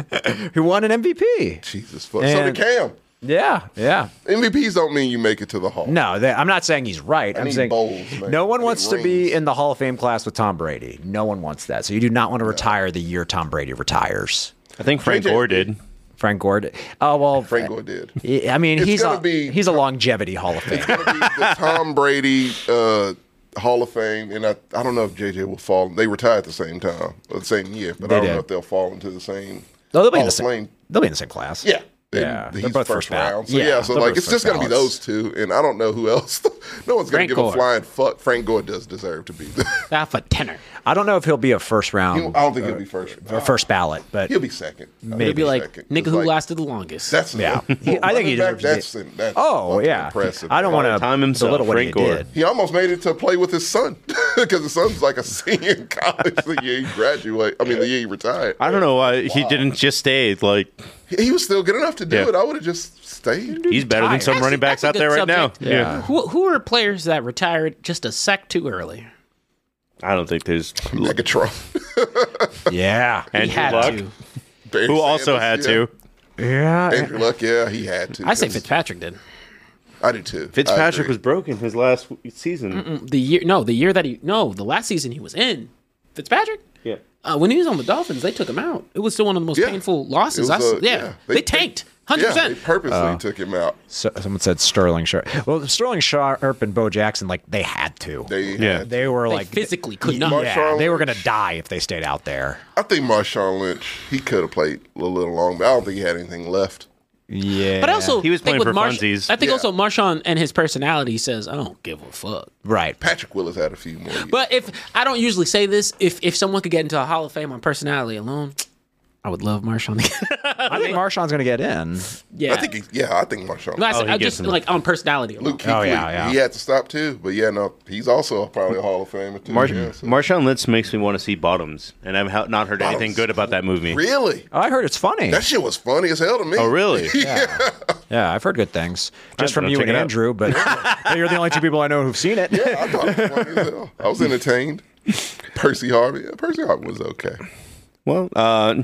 S2: Like,
S1: Who won an MVP?
S2: Jesus fuck. So did
S1: And-
S2: Cam.
S1: Yeah, yeah.
S2: MVPs don't mean you make it to the Hall.
S1: No, they, I'm not saying he's right. I am
S2: need
S1: saying
S2: bowls, man.
S1: no one
S2: I need
S1: wants to be
S2: rings.
S1: in the Hall of Fame class with Tom Brady. No one wants that. So you do not want to retire the year Tom Brady retires.
S3: I think Frank
S2: JJ.
S3: Gore did.
S1: Frank Gordon. Oh well,
S2: Frank Gore did.
S1: I mean,
S2: It's
S1: he's
S2: gonna
S1: a
S2: be-
S1: he's a longevity Hall of Fame.
S2: gonna be the Tom Brady uh, Hall of Fame, and I, I don't know if JJ will fall. They retired at the same time, or the same year, but I don't
S1: did.
S2: know if they'll fall into the same.
S1: No, they'll be in
S2: Hall
S1: the
S2: of
S1: same.
S2: Fame.
S1: They'll be in the same class.
S2: Yeah. And
S1: Yeah,
S2: he's
S1: they're both first
S2: first
S1: ballot.
S2: round. So yeah,
S1: Yeah,
S2: so
S1: they're
S2: like
S1: both
S2: it's just
S1: first
S2: gonna be
S1: ballots.
S2: those two, and I don't know who else. no one's gonna
S6: Frank
S2: give
S6: Gore.
S2: a flying fuck. Frank Gore does deserve to be. there.
S6: Half a tenor.
S1: I don't know if he'll be a first
S2: I
S1: round
S2: don't think he'll be first.
S1: Uh, or first ballot, but
S2: He'll be second. Maybe
S6: It'd be like
S2: second.
S6: nigga
S2: It's
S6: who
S2: like,
S6: lasted the longest.
S2: That's
S1: Yeah.
S2: for a
S1: He- I think he
S2: running back,
S1: deserves it.
S2: that's, that's
S1: oh
S2: fucking
S1: yeah,
S2: impressive.
S1: I don't want to
S3: Time himself,
S1: belittle what
S3: Frank
S1: he
S3: Gore.
S1: did.
S2: He almost made it to play with his son because his son's like a senior in college the year he graduated. I mean, the year he retired.
S3: I don't know why he didn't just stay. Like
S2: He he was still good enough to do
S3: Yeah.
S2: it. I would have just stayed.
S3: he's better than some
S6: Actually,
S3: running backs out
S6: that's a
S3: there
S6: good
S3: right
S6: subject.
S3: now.
S1: Yeah.
S6: Who, who are players that retired just a sec too early?
S3: I don't think there's.
S2: Megatron.
S1: Yeah,
S6: He
S3: Andrew
S6: had
S3: Luck,
S6: to.
S2: Barry
S3: who also
S2: Sanders,
S3: had
S2: yeah.
S3: to.
S1: yeah.
S2: Andrew Luck, yeah, he had to.
S6: I say
S2: 'cause-
S6: Fitzpatrick did.
S2: I did too. I
S3: Fitzpatrick
S2: agree.
S3: was broken his last season.
S6: The year, no, the year that he, no, the last season he was in, Fitzpatrick.
S3: Yeah.
S6: Uh, when he was on the Dolphins, they took him out. It was still one of the most
S2: Yeah.
S6: painful
S2: It was
S6: losses. I s
S2: a-
S6: yeah.
S2: yeah.
S6: they,
S2: They-
S6: tanked hundred
S2: Yeah, they
S6: percent.
S2: purposely
S3: Uh,
S2: took him out.
S1: So, someone said Sterling Sharp. Well, Sterling Sharp and Bo Jackson, like they had to.
S2: They
S3: Yeah.
S2: had-
S1: They were
S6: They
S1: like
S6: physically could
S1: Yeah,
S6: not.
S2: Marshawn
S1: they were
S2: Lynch.
S1: gonna die if they stayed out there.
S2: I think Marshawn Lynch, he could have played a little longer. I don't think he had anything left.
S1: Yeah.
S6: But I also
S3: He was
S6: think
S3: playing
S6: with
S3: for
S6: Marsh-
S3: funsies.
S6: I think
S2: Yeah.
S6: also Marshawn and his personality says, I don't give a fuck.
S1: right.
S2: Patrick Willis had a few more. Years.
S6: But if I don't usually say this, if if someone could get into a Hall of Fame on personality alone, I would love Marshawn.
S1: I think Marshawn's gonna get in.
S6: yeah.
S2: I think, he, yeah, I think Marshawn.
S6: No, I
S3: Oh,
S6: said-
S3: he
S6: I
S3: gets
S6: just
S3: him.
S6: like on personality alone.
S2: Luke
S3: Oh,
S2: Kuechly,
S1: yeah, yeah.
S2: he had to stop too. But yeah, no, he's also probably a Hall of Famer too.
S3: Mar-
S2: yeah, so-
S3: Marshawn Lynch makes me want to see Bottoms, and I've ha- not heard anything
S2: Bottoms.
S3: good about that movie.
S2: really?
S1: Oh, I heard it's funny.
S2: That shit was funny as hell to me.
S3: Oh, really?
S1: Yeah, I've heard good things just
S3: I'm
S1: from
S3: gonna
S1: you
S3: check
S1: and
S3: it out.
S1: Andrew, but but you're the only two people I know who've seen it.
S2: I thought it was funny as hell. I was entertained. Percy Harvey. Yeah, Percy Harvey was okay.
S3: Well, uh,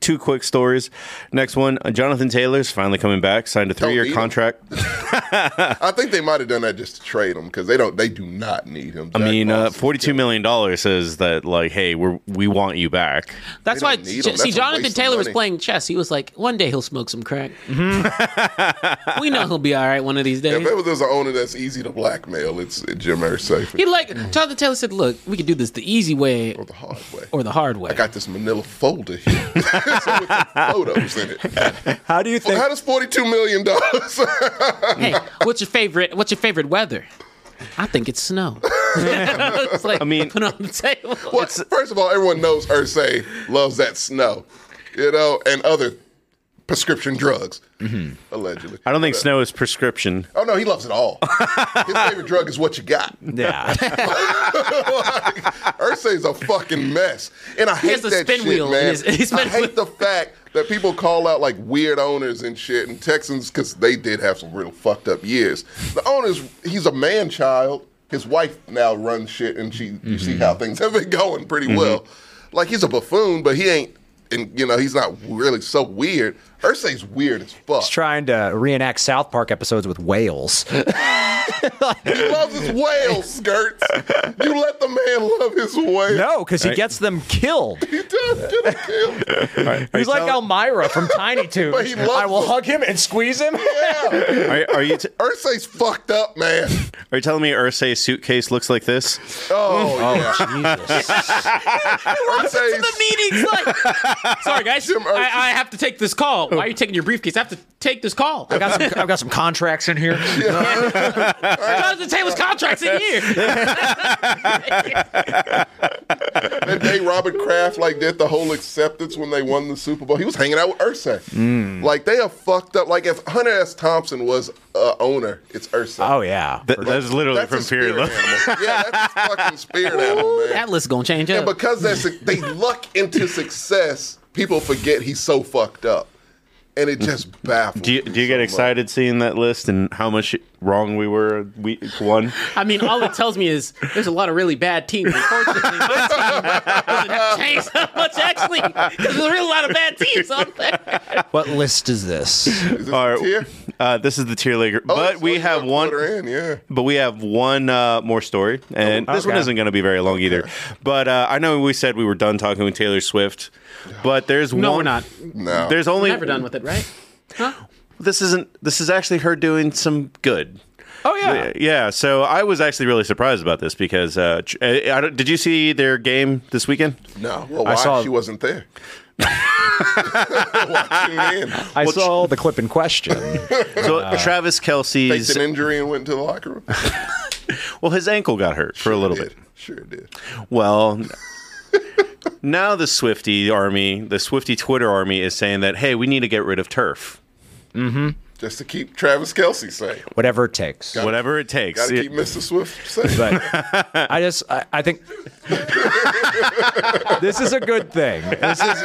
S3: two quick stories. Next one, uh, Jonathan Taylor's finally coming back. Signed a
S2: need
S3: three-year
S2: him.
S3: contract.
S2: I think they might have done that just to trade him because they don't. They do not need him.
S3: I
S2: Jack
S3: mean, uh,
S2: Moss is
S3: forty-two million dollars says that like, hey, we we want you back.
S6: That's
S2: They
S6: why.
S2: don't need 'em.
S6: see,
S2: That's a
S6: Jonathan
S2: waste of
S6: Taylor was
S2: money.
S6: playing chess. He was like, one day he'll smoke some crack. we know he'll be all right one of these
S2: If
S6: days.
S2: it was there's an owner that's easy to blackmail, it's Jim Irsay.
S6: He like Jonathan Taylor said, "Look, we could do this the easy way
S2: The hard way.
S6: or the hard way."
S2: I got this Manila folder here so with some photos in it.
S1: How do you think?
S2: How does forty-two million dollars?
S6: hey, what's your favorite? What's your favorite weather? I think it's snow. it's like, I
S3: mean-
S6: mean, put it on the table.
S2: Well, first of all, everyone knows Ursay loves that snow, you know, and other prescription drugs, allegedly.
S3: Mm-hmm. I don't think
S2: But,
S3: snow is prescription.
S2: Oh no, he loves it all. His favorite drug is what you got.
S1: yeah,
S2: like, Ursay's a fucking mess, and I hate
S6: has a
S2: that
S6: spin
S2: shit,
S6: wheel in
S2: man.
S6: his- his
S2: I
S6: spin wheel.
S2: hate the fact that people call out like weird owners and shit, and Texans because they did have some real fucked up years. The owner's he's a man child. His wife now runs shit, and she you
S6: Mm-hmm.
S2: see how things have been going pretty well. Like he's a buffoon, but he ain't, and you know he's not really so weird. Ursay's weird as fuck.
S1: He's trying to reenact South Park episodes with whales.
S2: He loves his whale skirts. you let the man love his whale.
S1: No, because he gets them killed.
S2: He does get a kill.
S1: He's like Elmira from Tiny Toons.
S2: But he loves
S1: I will
S2: them.
S1: hug him and squeeze him.
S2: Yeah.
S3: Are, are you t-
S2: Ursay's fucked up, man.
S3: are you telling me Ursay's suitcase looks like this?
S2: Oh, yeah. Ursay's,
S6: the meeting's like, sorry guys,
S2: Jim Irsay.
S6: I, I have to take this call. Why are you taking your briefcase? I have to take this call. I
S1: I've
S6: got
S1: got some- I've got some contracts in here.
S6: Jonathan Taylor's contracts in here.
S2: that day Robert Kraft like did the whole acceptance when they won the Super Bowl. He was hanging out with Ursay.
S3: Mm.
S2: Like they are fucked up. Like if Hunter S. Thompson was uh, owner, it's Ursay.
S1: Oh yeah.
S3: Th- that's literally
S2: that's
S3: from
S2: his
S3: Fear
S2: spirit
S3: and Loathing.
S2: animal. Yeah, that's his fucking spirit animal, man.
S6: That list gonna change up.
S2: And because that's they luck into success, people forget he's so fucked up, and it just baffles.
S3: Do you,
S2: me
S3: do you get
S2: so much.
S3: excited seeing that list and how much wrong we were week one?
S6: I mean, all it tells me is there's a lot of really bad teams. Unfortunately, my team doesn't change that much actually because there's a real lot of bad teams out there.
S1: What list is this?
S2: Is this
S3: All right,
S2: tier?
S3: Uh, this is the tier leaguer,
S2: Oh,
S3: but
S2: it's
S3: we
S2: like
S3: have
S2: a
S3: one.
S2: quarter In, yeah.
S3: But we have one uh, more story,
S2: Oh,
S3: and this one
S1: okay.
S3: isn't going to be very long either. But uh, I know we said we were done talking with Taylor Swift, but there's
S6: No,
S3: one.
S6: we're not.
S2: No.
S3: There's only
S6: We're never done with it, right? Huh?
S3: This isn't. This is actually her doing some good.
S1: Oh
S6: Ah.
S1: yeah.
S3: Yeah. So I was actually really surprised about this because uh, tr- I I don't, did you see their game this weekend?
S2: No, well, why
S1: saw-
S2: she wasn't there? why tune in?
S1: I saw the clip in question.
S3: So
S6: Uh,
S3: Travis
S2: Faked
S3: Kelsey's
S2: an injury and went to the locker room.
S3: well, his ankle got hurt for a little
S2: did.
S3: bit.
S2: Sure did.
S3: Well, now the Swifty army, the Swifty Twitter army, is saying that hey, we need to get rid of turf,
S2: Just to keep Travis Kelsey safe.
S1: Whatever it takes.
S3: whatever it takes.
S2: Gotta keep Mr. Swift safe.
S1: But I just I, I think this is a good thing. This is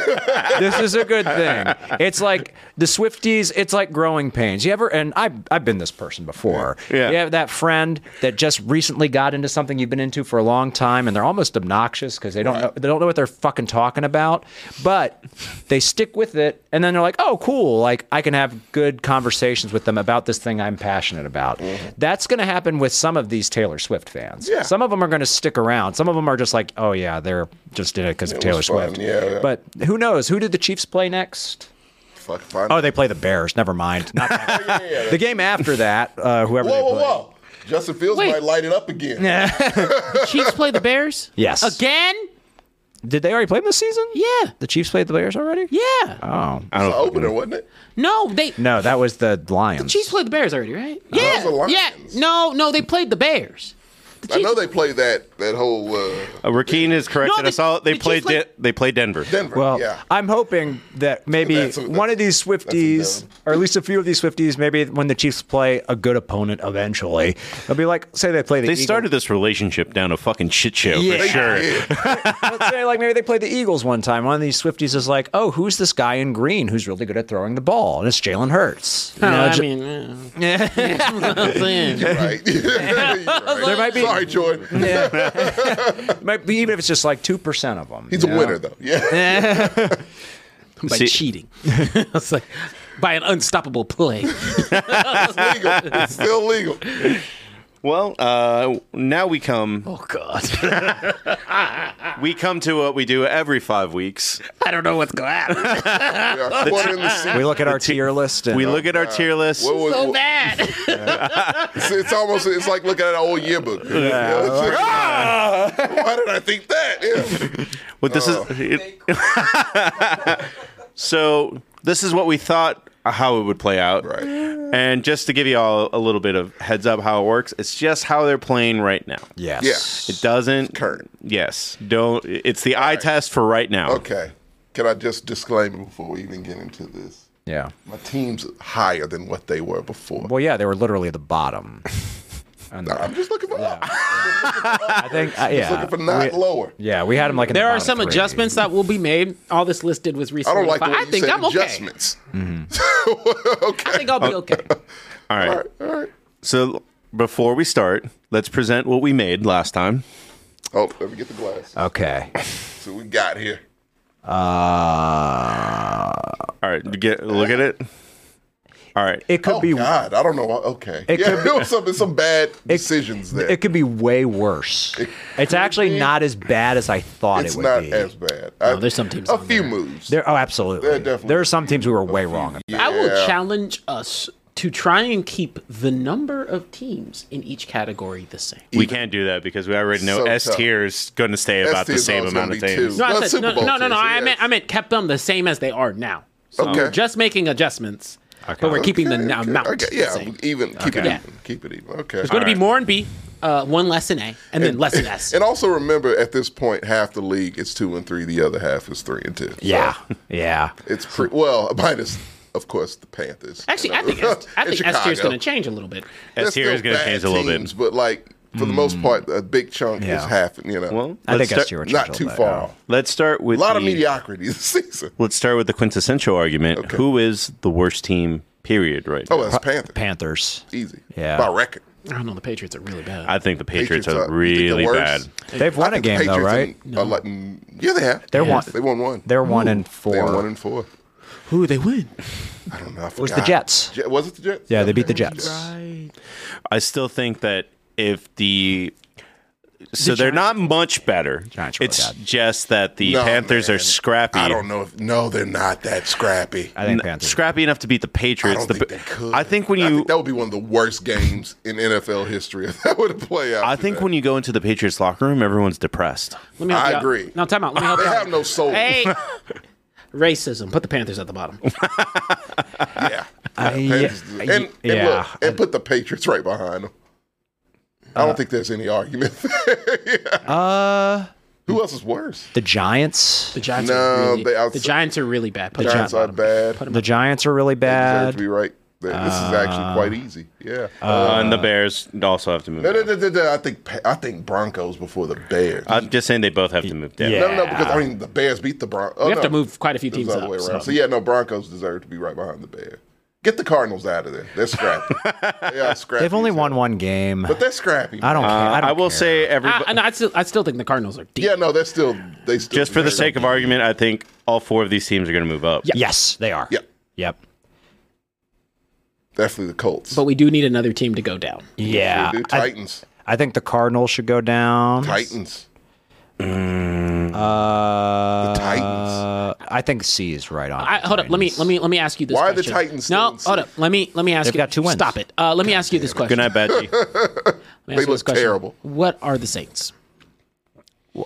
S1: this is a good thing. It's like the Swifties, it's like growing pains. You ever and I I've been this person before.
S3: Yeah.
S1: You have that friend that just recently got into something you've been into for a long time and they're almost obnoxious because they don't know they don't know what they're fucking talking about, but they stick with it and then they're like, "Oh, cool. Like I can have good conversations with them about this thing I'm passionate about." That's going to happen with some of these Taylor Swift fans.
S2: Yeah.
S1: Some of them are going to stick around. Some of them are just like, "Oh yeah, they're just did it because of Taylor
S2: was fun.
S1: Swift."
S2: Yeah, yeah.
S1: But who knows? Who did the Chiefs play next?
S2: Fuck, fine.
S1: Oh, they play the Bears. Never mind. Not that. the game after that, uh, whoever
S2: whoa,
S1: they
S2: whoa,
S1: play.
S2: whoa. Justin Fields
S6: Wait.
S2: might light it up again.
S6: Chiefs play the Bears.
S1: Yes.
S6: Again?
S1: Did they already play them this season?
S6: Yeah.
S1: The Chiefs played the Bears already?
S6: Yeah.
S1: Oh.
S3: I
S2: The
S3: don't
S2: opener, wasn't it?
S6: No, they
S1: No, that was the Lions.
S6: Chiefs played the Bears already, right?
S2: that
S6: yeah.
S2: was the Lions.
S6: Yeah. No, no, they played the Bears. The
S2: I
S6: Chiefs-
S2: know they play that that whole uh,
S3: Uh, Rakeen has corrected
S6: No, the-
S3: us all. They
S6: the
S3: played
S6: Chiefs play-
S3: De- they played Denver.
S2: Denver.
S1: Well,
S2: yeah.
S1: I'm hoping that maybe
S2: That's a- that's-
S1: one of these
S2: that's
S1: Swifties,
S2: a dub.
S1: or at least a few of these Swifties, maybe when the Chiefs play a good opponent eventually, they'll be like, say they play the
S3: They
S1: Eagles.
S3: started this relationship down a fucking shit show
S1: Yeah.
S3: for sure.
S1: Let's say like maybe they played the Eagles one time. One of these Swifties is like, oh, who's this guy in green who's really good at throwing the ball? And it's Jalen Hurts. You
S6: No,
S1: know,
S6: I
S1: J-
S6: mean, yeah. I'm saying.
S2: right. You're right.
S1: There might be-
S2: Sorry, Jordan.
S1: might be- even if it's just like two percent of them.
S2: He's a winner though. Yeah.
S6: by
S3: See-
S6: cheating. it's like by an unstoppable play. Oh,
S2: It's legal. It's still legal.
S3: Well, uh, now we come
S6: oh God,
S3: we come to what we do every five weeks.
S6: I don't know what's going to happen.
S2: We are one in the season.
S1: We look at our tier list. And,
S3: We look at our tier list.
S2: uh, What was-
S6: so
S2: what-
S6: bad.
S2: it's, it's almost it's like looking at an old yearbook. You know, it's like, "Ah, Why did I think that? Yeah.
S3: What this
S2: Oh.
S3: is it- so this is what we thought uh, how it would play out.
S2: Right.
S3: And just to give you all a little bit of heads up how it works, it's just how they're playing right now.
S1: yes.
S3: It doesn't
S2: current.
S3: Yes. Don't it's the eye test for right now.
S2: Okay. Can I just disclaim before we even get into this?
S1: Yeah.
S2: My team's higher than what they were before.
S1: Well, yeah, they were literally the bottom.
S2: Nah, I'm just looking for up.
S1: I think. Uh,
S2: Just
S1: yeah.
S2: looking for not
S1: we,
S2: lower.
S1: Yeah, we had them like. In the
S6: There are
S1: bottom
S6: some
S1: three.
S6: adjustments that will be made. All this list did was
S2: I
S6: recently.
S2: don't like the way
S6: I
S2: you
S6: think
S2: said
S6: I'm okay.
S2: adjustments.
S1: Mm.
S6: I think I'll
S2: Oh.
S6: be okay.
S3: All right.
S2: All right.
S3: So before we start, let's present what we made last time.
S2: Oh, let me get the glass.
S1: Okay.
S2: See what we got here.
S1: Uh,
S3: All right, you get look at it. All right.
S1: it could
S2: oh
S1: be.
S2: God, I don't know. why- Okay,
S1: It
S2: yeah,
S1: could be-
S2: there was some some bad decisions there.
S1: It could be way worse. It's actually not as bad as I thought
S2: it's
S1: it would
S2: not
S1: be.
S2: as bad. I-
S6: there's some teams
S2: A
S6: on
S2: few moves.
S1: there, oh, absolutely.
S2: There are definitely-
S1: There are some teams we were way wrong. About.
S6: I will
S2: Yeah.
S6: challenge us to try and keep the number of teams in each category the same.
S3: we can't do that because we already know
S2: So
S3: S
S2: tough.
S3: tier is going to stay about the
S2: S-tier's
S3: same
S2: always
S3: amount of
S2: gonna be
S3: teams.
S2: two.
S6: No, I
S2: Well,
S6: said-
S2: Super
S6: no,
S2: Bowl
S6: no, no, no.
S2: teams,
S6: I
S2: yeah.
S6: meant I meant kept them the same as they are now. So
S2: Okay.
S6: we're just making adjustments, but we're keeping the n- amount
S2: Okay,
S6: the
S2: yeah,
S6: same.
S2: even keep it
S6: Okay.
S2: even. Keep it even. Okay.
S6: It's going to
S3: Alright.
S6: be more in B, uh, one less in A, and then less in S.
S2: And also remember, at this point, half the league is two and three. The other half is three and two. So
S1: Yeah, yeah.
S2: it's pretty well minus, of course, the Panthers.
S6: Actually,
S2: You
S6: I
S2: know,
S6: think S- I
S2: in
S6: think S tier is
S2: Chicago.
S6: going to change a little bit.
S2: They're
S3: S tier is
S2: still
S3: going to
S2: bad
S3: change a little
S2: teams,
S3: bit.
S2: But like for the most part, a big chunk is
S1: Hmm. Yeah.
S2: half. You know,
S3: Well,
S1: I think
S3: let's
S1: that's
S3: start-
S1: your
S2: not too far.
S1: uh,
S2: off.
S3: Let's start with
S2: A lot of
S3: the-
S2: mediocrity this season.
S3: Let's start with the quintessential argument. Who is the worst team? Period. Right.
S2: Oh,
S3: now?
S2: that's Panthers.
S1: Panthers.
S2: Easy.
S1: Yeah.
S2: By record.
S6: I don't know. The Patriots are really bad.
S3: I think the Patriots,
S2: Patriots are-
S3: are
S2: you think they're
S3: really bad.
S2: worse?
S1: They've won a game though,
S2: Patriots
S1: right?
S2: and- are like- mm, yeah, they have.
S1: They're one-
S2: They won one.
S1: They're one and
S2: They won one
S1: four.
S2: and four.
S6: Who they win?
S2: I don't know. I
S1: was the
S2: forgot.
S1: Jets.
S2: Je- was it the Jets?
S1: Yeah, they beat the
S2: Okay.
S1: Jets.
S3: I still think that if the so they're not much better.
S1: Giants were
S3: It's
S1: bad.
S3: just that the
S2: No,
S3: Panthers
S2: man.
S3: are scrappy.
S2: I don't know if no, they're not that scrappy.
S1: I think Panthers.
S3: Scrappy enough to beat the
S2: I
S3: Patriots.
S2: don't
S3: The
S2: think
S3: Pa-
S2: they could.
S3: I think when you
S2: I think that would be one of the worst games in NFL history if that would play out.
S3: I think when you go into the Patriots locker room, everyone's depressed.
S6: Let me help
S2: I
S6: you out.
S2: agree.
S6: Now time out. Let me help
S2: they
S6: you out.
S2: have no soul.
S6: hey, racism. Put the Panthers at the bottom.
S2: Yeah.
S1: I-
S2: Panthers-
S1: yeah,
S2: and, and
S1: yeah.
S2: look, and put the Patriots right behind them. I don't think there's any argument.
S1: Uh,
S2: Who else is worse?
S1: the Giants.
S6: The Giants.
S2: No,
S6: are really,
S2: they outs-
S6: the Giants are really bad. Put
S2: The
S6: them
S2: Giants
S6: at
S2: are
S6: the bottom.
S2: bad.
S6: Put
S2: They
S6: them
S1: The Giants are really
S2: deserve to
S1: bad.
S2: be right there. This is actually quite easy. Yeah.
S3: Uh, and the Bears also have to move.
S2: no, no,
S3: down.
S2: no, no, no. I think Pa- I think Broncos before the Bears.
S3: I'm just saying they both have to move down.
S1: Yeah.
S2: no, no, no, because I mean the Bears beat the oh, Broncos.
S6: we have to move quite a few
S2: This
S6: teams
S2: is the
S6: up.
S2: other way
S6: so-
S2: around. So yeah, no, Broncos deserve to be right behind the Bears. Get the Cardinals out of there. They're scrappy. they are scrappy.
S1: They've only
S2: as
S1: won
S2: hell.
S1: one game.
S2: But they're scrappy.
S1: I don't.
S3: Uh,
S1: care. I,
S3: I,
S1: don't
S3: will
S1: care.
S3: say everybody.
S6: I, I, no, I, still, I still think the Cardinals are deep.
S2: Yeah, no, they're still they still
S3: just for the
S2: deserve
S3: sake of
S2: to be-
S3: argument, I think all four of these teams are going to move up.
S1: Yes, they are.
S2: Yep.
S1: Yep.
S2: Definitely the Colts.
S6: But we do need another team to go down.
S1: Yeah.
S2: Dude,
S1: I-
S2: Titans.
S1: I think the Cardinals should go down.
S2: Titans.
S1: Uh,
S3: Mm.
S2: The Titans.
S1: I think C is right on.
S6: I,
S1: the
S6: hold up. Let me
S1: Titans.
S6: let me let me ask you this.
S2: Why are the
S6: question.
S2: Titans still
S6: No,
S2: in
S6: hold
S2: sixth?
S6: up. Let me let me ask
S1: They've
S6: you.
S1: got two wins.
S6: Stop it. Uh, let me ask you this question.
S3: Good night, Badgie.
S6: Let me ask
S2: They
S6: you this
S2: look
S6: question.
S2: terrible.
S6: What are the Saints?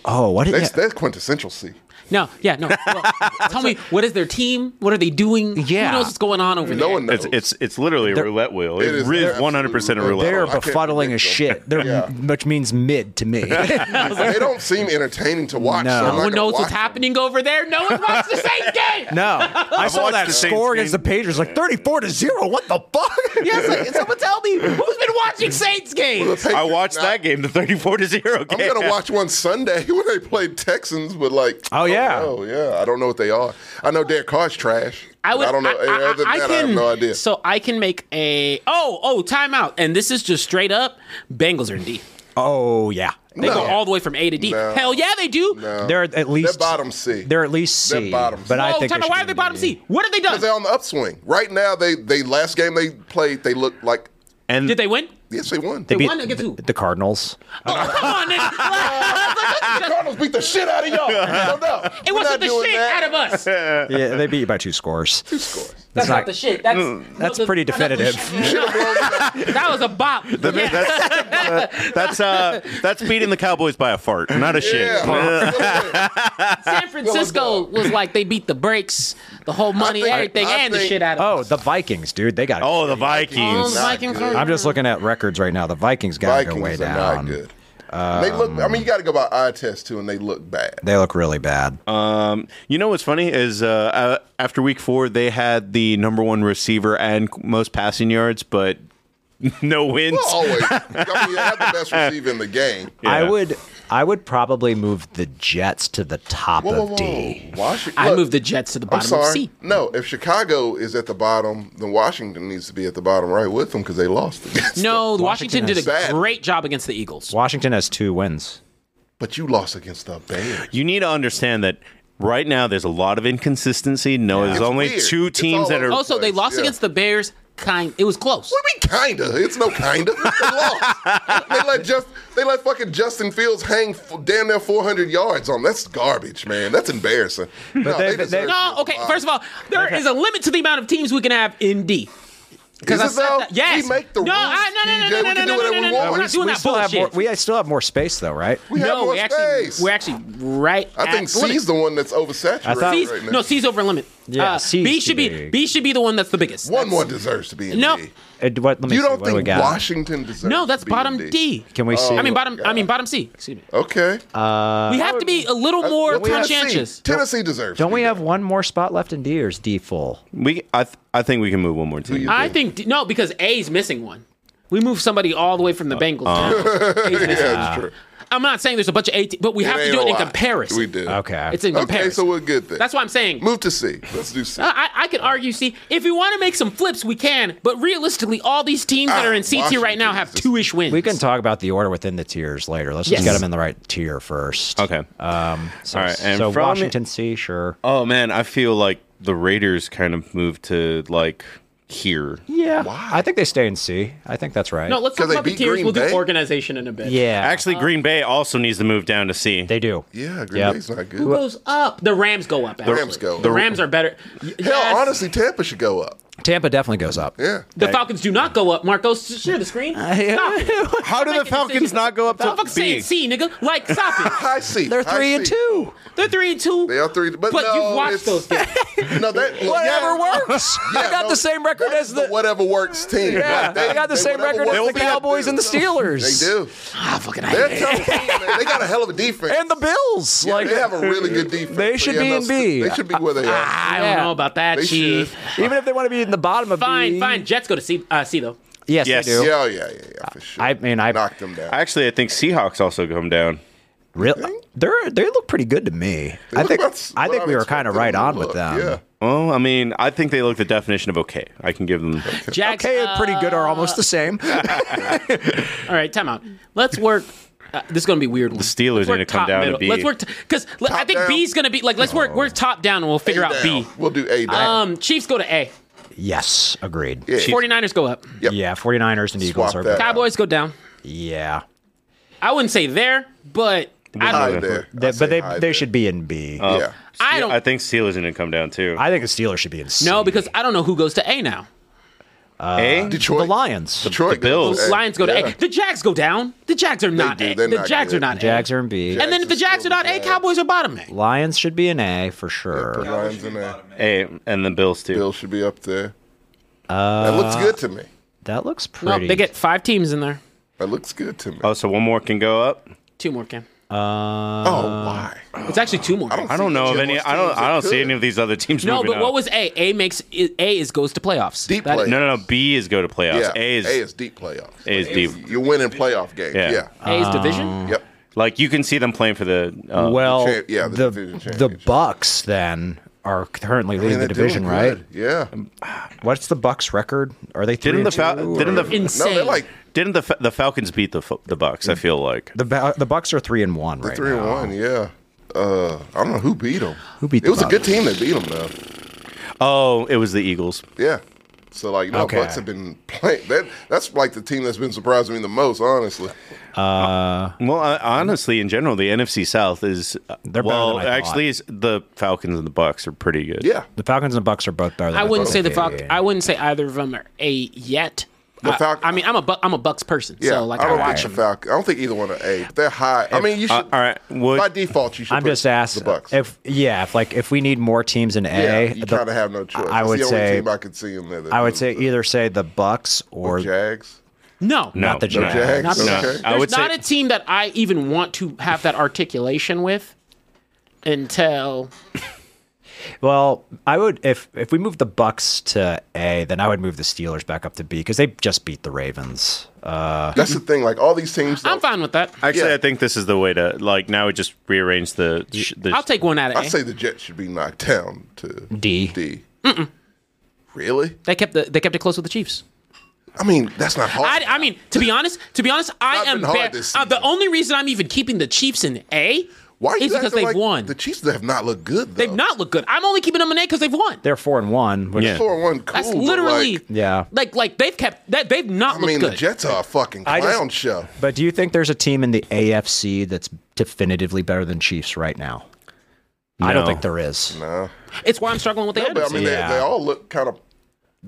S1: Oh, what?
S2: That's,
S1: Is, yeah.
S2: that's quintessential C.
S6: No, yeah, no. Well, tell me, what is their team? What are they doing?
S1: Yeah.
S6: Who knows what's going on over
S2: No
S6: there?
S2: one knows.
S3: It's it's it's literally a roulette wheel.
S2: It is
S3: It is
S2: absolutely
S3: one hundred percent a
S2: roulette.
S3: roulette.
S2: They're
S1: They're
S3: wheel.
S2: I can't
S1: befuddling as
S2: predict
S1: shit. They're
S2: Yeah.
S1: which means mid to me.
S2: they don't seem entertaining to watch.
S1: No.
S2: so I'm
S1: No
S2: not
S1: one
S6: No one
S2: gonna
S6: knows
S2: watch
S6: what's
S2: them.
S6: happening over there. No one watches the same game.
S1: no, I saw
S3: watched
S1: that
S3: the same
S1: score
S3: thing.
S1: against the Patriots, like thirty-four to zero. What the fuck?
S6: Yes, like, someone tell me who's been watching Saints games.
S2: Patriots
S3: I watched
S2: not-
S3: that game, the thirty-four to zero
S2: I'm
S3: game.
S2: gonna watch one Sunday when they played Texans, but like,
S1: Oh, yeah.
S2: oh yeah, I don't know what they are. I know Derek Carr's trash. but I don't know. Other than that, I have no idea.
S6: So I can make a oh oh timeout, and this is just straight up. Bengals are in D.
S1: Oh yeah,
S6: They go
S2: No.
S6: all the way from A to D.
S2: No.
S6: Hell yeah, they do.
S2: No.
S1: they're at least
S2: They're bottom C.
S1: They're at least C.
S2: They're bottom
S1: But
S2: C.
S1: I
S6: Whoa,
S1: think
S6: Oh, time out,
S1: should
S6: why
S1: be
S6: are they
S1: in
S6: bottom
S1: D.
S6: C? What have they done?
S2: they're on the upswing right now. They they last game they played, they looked like
S3: and
S6: Did they win?
S2: yes, they won.
S1: They
S2: the
S1: beat
S6: won against who?
S1: the, the Cardinals.
S6: Oh, come on, nigga.
S2: Cardinals beat the shit out of y'all. No, no,
S6: it
S2: We're
S6: wasn't
S2: not
S6: the
S2: doing
S6: shit
S2: that.
S6: out of us.
S1: yeah, they beat you by two scores. Two
S2: scores.
S5: That's not
S1: not-
S5: the shit. That's
S1: Hmm. That's
S5: no, the-
S1: pretty definitive.
S6: That was a bop. Yeah.
S3: that's that's uh that's beating the Cowboys by a fart, not a shit.
S2: Yeah.
S6: San Francisco was like they beat the brakes, the whole money,
S2: think-
S6: everything,
S2: I
S6: and the
S2: think-
S6: shit out of
S1: Oh,
S6: us.
S1: the Vikings, dude. They got.
S3: Oh, the
S6: Oh, the
S3: Vikings.
S6: Vikings
S2: good.
S6: are-
S1: I'm just looking at records right now. The Vikings got to go way
S2: Vikings are
S1: down.
S2: not good. they look. I mean, you got to go by eye test too, and they look bad.
S1: They look really bad.
S2: Uh,
S3: Um, you know what's funny is uh, uh, after week four, they had the number one receiver and most passing yards, but no wins.
S2: Well, always. I mean, you have the best receiver in the game.
S1: I
S3: yeah.
S1: would, I would probably move the Jets to the top
S2: Whoa, whoa,
S1: of
S2: whoa.
S1: D.
S2: Washington.
S6: I
S2: look,
S6: moved the Jets to the
S2: I'm
S6: bottom of
S2: sorry.
S6: C.
S2: No, if Chicago is at the bottom, then Washington needs to be at the bottom right with them because they lost. Against
S6: No,
S2: them.
S6: Washington, did a
S2: has bad.
S6: great job against the Eagles.
S1: Washington has two wins.
S2: but you lost against the Bears.
S3: You need to understand that right now there's a lot of inconsistency. No, there's only
S2: weird.
S3: two
S2: It's
S3: teams
S2: all
S3: that are.
S2: over.
S6: Also, they lost
S2: Yeah.
S6: against the Bears. Kind, it was close.
S2: I mean, kinda. It's no kinda. They lost. they let just they let fucking Justin Fields hang f- damn near 400 yards on. That's garbage, man. That's embarrassing. no,
S1: they-
S2: they,
S1: they-
S2: deserve to
S6: No,
S2: be
S6: okay.
S2: bottom.
S6: First of all, there is a limit to the amount of teams we can have in D.
S2: Is
S6: I
S2: it
S6: said
S2: though?
S6: that- Yes.
S2: We make the
S6: no,
S2: rules.
S6: I, no, no, no,
S2: TJ.
S6: no, no,
S2: we can
S6: no,
S2: do
S6: no, no,
S2: whatever
S6: no,
S2: we
S6: no,
S2: want.
S6: We're not doing
S1: we
S6: that
S1: still have more.
S6: bullshit.
S1: We still have more space though, right?
S2: We have
S6: no,
S2: more
S6: we
S2: space.
S6: actually, we're actually right.
S2: I think
S6: at the limit.
S2: C's the one that's oversaturated.
S1: I thought-
S6: C's,
S2: right now.
S6: no, C's over limit.
S1: Yeah,
S6: Uh,
S1: C's
S6: B
S1: too
S6: should be
S1: big.
S6: B should be the one that's the biggest.
S2: One
S6: That's-
S2: more deserves to be in
S6: No.
S2: D.
S1: Uh, what, let me
S2: You
S1: see
S2: don't
S1: what we
S2: think
S1: got.
S2: Washington deserves?
S6: No, that's
S2: to be in
S6: bottom D.
S1: Can we see?
S6: I mean
S2: Oh,
S6: bottom. I mean bottom C. Excuse me.
S2: Okay.
S1: Uh,
S6: we have to be a little more
S2: Well,
S6: conscientious.
S2: Tennessee, Tennessee deserves.
S1: don't
S2: to
S1: we
S2: be
S1: have
S2: there.
S1: one more spot left in D, or is D full?
S3: We, I, th- I think we can move one more team.
S2: you-
S6: I think D- no, because A's missing one. We move somebody all the way
S1: Uh,
S6: from the Bengals. down. A's missing one.
S2: Yeah, it's true.
S6: I'm not saying there's a bunch of eight, but we Uh, have to
S2: ain't
S6: do
S2: a
S6: it in
S2: lot.
S6: comparison.
S2: We do.
S1: Okay.
S6: It's in
S2: Okay,
S6: comparison.
S2: so we're good then.
S6: That's Ah. why I'm saying.
S2: Move to C. Let's do C.
S6: I, I can argue C. If we want to make some flips, we can. But realistically, all these teams that
S2: Ah,
S6: are in C tier right now have
S2: Washington is-
S6: two ish wins.
S1: we can talk about the order within the tiers later. Let's
S6: Yes.
S1: just get them in the right tier first.
S3: Ah, Okay. Uh,
S1: Um, so,
S3: All right, and
S1: so
S3: from-
S1: Washington C, sure.
S3: oh man, I feel like the Raiders kind of moved to like here.
S1: Yeah. I think they stay in C. I think that's right.
S6: No, let's talk
S2: they
S6: about the
S2: beat
S6: tiers.
S2: Green
S6: we'll
S2: Bay?
S6: do organization in a bit.
S1: yeah.
S3: Actually,
S6: Uh,
S3: Green Bay also needs to move down to C.
S1: they do.
S2: yeah, Green
S1: Yep.
S2: Bay's not
S6: Who
S2: good.
S6: goes up? The Rams go up. The
S2: Rams go.
S6: The Rams are better. Y-
S2: Hell,
S6: yes.
S2: honestly, Tampa should go up.
S1: Tampa definitely goes up.
S2: Yeah.
S6: the Falcons do not go up. Marcos, share the screen. Stop it.
S3: How do the
S6: Make a
S3: Falcons
S6: decision.
S3: not go up
S6: The
S3: to
S6: Falcons
S3: B?
S6: saying C, nigga. Like, stop
S2: High C.
S1: They're
S2: high
S1: three and
S2: C.
S1: two.
S6: it. They're three and two.
S2: They are three, but,
S6: but
S2: no,
S6: you've
S2: it's-
S6: watched those games.
S2: No, that
S1: Whatever
S2: yeah.
S1: works.
S2: Yeah,
S1: they got
S2: no,
S1: the same record
S2: that
S1: as
S2: is
S1: the.
S2: whatever works team.
S1: yeah,
S2: Like,
S1: they, got the same
S2: whatever
S1: record as
S2: works
S1: the
S2: team.
S1: Cowboys and the
S2: They
S1: Steelers.
S2: do.
S6: Ah, fucking I
S2: They're
S6: hate
S2: a
S6: it.
S2: tough team. man. They got a hell of a defense.
S1: And the Bills.
S2: Yeah,
S1: like
S2: they have a really good defense.
S1: They
S2: So,
S1: should
S2: yeah,
S1: be
S2: no,
S1: in
S2: st-
S1: B. Ah,
S2: They should be where they are.
S6: I
S1: Yeah.
S6: don't know about that,
S2: They should.
S6: Chief.
S1: Even if they want to be in the bottom of
S6: Fine,
S1: B.
S6: fine. Jets go to C, uh, C though.
S1: Yes,
S3: Yes.
S1: they do.
S2: Yeah, oh, yeah, yeah, yeah, for sure.
S1: I mean, I
S2: knocked them down.
S3: Actually, I think Seahawks also come down.
S1: really they're they look pretty good to me. I
S2: Look
S1: think
S2: what's-
S1: I
S2: what
S1: think we were
S2: expecting
S1: kind of right
S2: them to
S1: on with
S2: look.
S1: them.
S2: Yeah.
S3: Well, Oh, I mean, I think they look the definition of okay. I can give them.
S6: Jags. uh,
S1: Okay, pretty good are almost the same.
S6: All right, time out. Let's work. Uh, this is gonna be a weird. One.
S3: Steelers
S6: Let's work
S3: need to come
S6: top
S3: down to
S6: middle.
S3: B. Oh.
S6: Let's work because I
S2: Top
S6: think
S2: down?
S6: B's gonna be like. Let's work. We're top down and we'll figure
S2: A
S6: out
S2: down.
S6: B.
S2: We'll do A down.
S6: Um, Chiefs go to A.
S1: yes, agreed.
S2: yeah.
S6: 49ers go up.
S2: Yep.
S1: Yeah, 49ers and Eagles
S2: Swap
S1: are
S2: that.
S6: Cowboys go down.
S1: yeah.
S6: I wouldn't say there, but I
S2: High
S6: don't.
S2: there. I
S1: They-
S2: say
S1: but they
S2: high
S1: they
S2: there. Uh,
S1: should uh, be in B. I
S2: Yeah.
S6: I don't.
S3: I think Steelers need to come down too.
S1: think the Steelers should be in C.
S6: no, because I don't know who goes to A now.
S3: eh?
S2: Detroit.
S1: The Lions. The
S2: Detroit.
S3: Bills.
S2: goes-
S6: Lions go to
S2: Oh, yeah.
S6: A. The Jags go down. The Jags are not
S2: do.
S6: A.
S2: They're
S6: The
S2: not
S6: Jags
S2: good.
S6: are not A.
S1: Jags are in B.
S6: And then if the
S2: Jags are
S6: Jags are not
S2: still
S6: A,
S2: bad.
S6: Cowboys are bottom A.
S1: Lions should be an A for sure.
S2: The Lions in there.
S3: Eh, and the Bills too.
S2: Bills should be up there. that
S1: Uh,
S2: looks good to me.
S1: That looks
S6: No,
S1: pretty.
S6: they get five teams in there.
S2: That looks good to me.
S3: Oh, so one more can go up.
S6: Two more, Cam.
S1: Uh,
S2: oh, why?
S6: It's actually two more.
S2: don't
S3: I don't
S2: see
S3: know of
S2: much
S3: any.
S2: else
S3: I don't.
S2: teams
S3: I
S2: that
S3: don't see
S2: could.
S3: any of these other teams.
S6: No,
S3: moving
S6: but what
S3: up.
S6: was A? A makes A is goes to playoffs.
S2: Deep
S6: That-
S2: play.
S3: No, no, no. B is go to playoffs.
S2: Yeah,
S3: A is,
S2: deep playoffs.
S3: A is deep.
S2: You're winning playoff games.
S3: Yeah.
S2: Yeah.
S1: Uh-huh.
S6: A
S3: Oh.
S6: is division.
S2: Yep.
S3: Like you can see them playing for the. Uh,
S1: well,
S2: the cha-
S1: the
S2: yeah, the
S1: the,
S2: division championship.
S1: Bucks then are currently leading
S2: Man,
S1: the
S2: they're doing
S1: division, right?
S2: good. Yeah.
S1: What's the Bucks record? Are they three
S3: didn't the
S1: and two?
S3: Fal-
S1: or-
S3: didn't the
S2: No,
S6: Insane.
S2: they're like
S3: didn't the Fa- the Falcons beat the F- the Bucks? I feel like
S1: the Ba- the Bucks are three and one right
S2: three
S1: now?
S2: and one. Yeah. Uh, I don't know who beat them.
S1: Who beat
S2: It was
S1: the
S2: a good
S1: Bucks?
S2: team that beat them though.
S3: Oh, it was the Eagles.
S2: Yeah. So like, no,
S1: Okay.
S2: Bucks have been playing. That that's like the team that's been surprising me the most, honestly.
S3: Well, I, honestly, in general, the NFC South is
S1: They're better
S3: well.
S1: than I
S3: actually, it's, the Falcons and the Bucks are pretty good.
S2: Yeah.
S1: The Falcons and the Bucks are both better. Than
S6: I
S1: the
S6: wouldn't
S1: Bucks.
S6: say the Falcons.
S1: Yeah.
S6: I wouldn't say either of them are A yet.
S2: The
S6: I-
S2: Falc-
S6: I, mean, I'm a Bu- I'm a Bucks person,
S2: Yeah.
S6: so like I,
S2: don't
S6: watch
S2: think
S6: them.
S2: the Falcon. I don't think either one are A. But they're high. I mean, you
S3: Uh,
S2: should.
S3: all right. Would,
S2: By default, you should.
S1: I'm
S2: put
S1: just asking
S2: the Bucks.
S1: if yeah, if like if we need more teams in A,
S2: yeah, you
S1: the-
S2: kind of have no choice.
S1: I
S2: It's
S1: would
S2: the only
S1: say
S2: team I could see them there. that
S1: I would
S2: do
S1: say
S2: the-
S1: either say the Bucks or
S2: Jags.
S6: No,
S3: no,
S1: not the
S3: no.
S1: Jags.
S2: Jags,
S6: Not the
S3: No.
S2: okay.
S3: I
S6: there's
S3: would
S6: not
S3: say
S6: a team that I even want to have that articulation with until
S1: Well, I would if if we move the Bucks to A, then I would move the Steelers back up to B because they just beat the Ravens.
S2: That's the thing. Like all these teams.
S6: I'm fine with that. I,
S3: Actually,
S2: Yeah.
S3: I think this is the way to like now. We just rearrange the. sh- the
S6: will take one out of
S2: I
S6: A.
S2: say the Jets should be knocked down to
S1: D.
S2: D. Really?
S6: they kept the they kept it close with the Chiefs.
S2: I mean, that's not hard.
S6: I, I mean, to be honest, to be honest, I
S2: Not
S6: am
S2: been hard
S6: bare-
S2: this
S6: uh, the
S2: season.
S6: only reason I'm even keeping the Chiefs in A
S2: Why are you
S6: is because
S2: acting
S6: they've
S2: like
S6: won.
S2: The Chiefs have not looked good. Though.
S6: they've not looked good. I'm only keeping them in A because they've won.
S1: They're four and one. Which
S3: Yeah.
S2: Four and one. Cool.
S6: That's
S2: but,
S6: literally
S2: like,
S1: Yeah.
S6: Like like they've kept that they've
S2: I
S6: not looked
S2: mean,
S6: good.
S2: the Jets are a fucking
S1: I
S2: clown
S1: just-
S2: show.
S1: But do you think there's a team in the AFC that's definitively better than Chiefs right now? I don't
S3: No.
S1: think there is.
S6: it's why I'm struggling with the
S2: No, but I
S6: Adams.
S2: mean,
S1: Yeah.
S2: they, they all look kind of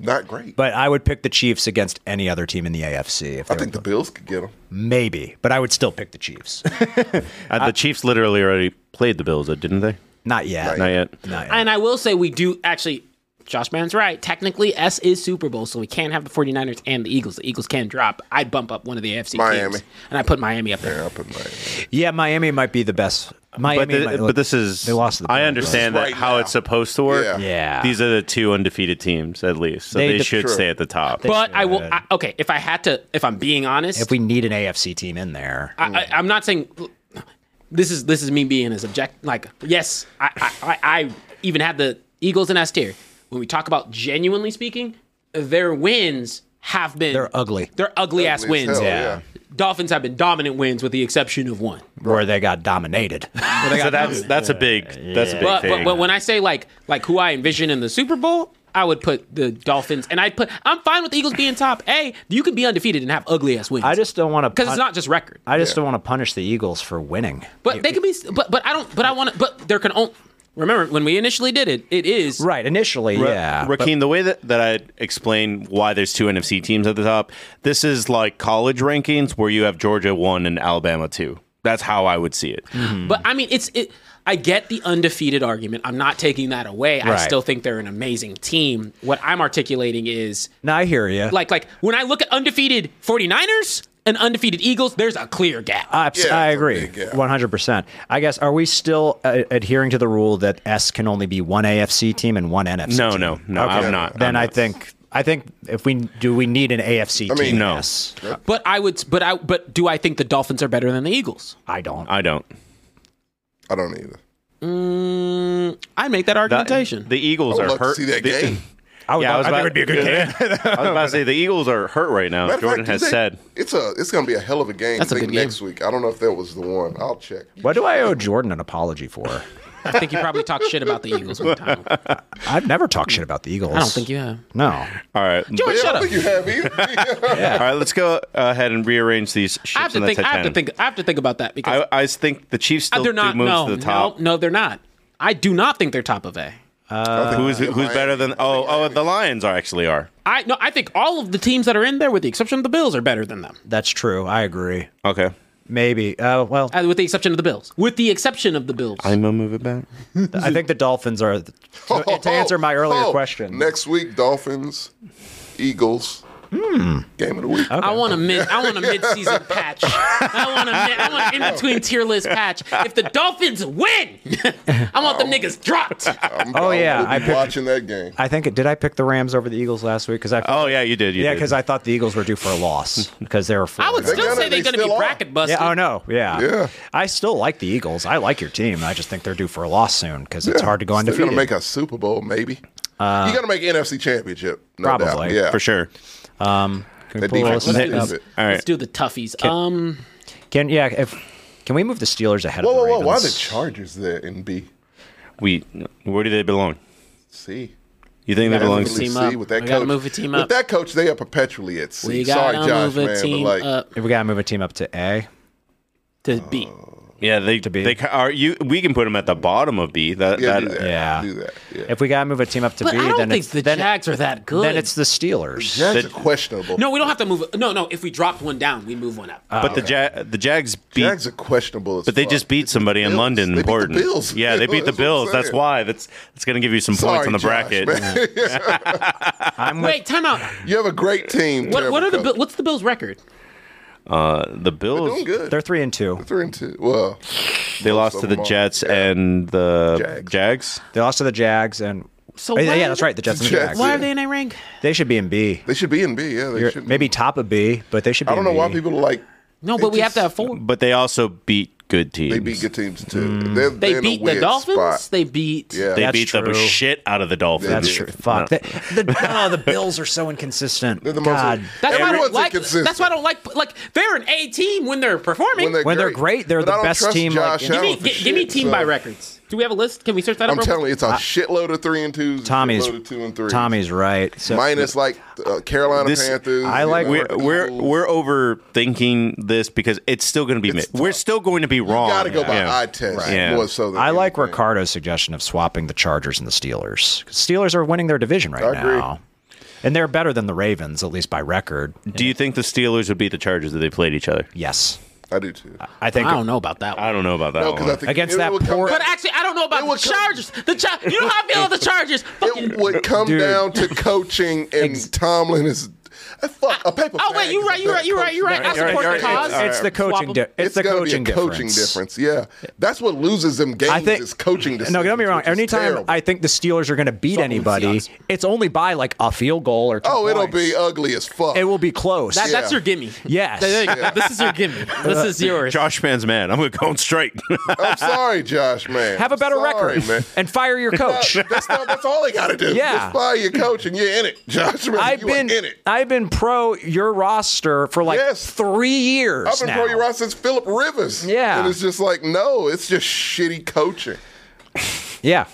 S2: not great.
S1: But I would pick the Chiefs against any other team in the AFC. If
S2: I
S1: they
S2: think the
S1: were-
S2: Bills could get them.
S1: maybe, but I would still pick the Chiefs.
S3: uh, the Chiefs literally already played the Bills, though, didn't they?
S1: Not yet.
S3: Not yet.
S1: Not yet.
S6: And I will say we do actually Josh Mann's right. Technically S is Super Bowl, so we can't have the 49ers and the Eagles. The Eagles can drop. I'd bump up one of the AFC
S2: Miami.
S6: teams. And I put Miami up there.
S2: Yeah, I put Miami.
S1: Yeah, Miami might be the best. Miami,
S3: but, thi-
S1: might-
S3: but
S1: look,
S3: this is
S1: they lost. To the
S3: I
S1: Browns.
S3: understand
S2: This
S3: that
S2: is right
S3: how
S2: now.
S3: it's supposed to work.
S2: Yeah.
S1: Yeah.
S3: These are the two undefeated teams at least, so
S1: They
S3: they,
S1: def-
S3: should
S2: True.
S3: stay at the top.
S6: But I will I, okay, if I had to if I'm being honest,
S1: If we need an AFC team in there,
S6: I, I, I'm not saying this is this is me being as object. Like yes, I I, I, I even had the Eagles in S tier. When we talk about genuinely speaking, their wins have been
S1: They're ugly.
S6: They're ugly ass
S2: Ugly as
S6: wins.
S2: hell,
S1: Yeah.
S6: Dolphins have been dominant wins with the exception of one.
S1: where they got dominated.
S3: so that's that's a big that's a big
S6: But,
S3: thing.
S6: but but when I say like like who I envision in the Super Bowl, I would put the Dolphins and I'd put I'm fine with the Eagles being top. A, you can be undefeated and have ugly ass wins.
S1: I just don't want to
S6: because it's not just record.
S1: I just don't want to punish the Eagles for winning.
S6: But they can be. But but I don't. But I want to. But there can only. Remember when we initially did it? It is
S1: Right, initially, yeah. but-
S3: Rakeem, the way that, that I explain why there's two NFC teams at the top, this is like college rankings where you have Georgia one and Alabama two. That's how I would see it.
S6: But I mean, it's it. I get the undefeated argument. I'm not taking that away. I
S1: Right.
S6: still think they're an amazing team. What I'm articulating is
S1: no, I hear you.
S6: like like when I look at undefeated 49ers and undefeated Eagles, there's a clear gap.
S1: I,
S2: Yeah,
S1: I
S2: it's a
S1: agree,
S2: big gap.
S1: one hundred percent. I guess are we still uh, adhering to the rule that S can only be one AFC team and one NFC?
S3: No,
S1: team?
S3: no, no, I'm not.
S1: Then I
S3: I'm not.
S1: think I think if we do, we need an AFC
S2: I mean,
S1: team.
S3: no.
S1: Yes,
S6: But I would. But I. But do I think the Dolphins are better than the Eagles?
S1: I don't.
S3: I don't.
S2: I don't either.
S6: I make that
S3: That-
S6: argumentation.
S3: the
S2: I
S3: Eagles
S2: would
S3: are
S2: love
S3: hurt.
S2: to see that
S3: the-
S2: game.
S1: I, would,
S3: Yeah, I
S1: love-
S3: was
S1: I think
S3: about-
S1: it would be a good game.
S3: I was about to say the Eagles are hurt right now.
S2: Matter of
S3: Jordan
S2: fact, do
S3: has
S2: they-
S3: said
S2: it's a it's gonna be a hell of a game.
S6: That's a
S2: I think
S6: good game.
S2: next week. I don't know if that was the one. I'll check.
S1: what do I owe Jordan an apology for?
S6: I think you probably talked shit about the Eagles one time. I
S1: I've never talked shit about the Eagles. I
S6: don't think you have.
S1: No.
S3: All right.
S6: George,
S2: Yeah, I
S6: shut
S2: don't
S6: up.
S2: think you have either.
S3: All right, let's go ahead and rearrange these ships
S6: I have to
S3: in the
S6: think. I have to
S3: Titanic.
S6: think. I have to think about that because
S3: I, I think the Chiefs still
S6: Uh, they're
S3: do
S6: not.
S3: moves
S6: No,
S3: to the top.
S6: no, no, they're not. I do not think they're top of A.
S2: I think
S3: Who's
S2: Miami-
S3: who's better than? Oh, oh, the Lions are actually are.
S6: I no, I think all of the teams that are in there, with the exception of the Bills, are better than them.
S1: That's true. I agree.
S3: Okay,
S1: Maybe. Uh, well,
S6: Uh, with the exception of the Bills. With the exception of the Bills.
S3: I'm gonna move it back.
S1: I think the Dolphins are. To, to answer my earlier
S2: Oh,
S1: question,
S2: Next week, Dolphins, Eagles, game of the week.
S6: I want a mid. I want a mid-season patch. I want a mid, I want an in-between tier list patch. If the Dolphins win, I want them niggas dropped.
S2: I'm,
S1: Oh, yeah, I
S2: I will be
S1: picked-
S2: watching that game.
S1: I think it, did I pick the Rams over the Eagles last week? Because I
S3: Oh yeah, you did. You
S1: yeah,
S3: did.
S1: because I thought the Eagles were due for a loss because they were. Four
S6: I would
S2: They
S6: still
S2: gotta-
S6: say
S2: they
S6: they're going to be
S2: still are.
S6: bracket busted.
S1: Yeah, oh no, yeah.
S2: Yeah.
S1: I still like the Eagles. I like your team. I just think they're due for a loss soon because it's hard to go
S2: They're going
S1: undefeated. Uh,
S2: to make a Super Bowl, maybe. you got to make NFC Championship. No Doubt.
S1: Probably,
S2: Yeah.
S3: for sure.
S1: can, we
S2: That
S1: pull
S2: defense
S1: those
S2: is
S1: things
S2: good.
S1: up?
S3: All right.
S6: Let's do the toughies. Um,
S1: Can yeah, if can we move the Steelers ahead
S2: Whoa,
S1: of the
S2: whoa,
S1: Ravens?
S2: whoa. Why are the Chargers there in B?
S3: We where do they belong?
S2: C.
S3: You think they belong?
S2: Definitely
S6: team
S2: C
S6: up.
S2: with that
S6: We gotta
S2: coach.
S6: move a team
S2: with
S6: up.
S2: that coach, they are perpetually at C.
S6: we got
S2: Sorry,
S6: to
S2: Josh,
S6: move a
S2: man,
S6: team
S2: but like,
S6: up
S1: If we gotta move a team up to A,
S6: to
S2: uh,
S6: beat.
S3: Yeah, they
S1: be.
S3: they ca- are you. We can put them at the bottom of B. That,
S2: yeah,
S3: that
S2: do that.
S1: yeah.
S2: do that. Yeah.
S1: if we gotta move a team up to
S6: But
S1: B,
S6: I don't
S1: then
S6: think
S1: it's
S6: the
S1: then,
S6: Jags are that good.
S1: then it's the Steelers.
S2: Jags are questionable.
S6: no, we don't have to move. No, no. If we dropped one down, we move one up.
S3: But the ja- the Jags beat.
S2: Jags are questionable. As
S3: but they
S2: fuck.
S3: just beat somebody in
S2: Bills.
S3: London.
S2: They beat the
S3: important.
S2: Bills.
S3: Yeah, they beat
S2: That's what
S3: the
S2: I'm
S3: Bills. That's
S2: saying.
S3: why. That's that's gonna give you some
S2: Sorry,
S3: points on the
S2: Josh,
S3: bracket.
S2: man.
S1: I'm with
S6: Wait, time out.
S2: you have a great team.
S6: What, what are the
S2: terrible
S6: Bill- what's the Bills' record?
S3: Uh, the
S2: coach. Doing
S3: Bills.
S2: good.
S1: they're three and two.
S2: three and two. Well,
S3: They lost
S2: of
S3: to the
S2: them are.
S3: Jets and the
S2: Jags.
S3: Jags.
S1: They lost to the Jags and
S6: So
S1: Oh, yeah,
S6: why
S1: yeah,
S6: are
S1: that's
S6: they-
S1: right. The Jets and the
S2: Jets.
S1: Jags.
S6: Why are they in a rank?
S1: They should be in B.
S2: they should be in B. Yeah, they
S1: You're-
S2: should. be.
S1: Maybe top of B, but they should be
S2: I don't
S1: in
S2: know why
S1: B.
S2: people like.
S6: No,
S2: They
S6: but we have
S2: just-
S6: to have four.
S3: But they also beat good teams.
S2: They beat good teams too.
S1: Mm.
S2: They're,
S6: They
S2: they're
S6: beat
S2: in a
S6: the
S2: weird
S6: Dolphins.
S2: Spot.
S6: They beat.
S2: yeah,
S3: They
S1: That's
S3: beat the
S1: true.
S3: shit out of the Dolphins.
S1: That's
S2: Yeah.
S1: true. Fuck. The, the, oh, the Bills are so inconsistent.
S2: they're the most.
S1: God.
S6: That's why I don't
S2: everyone's
S6: like.
S2: inconsistent.
S6: That's why I don't like. Like they're an A team when they're performing.
S1: When they're great, they're
S2: But
S1: the
S2: I don't
S1: best
S2: trust
S1: team, like,
S2: Josh
S1: in-
S6: give me
S2: Allen for
S6: gi- give me
S2: shit,
S6: team
S2: so-
S6: by records. Do we have a list? Can we search that
S2: I'm
S6: up? real
S2: telling
S6: quick?
S2: you, it's a shitload of three and twos.
S1: Uh, Tommy's
S2: shitload of two and three.
S1: Tommy's right. So
S2: minus like uh, Carolina
S3: This-
S2: Panthers.
S1: I like
S2: you
S3: We're,
S2: know,
S3: we're
S2: Eagles.
S3: we're overthinking this because it's still going to be. mi- We're still going to be wrong.
S2: You gotta go by
S3: Yeah.
S2: eye test
S3: Yeah.
S2: more so than
S1: I like
S2: anything.
S1: Ricardo's suggestion of swapping the Chargers and the Steelers. 'Cause Steelers are winning their division right
S2: I agree.
S1: now. And they're better than the Ravens, at least by record.
S3: Do you think the Steelers would beat the Chargers if they played each other?
S1: Yes.
S2: I do too.
S1: I think
S6: I don't know about that one.
S3: I don't know about that
S2: No, 'cause
S3: one.
S2: I think
S1: Against
S2: it
S1: that
S2: would come
S1: poor-
S2: down-
S6: But actually, I don't know about
S2: It would
S6: the
S2: come-
S6: Chargers. The Char- You know how I feel about the Chargers. Fucking.
S2: it would come
S1: Dude.
S2: down to coaching, and Tomlin is uh, fuck a paper.
S6: Oh wait,
S2: bag
S6: you
S2: is a
S6: right, you
S2: better
S6: right, you right,
S2: coach
S6: you right.
S2: than
S6: I
S2: a
S6: support
S3: all
S6: the
S3: right, all
S6: cause.
S3: right, all right.
S1: it's the coaching.
S6: Swap 'em.
S1: Di- it's, the
S2: gonna be
S1: coaching
S2: a coaching difference. Yeah, that's what loses them games.
S1: I think
S2: is coaching. Decisions,
S1: No, don't get me wrong.
S2: which is
S1: Anytime
S2: terrible.
S1: I think the Steelers are going to beat anybody,
S6: Seahawks.
S1: it's only by like a field goal or two
S2: oh, it'll
S1: points.
S2: be ugly as fuck.
S1: it will be close.
S6: That, That's
S2: Yeah.
S6: your gimme.
S1: Yes.
S6: There you go. This is your gimme. This is yours.
S3: Josh Man's man. I'm going straight.
S2: I'm sorry, Josh, man.
S1: Have a better
S2: Sorry,
S1: record
S2: man.
S1: and fire your coach.
S2: That's, not, that's all they got to do.
S1: Yeah.
S2: just fire your coach and you're in it, Josh. Man,
S1: I've
S2: you
S1: been
S2: are in it.
S1: I've been pro your roster for like
S2: Yes.
S1: three years.
S2: I've been
S1: now.
S2: pro your roster since Philip Rivers.
S1: Yeah.
S2: and it's just like no, it's just shitty coaching.
S1: Yeah.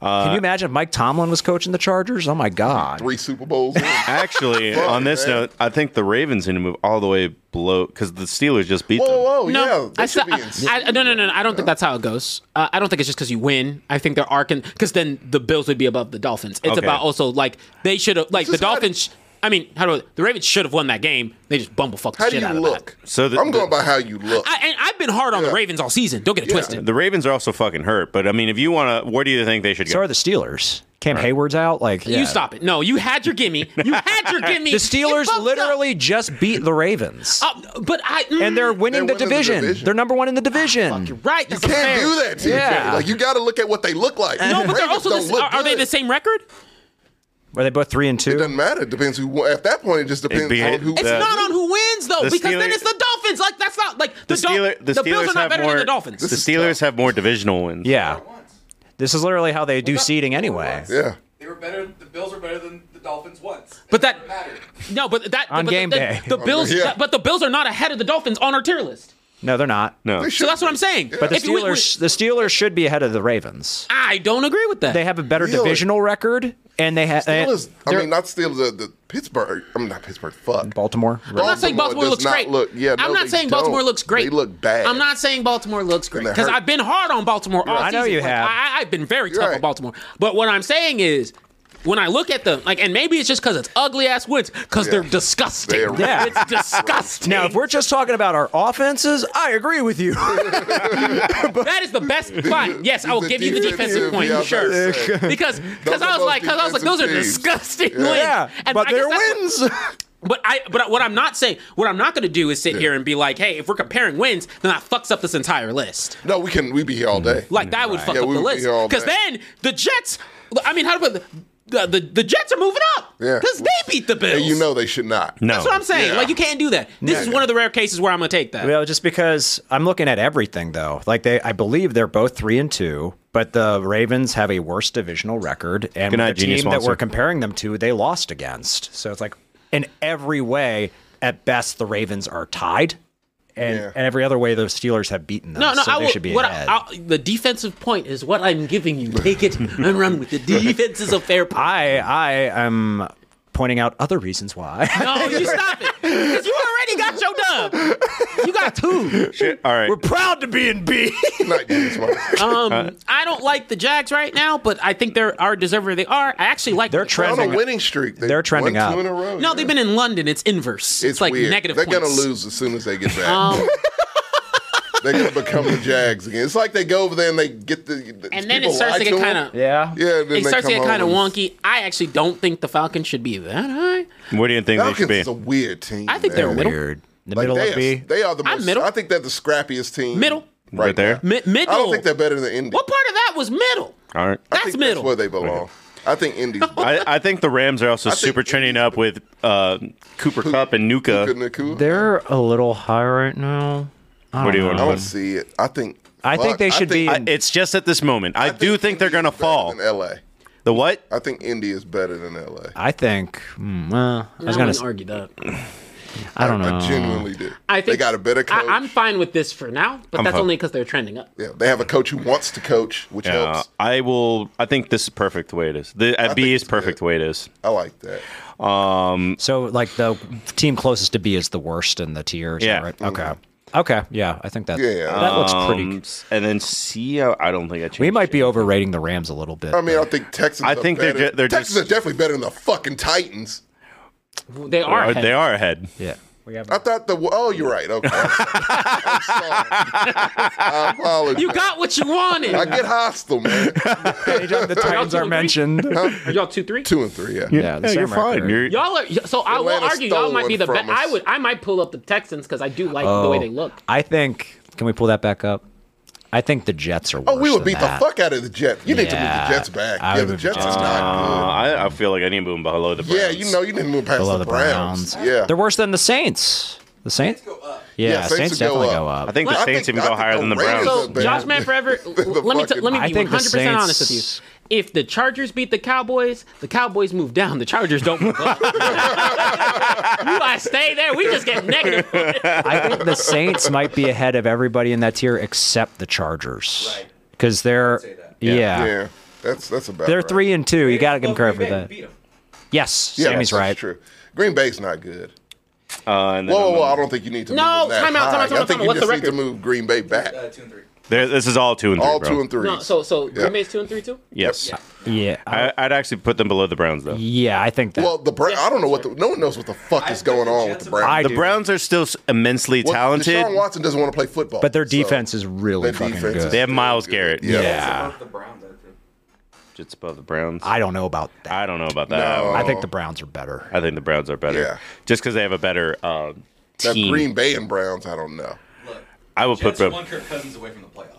S1: Can you imagine if Mike Tomlin was coaching the Chargers? Oh my God.
S2: Three Super Bowls. in.
S3: Actually, on this
S2: man.
S3: note, I think the Ravens need to move all the way below because the Steelers just beat
S2: Whoa,
S3: them.
S2: whoa, whoa, yeah,
S6: No,
S2: they
S6: I,
S2: should
S6: said-
S2: be in six.
S6: I, I, no, no, no, no. I don't think that's how it goes. Uh, I don't think it's just because you win. I think there are because then the Bills would be above the Dolphins. It's
S3: Okay.
S6: about also like they should have like the
S2: is how-
S6: Dolphins. sh- I mean, how do the Ravens should have won that game? They just bumblefucked the
S2: How do
S6: shit
S2: you
S6: out of
S2: look?
S6: that.
S3: So the-
S2: I'm going
S3: the-
S2: by how you look.
S6: I, and I've been hard on the Ravens all season. Don't get it twisted.
S3: The Ravens are also fucking hurt. But I mean, if you want to, where do you think they should go?
S1: So are the Steelers. Cam Hayward's out. Like yeah.
S6: You stop it. No, you had your gimme. You had your gimme.
S1: The
S6: You
S1: Steelers
S6: fucked up.
S1: literally just beat the Ravens.
S6: Uh, but I mm,
S1: and they're winning,
S2: They're
S1: the,
S2: winning the
S1: division.
S2: division.
S1: They're number one in the division.
S6: right.
S2: you
S6: That's
S2: can't
S6: unfair.
S2: do that to
S1: Yeah.
S2: each other. Like you got to look at what they look like.
S6: No, but they're
S2: Ravens
S6: also the,
S2: don't
S6: s-
S2: look
S6: are, are they
S2: good.
S6: the same record?
S1: Were they both three and
S2: It
S1: two?
S2: doesn't matter. It depends who. won. At that point, it just depends
S3: be-
S2: on who.
S6: It's
S3: The-
S6: not on who wins
S3: the
S6: though, because then
S3: Steelers-
S6: it's the Dolphins. Like that's not like the,
S3: the,
S6: Dol-
S3: Steeler, the,
S6: the
S3: Steelers
S6: Bills are
S3: have
S6: not better
S3: more,
S6: than the Dolphins.
S3: The Steelers have more divisional wins.
S1: Yeah.
S4: Once.
S1: This is literally how they do seeding anyway.
S2: Yeah.
S4: They were better. The Bills were better than the Dolphins once.
S6: But that-
S4: mattered.
S6: no, but that
S1: On
S6: but the-
S1: game
S6: the,
S1: day.
S6: the Bills,
S2: yeah.
S6: but the Bills are not ahead of the Dolphins on our tier list.
S1: No, they're not.
S3: No.
S2: They
S6: So
S2: should
S6: that's what
S2: be.
S6: I'm saying.
S1: But the
S6: If you win-
S1: Steelers, the Steelers should be ahead of the Ravens.
S6: I don't agree with that.
S1: They have a better
S2: Really?
S1: divisional record. and they had
S3: Eh,
S2: Still is, I mean, not still the, the Pittsburgh. I mean, not Pittsburgh. Fuck.
S1: Baltimore.
S6: I'm not saying Baltimore
S2: does
S6: looks
S2: not
S6: great.
S2: Look, yeah, no,
S6: I'm not
S2: they
S6: saying Baltimore
S2: don't.
S6: looks great.
S2: They look bad.
S6: I'm not saying Baltimore looks great
S2: And they
S6: because
S2: hurt.
S6: I've been hard on Baltimore all
S1: I know
S6: season.
S1: you
S6: Like,
S1: have.
S6: I, I've been very tough on
S2: right.
S6: Baltimore. But what I'm saying is, when I look at them, like, and maybe it's just because it's ugly ass wins, because they're disgusting.
S2: They are-
S1: Yeah.
S6: it's disgusting.
S1: Now, if we're just talking about our offenses, I agree with you.
S6: that is the best. Fine, yes, I will
S2: The
S6: give you the
S2: defensive,
S6: defensive point,
S2: yeah, I was
S6: sure.
S2: about to say.
S6: Because because
S2: Those
S6: I
S2: are
S6: was
S2: both
S6: like, because I was like, those are
S2: defensive teams.
S6: disgusting wins.
S1: yeah,
S6: And
S1: but
S6: I guess
S1: they're
S6: that's-
S1: wins.
S6: But I, but what I'm not saying, what I'm not going to do is sit here and be like, hey, if we're comparing wins, then that fucks up this entire list.
S2: No, we can. We be here all day.
S6: Like that would fuck
S2: Yeah,
S6: up
S2: we
S6: the
S2: would be
S6: list.
S2: here all
S6: Because
S2: day.
S6: then the Jets. I mean, how do put the, the the Jets are moving up?
S2: Yeah.
S6: Because they beat the Bills.
S2: and you know they should not.
S3: No.
S6: That's what I'm saying.
S2: Yeah.
S6: Like you can't do that. This is one of the rare cases where I'm gonna take that.
S1: Well, just because I'm looking at everything though. Like they I believe they're both three and two, but the Ravens have a worse divisional record and
S3: Good night,
S1: the team
S3: Genius
S1: that
S3: Monster.
S1: we're comparing them to, they lost against. So it's like in every way, at best the Ravens are tied. And,
S2: Yeah.
S1: and every other way the Steelers have beaten them.
S6: No, no,
S1: so
S6: I
S1: they
S6: will,
S1: should be
S6: what I,
S1: ahead.
S6: I'll, the defensive point is what I'm giving you. Take it and run with it. Defense is a fair point.
S1: I I am pointing out other reasons why.
S6: No, you stop it. Because you already got your dub. You got two.
S3: All right.
S1: proud to be in B.
S2: Not getting smart.
S6: Um, I don't like the Jags right now, but I think they're are deserving they are. I actually like
S1: They're
S6: the-
S2: on
S1: trending.
S2: a winning streak. They
S1: They're trending
S2: won
S1: up.
S2: Two in a row.
S6: No,
S2: yeah.
S6: they've been in London. It's inverse. It's, like
S2: weird.
S6: negative
S2: They're
S6: points.
S2: gonna lose as soon as they get back.
S6: Um,
S2: They're gonna become the Jags again. It's like they go over there and they get the.
S6: and then it
S2: people lie
S6: starts to get kind
S2: them.
S6: of
S1: yeah.
S2: Yeah, and then they
S6: It starts to
S2: come
S6: get kind of
S2: home and-
S6: wonky. I actually don't think the Falcons should be that high.
S3: Where do you think
S2: Falcons
S3: they
S2: is
S3: should
S2: a
S3: be?
S2: weird team.
S6: I think they're
S2: man.
S6: middle,
S1: Weird. The
S2: Like,
S1: middle
S2: they,
S1: of
S2: are,
S1: B.
S2: they are the
S6: I'm
S2: most.
S6: middle.
S2: I think they're the scrappiest team.
S6: Middle.
S3: Right, there.
S6: mid- middle.
S2: I don't think they're better than Indy.
S6: What part of that was middle?
S3: All right.
S2: I
S6: That's
S2: think
S6: middle.
S2: That's where they belong. I think Indy's
S3: I, I think the Rams are also
S2: think-
S3: super trending up with uh, Cooper Cup and
S6: uh,
S2: couldn't
S3: Nuka.
S2: have cool.
S1: They're a little high right now.
S3: What do you
S2: I don't
S3: want?
S2: see it. I think.
S1: I think
S2: fuck,
S1: they should be-
S3: I, it's just at this moment. I, do think they're
S2: Indy
S3: going to
S2: is better
S3: fall.
S2: Than LA.
S3: The what?
S2: I think Indy is better than LA.
S1: I think. hmm, well, I
S6: I
S1: was gonna.
S6: wouldn't
S1: s-
S6: argue that.
S1: I don't know.
S2: I genuinely do.
S6: I think
S2: they got a better coach.
S6: I, am fine with this for now, but
S3: I'm
S6: that's
S3: hooked.
S6: only because they're trending up.
S2: yeah, they have a coach who wants to coach, which
S3: Yeah,
S2: helps.
S3: I will. I think this is perfect the way it is. The at B
S2: think
S3: is
S2: it's
S3: perfect the way it is.
S2: I like that.
S1: So, like the team closest to B is the worst in the tiers.
S3: Yeah.
S1: Right? Okay. Okay. Yeah. I think that.
S2: Yeah.
S1: That looks pretty.
S3: Um, and then C, I I don't think I changed.
S1: We might be overrating the Rams a little bit.
S2: I mean, I think Texans.
S3: I
S2: are
S3: think they're
S2: better-
S3: ju- they're
S2: Texans
S3: just-
S2: are definitely better than the fucking Titans.
S6: They
S3: They
S6: are.
S3: are-
S6: ahead.
S3: they are ahead.
S1: yeah. We have.
S2: I thought the oh, you're right. Okay, I'm sorry. I apologize.
S6: You got what you
S2: I
S6: wanted.
S2: get hostile, man.
S1: the Titans
S6: Y'all
S1: are
S6: two and three?
S1: mentioned.
S6: Are y'all two three?
S2: Two and three. Yeah.
S1: Yeah. The
S3: Yeah,
S1: same
S3: you're fine.
S1: record.
S3: You're,
S6: Y'all are. So I will
S2: Atlanta
S6: argue y'all
S2: stole
S6: might be
S2: one
S6: the best.
S2: from us.
S6: I would. I might pull up the Texans because I do like the way they look.
S1: I think. Can we pull that back up? I think the Jets are. Worse
S2: Oh, we would beat
S1: than that.
S2: the fuck out of the Jets. You need to move
S1: Yeah.
S2: the Jets back.
S1: I
S2: yeah,
S1: would
S2: the
S1: move
S2: Jets
S1: the
S2: is
S1: Jets
S2: not
S3: uh, I, I feel like I need to move below the
S2: good.
S3: Browns.
S2: Yeah, you know, you didn't move past
S1: below
S2: the, Browns. Yeah,
S1: They're worse than the Saints. The Saints.
S4: Go up.
S1: Yeah,
S2: Yeah,
S1: Saints,
S2: Saints would go
S1: definitely
S2: up.
S1: go up.
S3: I think the
S2: I
S3: Saints
S2: think-
S3: even
S2: I
S3: go
S2: think
S3: higher
S2: the
S3: than the
S2: Rams
S3: Browns.
S2: are-
S6: So,
S2: the
S6: Josh
S2: Bears.
S6: Man Forever,
S2: the
S6: let me t-
S2: fucking-
S6: let me
S1: I
S6: be one
S1: think the
S6: hundred percent honest with
S1: Saints-
S6: you. If the Chargers beat the Cowboys, the Cowboys move down. The Chargers don't move up. you guys stay there. We just get negative.
S1: I think the Saints might be ahead of everybody in that tier except the Chargers. Right. Because they're yeah.
S2: yeah. That's that's about.
S1: They're
S2: right.
S1: three and two. You got to give them
S5: Well,
S1: credit
S5: Green
S1: for
S5: Bay
S1: that.
S5: beat 'em.
S1: Yes,
S2: Yeah,
S1: Sammy's
S2: that's
S1: right.
S2: True. Green Bay's not good.
S3: Uh, and then
S2: Whoa,
S3: I'm-
S2: whoa, whoa! I don't think you need to.
S6: No,
S2: move them that
S6: time out, time out,
S2: high.
S6: time out,
S2: I think
S6: time out.
S2: you
S6: What's the
S2: just need to
S6: record?
S2: move Green Bay back.
S5: Uh, two and three.
S3: there- this is all two and three.
S2: All
S3: bro.
S2: two and three.
S6: No, so so
S2: Yeah.
S6: Green Bay's two and three too.
S3: Yes.
S1: Yeah, I,
S3: I, I'd actually put them below the Browns though.
S1: yeah, I think that.
S2: Well, the Brown, I don't know what the, no one knows what the fuck
S5: I
S2: is going
S5: put the
S2: on with
S5: Jets
S2: the Browns.
S1: I
S3: The
S1: do.
S3: Browns are still s- immensely
S2: Well,
S3: talented.
S2: Deshaun Watson doesn't want to play football,
S1: but their
S2: so-
S1: defense is really
S2: Their
S1: fucking
S2: defense is-
S1: good.
S3: They have Miles
S2: Yeah.
S3: Garrett.
S2: Yeah.
S1: yeah,
S5: Above the Browns, I think.
S3: Just above the Browns. I,
S1: I don't know about that.
S3: don't know about that.
S2: No.
S1: I think the Browns are better.
S3: I think the Browns are better.
S2: Yeah.
S3: Just because they have a better uh,
S2: Now,
S3: team.
S2: Green Bay and Browns, I don't know.
S5: Look,
S3: I would put
S5: Jets
S3: them.
S5: one Kirk Cousins away from the playoffs.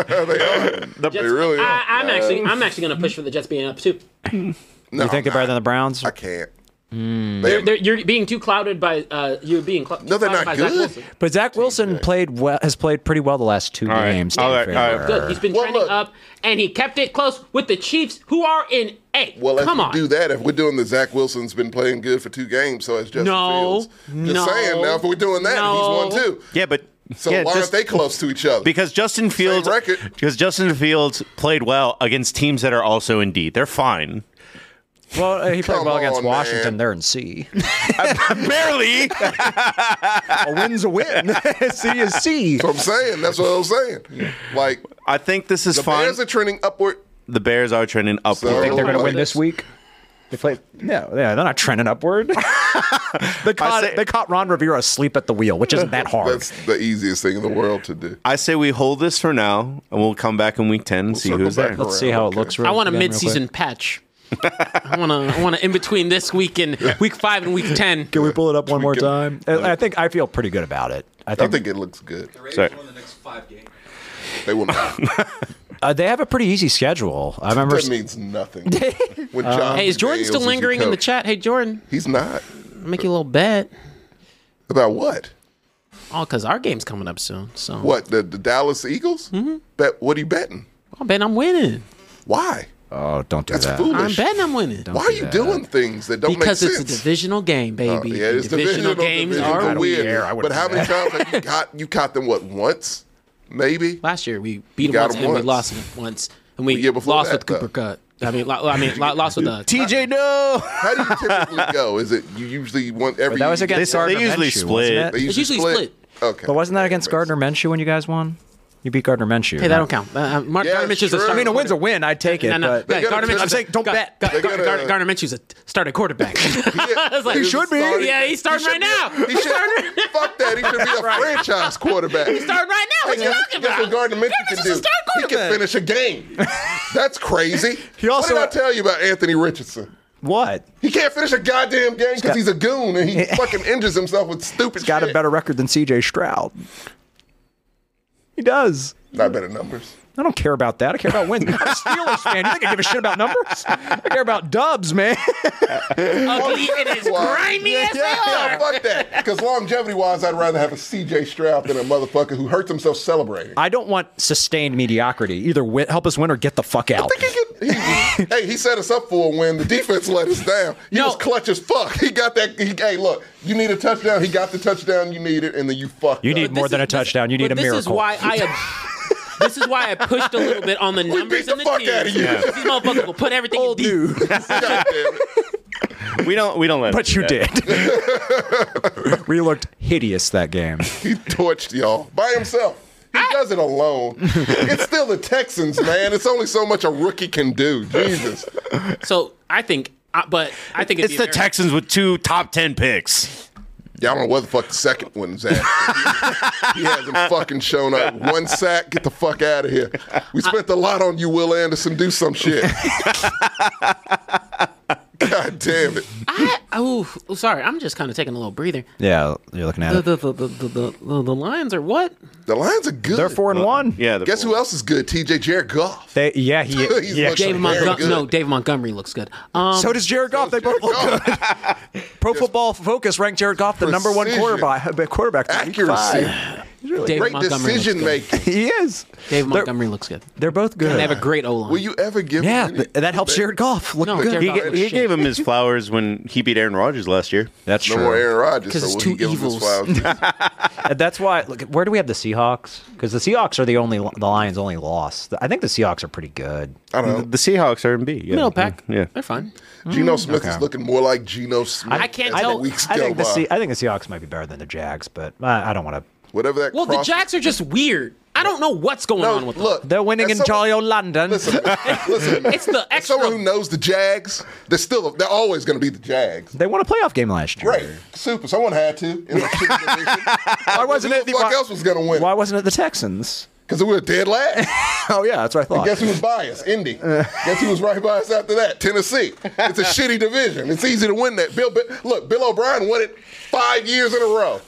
S2: they really are.
S6: I, I'm actually I'm actually gonna push for the Jets being up too.
S2: No,
S1: You think Hmm. they're better than the Browns?
S2: I can't. They-
S6: They're, you're being too clouded by uh you're being cl-
S2: No, they're not
S6: clouded by Zach
S2: good.
S6: Wilson.
S1: But Zach Wilson played well, has played pretty well the last two
S3: All right.
S1: games.
S3: All right, all right.
S1: Favor.
S6: Good. He's been
S2: Well,
S6: trending
S2: look.
S6: up, and he kept it close with the Chiefs, who are in A.
S2: well, if
S6: Come
S2: we
S6: on.
S2: do that, if we're doing the Zach Wilson's been playing good for two games, so it's Justin
S6: No,
S2: Fields. Just
S6: no,
S2: saying. Now, if we're doing that,
S6: no.
S2: he's won two.
S3: Yeah, but
S2: So
S3: Yeah,
S2: why
S3: just-
S2: aren't they close to each other?
S3: because Justin Fields
S2: record.
S3: because Justin Fields played well against teams that are also in D. They're fine.
S1: Well, uh, he played
S2: Come
S1: well against
S2: on,
S1: Washington.
S2: man.
S1: They're in C.
S3: Barely.
S1: a win's a win. C is C.
S2: That's what I'm saying. That's what I was saying. Like
S3: I think this is
S2: the
S3: fine.
S2: Bears are trending upward.
S3: the Bears are trending upward.
S2: Think
S1: They're going to
S2: Well,
S1: win this week. They play. No, yeah, they're not trending upward. they caught
S3: say-
S1: they caught Ron Rivera asleep at the wheel, which isn't that hard.
S2: That's the easiest thing in the world to do.
S3: I say we hold this for now, and we'll come back in week 10 and see
S2: circle
S3: who's
S2: back
S3: there.
S1: Let's see how it
S2: Okay.
S1: looks.
S6: I want a
S1: again real
S6: mid-season
S1: quick.
S6: patch. I want to. I want to in between this week and week five and week ten.
S1: Can we pull it up one more
S2: Tweak it.
S1: time? I I think I feel pretty good about it. I
S2: I
S1: think
S2: think it looks good.
S5: The Ravens
S3: Sorry.
S5: won the next five games.
S2: They will not.
S1: uh, they have a pretty easy schedule. I remember. Um,
S2: That means nothing. When John
S6: Hey, is Jordan
S2: McDaniels
S6: still
S2: was your
S6: lingering in the
S2: coach,
S6: chat? Hey, Jordan,
S2: He's not.
S6: I'll make you a little bet.
S2: About what?
S6: Oh, because our game's coming up soon. So
S2: What the, the Dallas Eagles?
S6: Mm-hmm.
S2: Bet what are you betting?
S6: I'm betting I'm winning.
S2: Why?
S1: Oh, don't do
S2: That's
S1: that.
S2: foolish.
S6: I'm betting I'm winning.
S2: Why are you doing things that don't
S6: Because
S2: make
S6: it's
S2: sense? Oh,
S6: a divisional game, baby.
S2: Yeah, it's divisional,
S6: games
S2: divisional,
S6: are
S2: they're weird.
S1: care. I wouldn't
S2: But how many times have you got you caught them? What once? Maybe.
S6: Last year we beat them
S2: got
S6: once
S2: them
S6: and we
S2: once.
S6: lost them once, and we
S2: The year before
S6: lost
S2: that,
S6: with Cooper
S2: though.
S6: Cut. I mean, lo- I mean, lo- lost with uh,
S3: TJ, no.
S2: How do you typically go? Is it you usually want every?
S1: But that was
S2: year you
S1: against
S3: They-
S1: Gardner
S3: they usually
S1: Minshew,
S3: split.
S1: wasn't
S2: They
S1: it?
S6: It's usually
S2: Okay.
S1: But wasn't that against Gardner Minshew when you guys won? You beat Gardner Minshew.
S6: Hey, that
S1: not-
S6: don't count. Uh, Uh, Mark
S2: Yeah,
S6: Garner Minshew's a
S2: sure.
S6: starter
S2: I mean,
S1: a win's a win. I take it.
S6: No, no,
S1: but
S2: gotta
S6: Garner
S2: turn
S6: Minshew's-
S2: I'm saying
S1: don't
S6: Gar-
S1: bet.
S6: Gar-
S2: They
S6: Gar-
S2: gotta-
S6: Gar- Garner Minshew's a starter quarterback. I was like,
S2: He should be.
S6: Yeah, he's starting right now.
S2: He should, fuck that. He should be a franchise quarterback. He's
S6: Starting right now. What
S2: Hey,
S6: you
S2: guess-
S6: talking
S2: guess
S6: about?
S2: what Gardner Minshew
S6: Garner
S2: can
S6: Minshew's
S2: do?
S6: a starter
S2: He can
S6: quarterback.
S2: finish a game. That's crazy.
S1: He also-
S2: what did I tell you about Anthony Richardson?
S1: What?
S2: He can't finish a goddamn game because
S1: got-
S2: he's a goon and he fucking injures himself with stupid
S1: He's got
S2: shit.
S1: a better record than CJ Stroud. He does.
S2: Not better numbers.
S1: I don't care about that. I care about wins. I'm a Steelers fan. You think I give a shit about numbers? I care about dubs, man.
S6: Ugly and as
S2: Why?
S6: grimy as they
S2: Yeah,
S6: are.
S2: fuck that. Because longevity wise, I'd rather have a CJ Stroud than a motherfucker who hurts himself celebrating.
S1: I don't want sustained mediocrity. Either win, help us win or get the fuck out.
S2: He- hey, he set us up for a win. The defense let us down. He
S6: No.
S2: was clutch as fuck. He got that. He, hey, look, you need a touchdown. He got the touchdown you needed, and then you fucked.
S1: You
S2: up.
S1: need more
S6: This
S1: than
S6: is-
S1: a touchdown. You
S6: but
S1: need a miracle.
S6: This is why I. Ab- this is why I pushed a little bit on the numbers
S2: beat the
S6: and the
S2: fuck
S6: teams.
S2: outta you. Yeah.
S6: These motherfuckers will put everything in deep.
S2: God damn it.
S3: We don't. We don't let.
S1: but
S3: him do
S1: you
S3: that.
S1: did. we looked hideous that game.
S2: He torched y'all by himself. He
S1: Ah.
S2: does it alone. it's still the Texans, man. It's only so much a rookie can do. Jesus.
S6: So I think, uh, but I think
S3: It's the
S6: Ameri-
S3: Texans with two top ten picks.
S2: Yeah, I don't know where the fuck the second one's at. he, he hasn't fucking shown up. One sack, get the fuck out of here. We spent a lot on you, Will Anderson. Do some shit. God damn it.
S6: I, oh, sorry. I'm just kind of taking a little breather.
S1: Yeah, you're looking at
S6: The
S1: it.
S6: the the the, the, the, the Lions are what?
S2: The Lions are good.
S1: They're four and one.
S3: Yeah. the-
S2: Guess who else is good? TJ Jared Goff.
S1: They, yeah, he, he
S2: He's looking
S1: actually
S6: David
S2: Very
S6: Montgomery.
S2: good.
S6: No, David Montgomery looks good. Um,
S1: So does Jared Goff. They both look
S2: Oh,
S1: good. Pro Football Focus ranked Jared Goff the number one
S2: Precision.
S1: quarterback. Quarterback for week
S2: Accuracy.
S1: five.
S6: David
S2: Great
S6: Montgomery looks
S2: decision
S6: good.
S2: making.
S1: He is.
S6: David
S1: They're-
S6: Montgomery looks good.
S1: They're both good.
S6: And they have a great O
S2: Will
S6: line.
S2: you ever give
S1: yeah,
S2: him any-
S1: th- that helps Jared Goff look
S6: No,
S1: good.
S6: Jared
S1: He
S6: Goff
S1: get-
S6: was
S3: He
S6: shit.
S3: gave him his flowers when he beat Aaron Rodgers last year.
S1: That's
S2: No more Aaron Rodgers.
S6: 'Cause
S2: so
S6: it's
S2: will
S6: two
S2: he give him his
S6: evils.
S2: flowers?
S1: That's why. Look, where do we have the Seahawks? Because the Seahawks are the only the Lions' only loss. I think the Seahawks are pretty good.
S2: I don't know.
S3: The Seahawks are in B. Yeah.
S6: Middle pack.
S3: Yeah.
S6: They're fine.
S2: Geno Smith is looking more like Geno Smith.
S6: I can't
S2: as the
S6: tell-
S2: Weeks
S1: I
S2: go
S1: think the
S2: by.
S1: Se- I think the Seahawks might be better than the Jags, but I, I don't want to.
S2: Whatever that.
S6: Well, the
S2: cross-
S6: Jacks are just weird. I don't know what's going
S2: No,
S6: on with them.
S2: look,
S1: They're winning in
S2: as someone-
S1: jolly old London.
S2: Listen, listen.
S6: It's the
S2: As someone who
S6: extra.
S2: knows the Jags, they're still they're always going to be the Jags.
S1: They won a playoff game last year.
S2: Great, super. Someone had to. In the shitty division.
S1: Why wasn't
S2: Who
S1: it?
S2: the
S1: The,
S2: fuck
S1: why,
S2: else was going to win?
S1: why wasn't it the Texans?
S2: Because we were dead last.
S1: Oh yeah, that's what I thought.
S2: Guess who was biased? Indy. Guess who was right by us after that? Tennessee. It's a shitty division. It's easy to win that. Bill, Bill, look, Bill O'Brien won it five years in a row.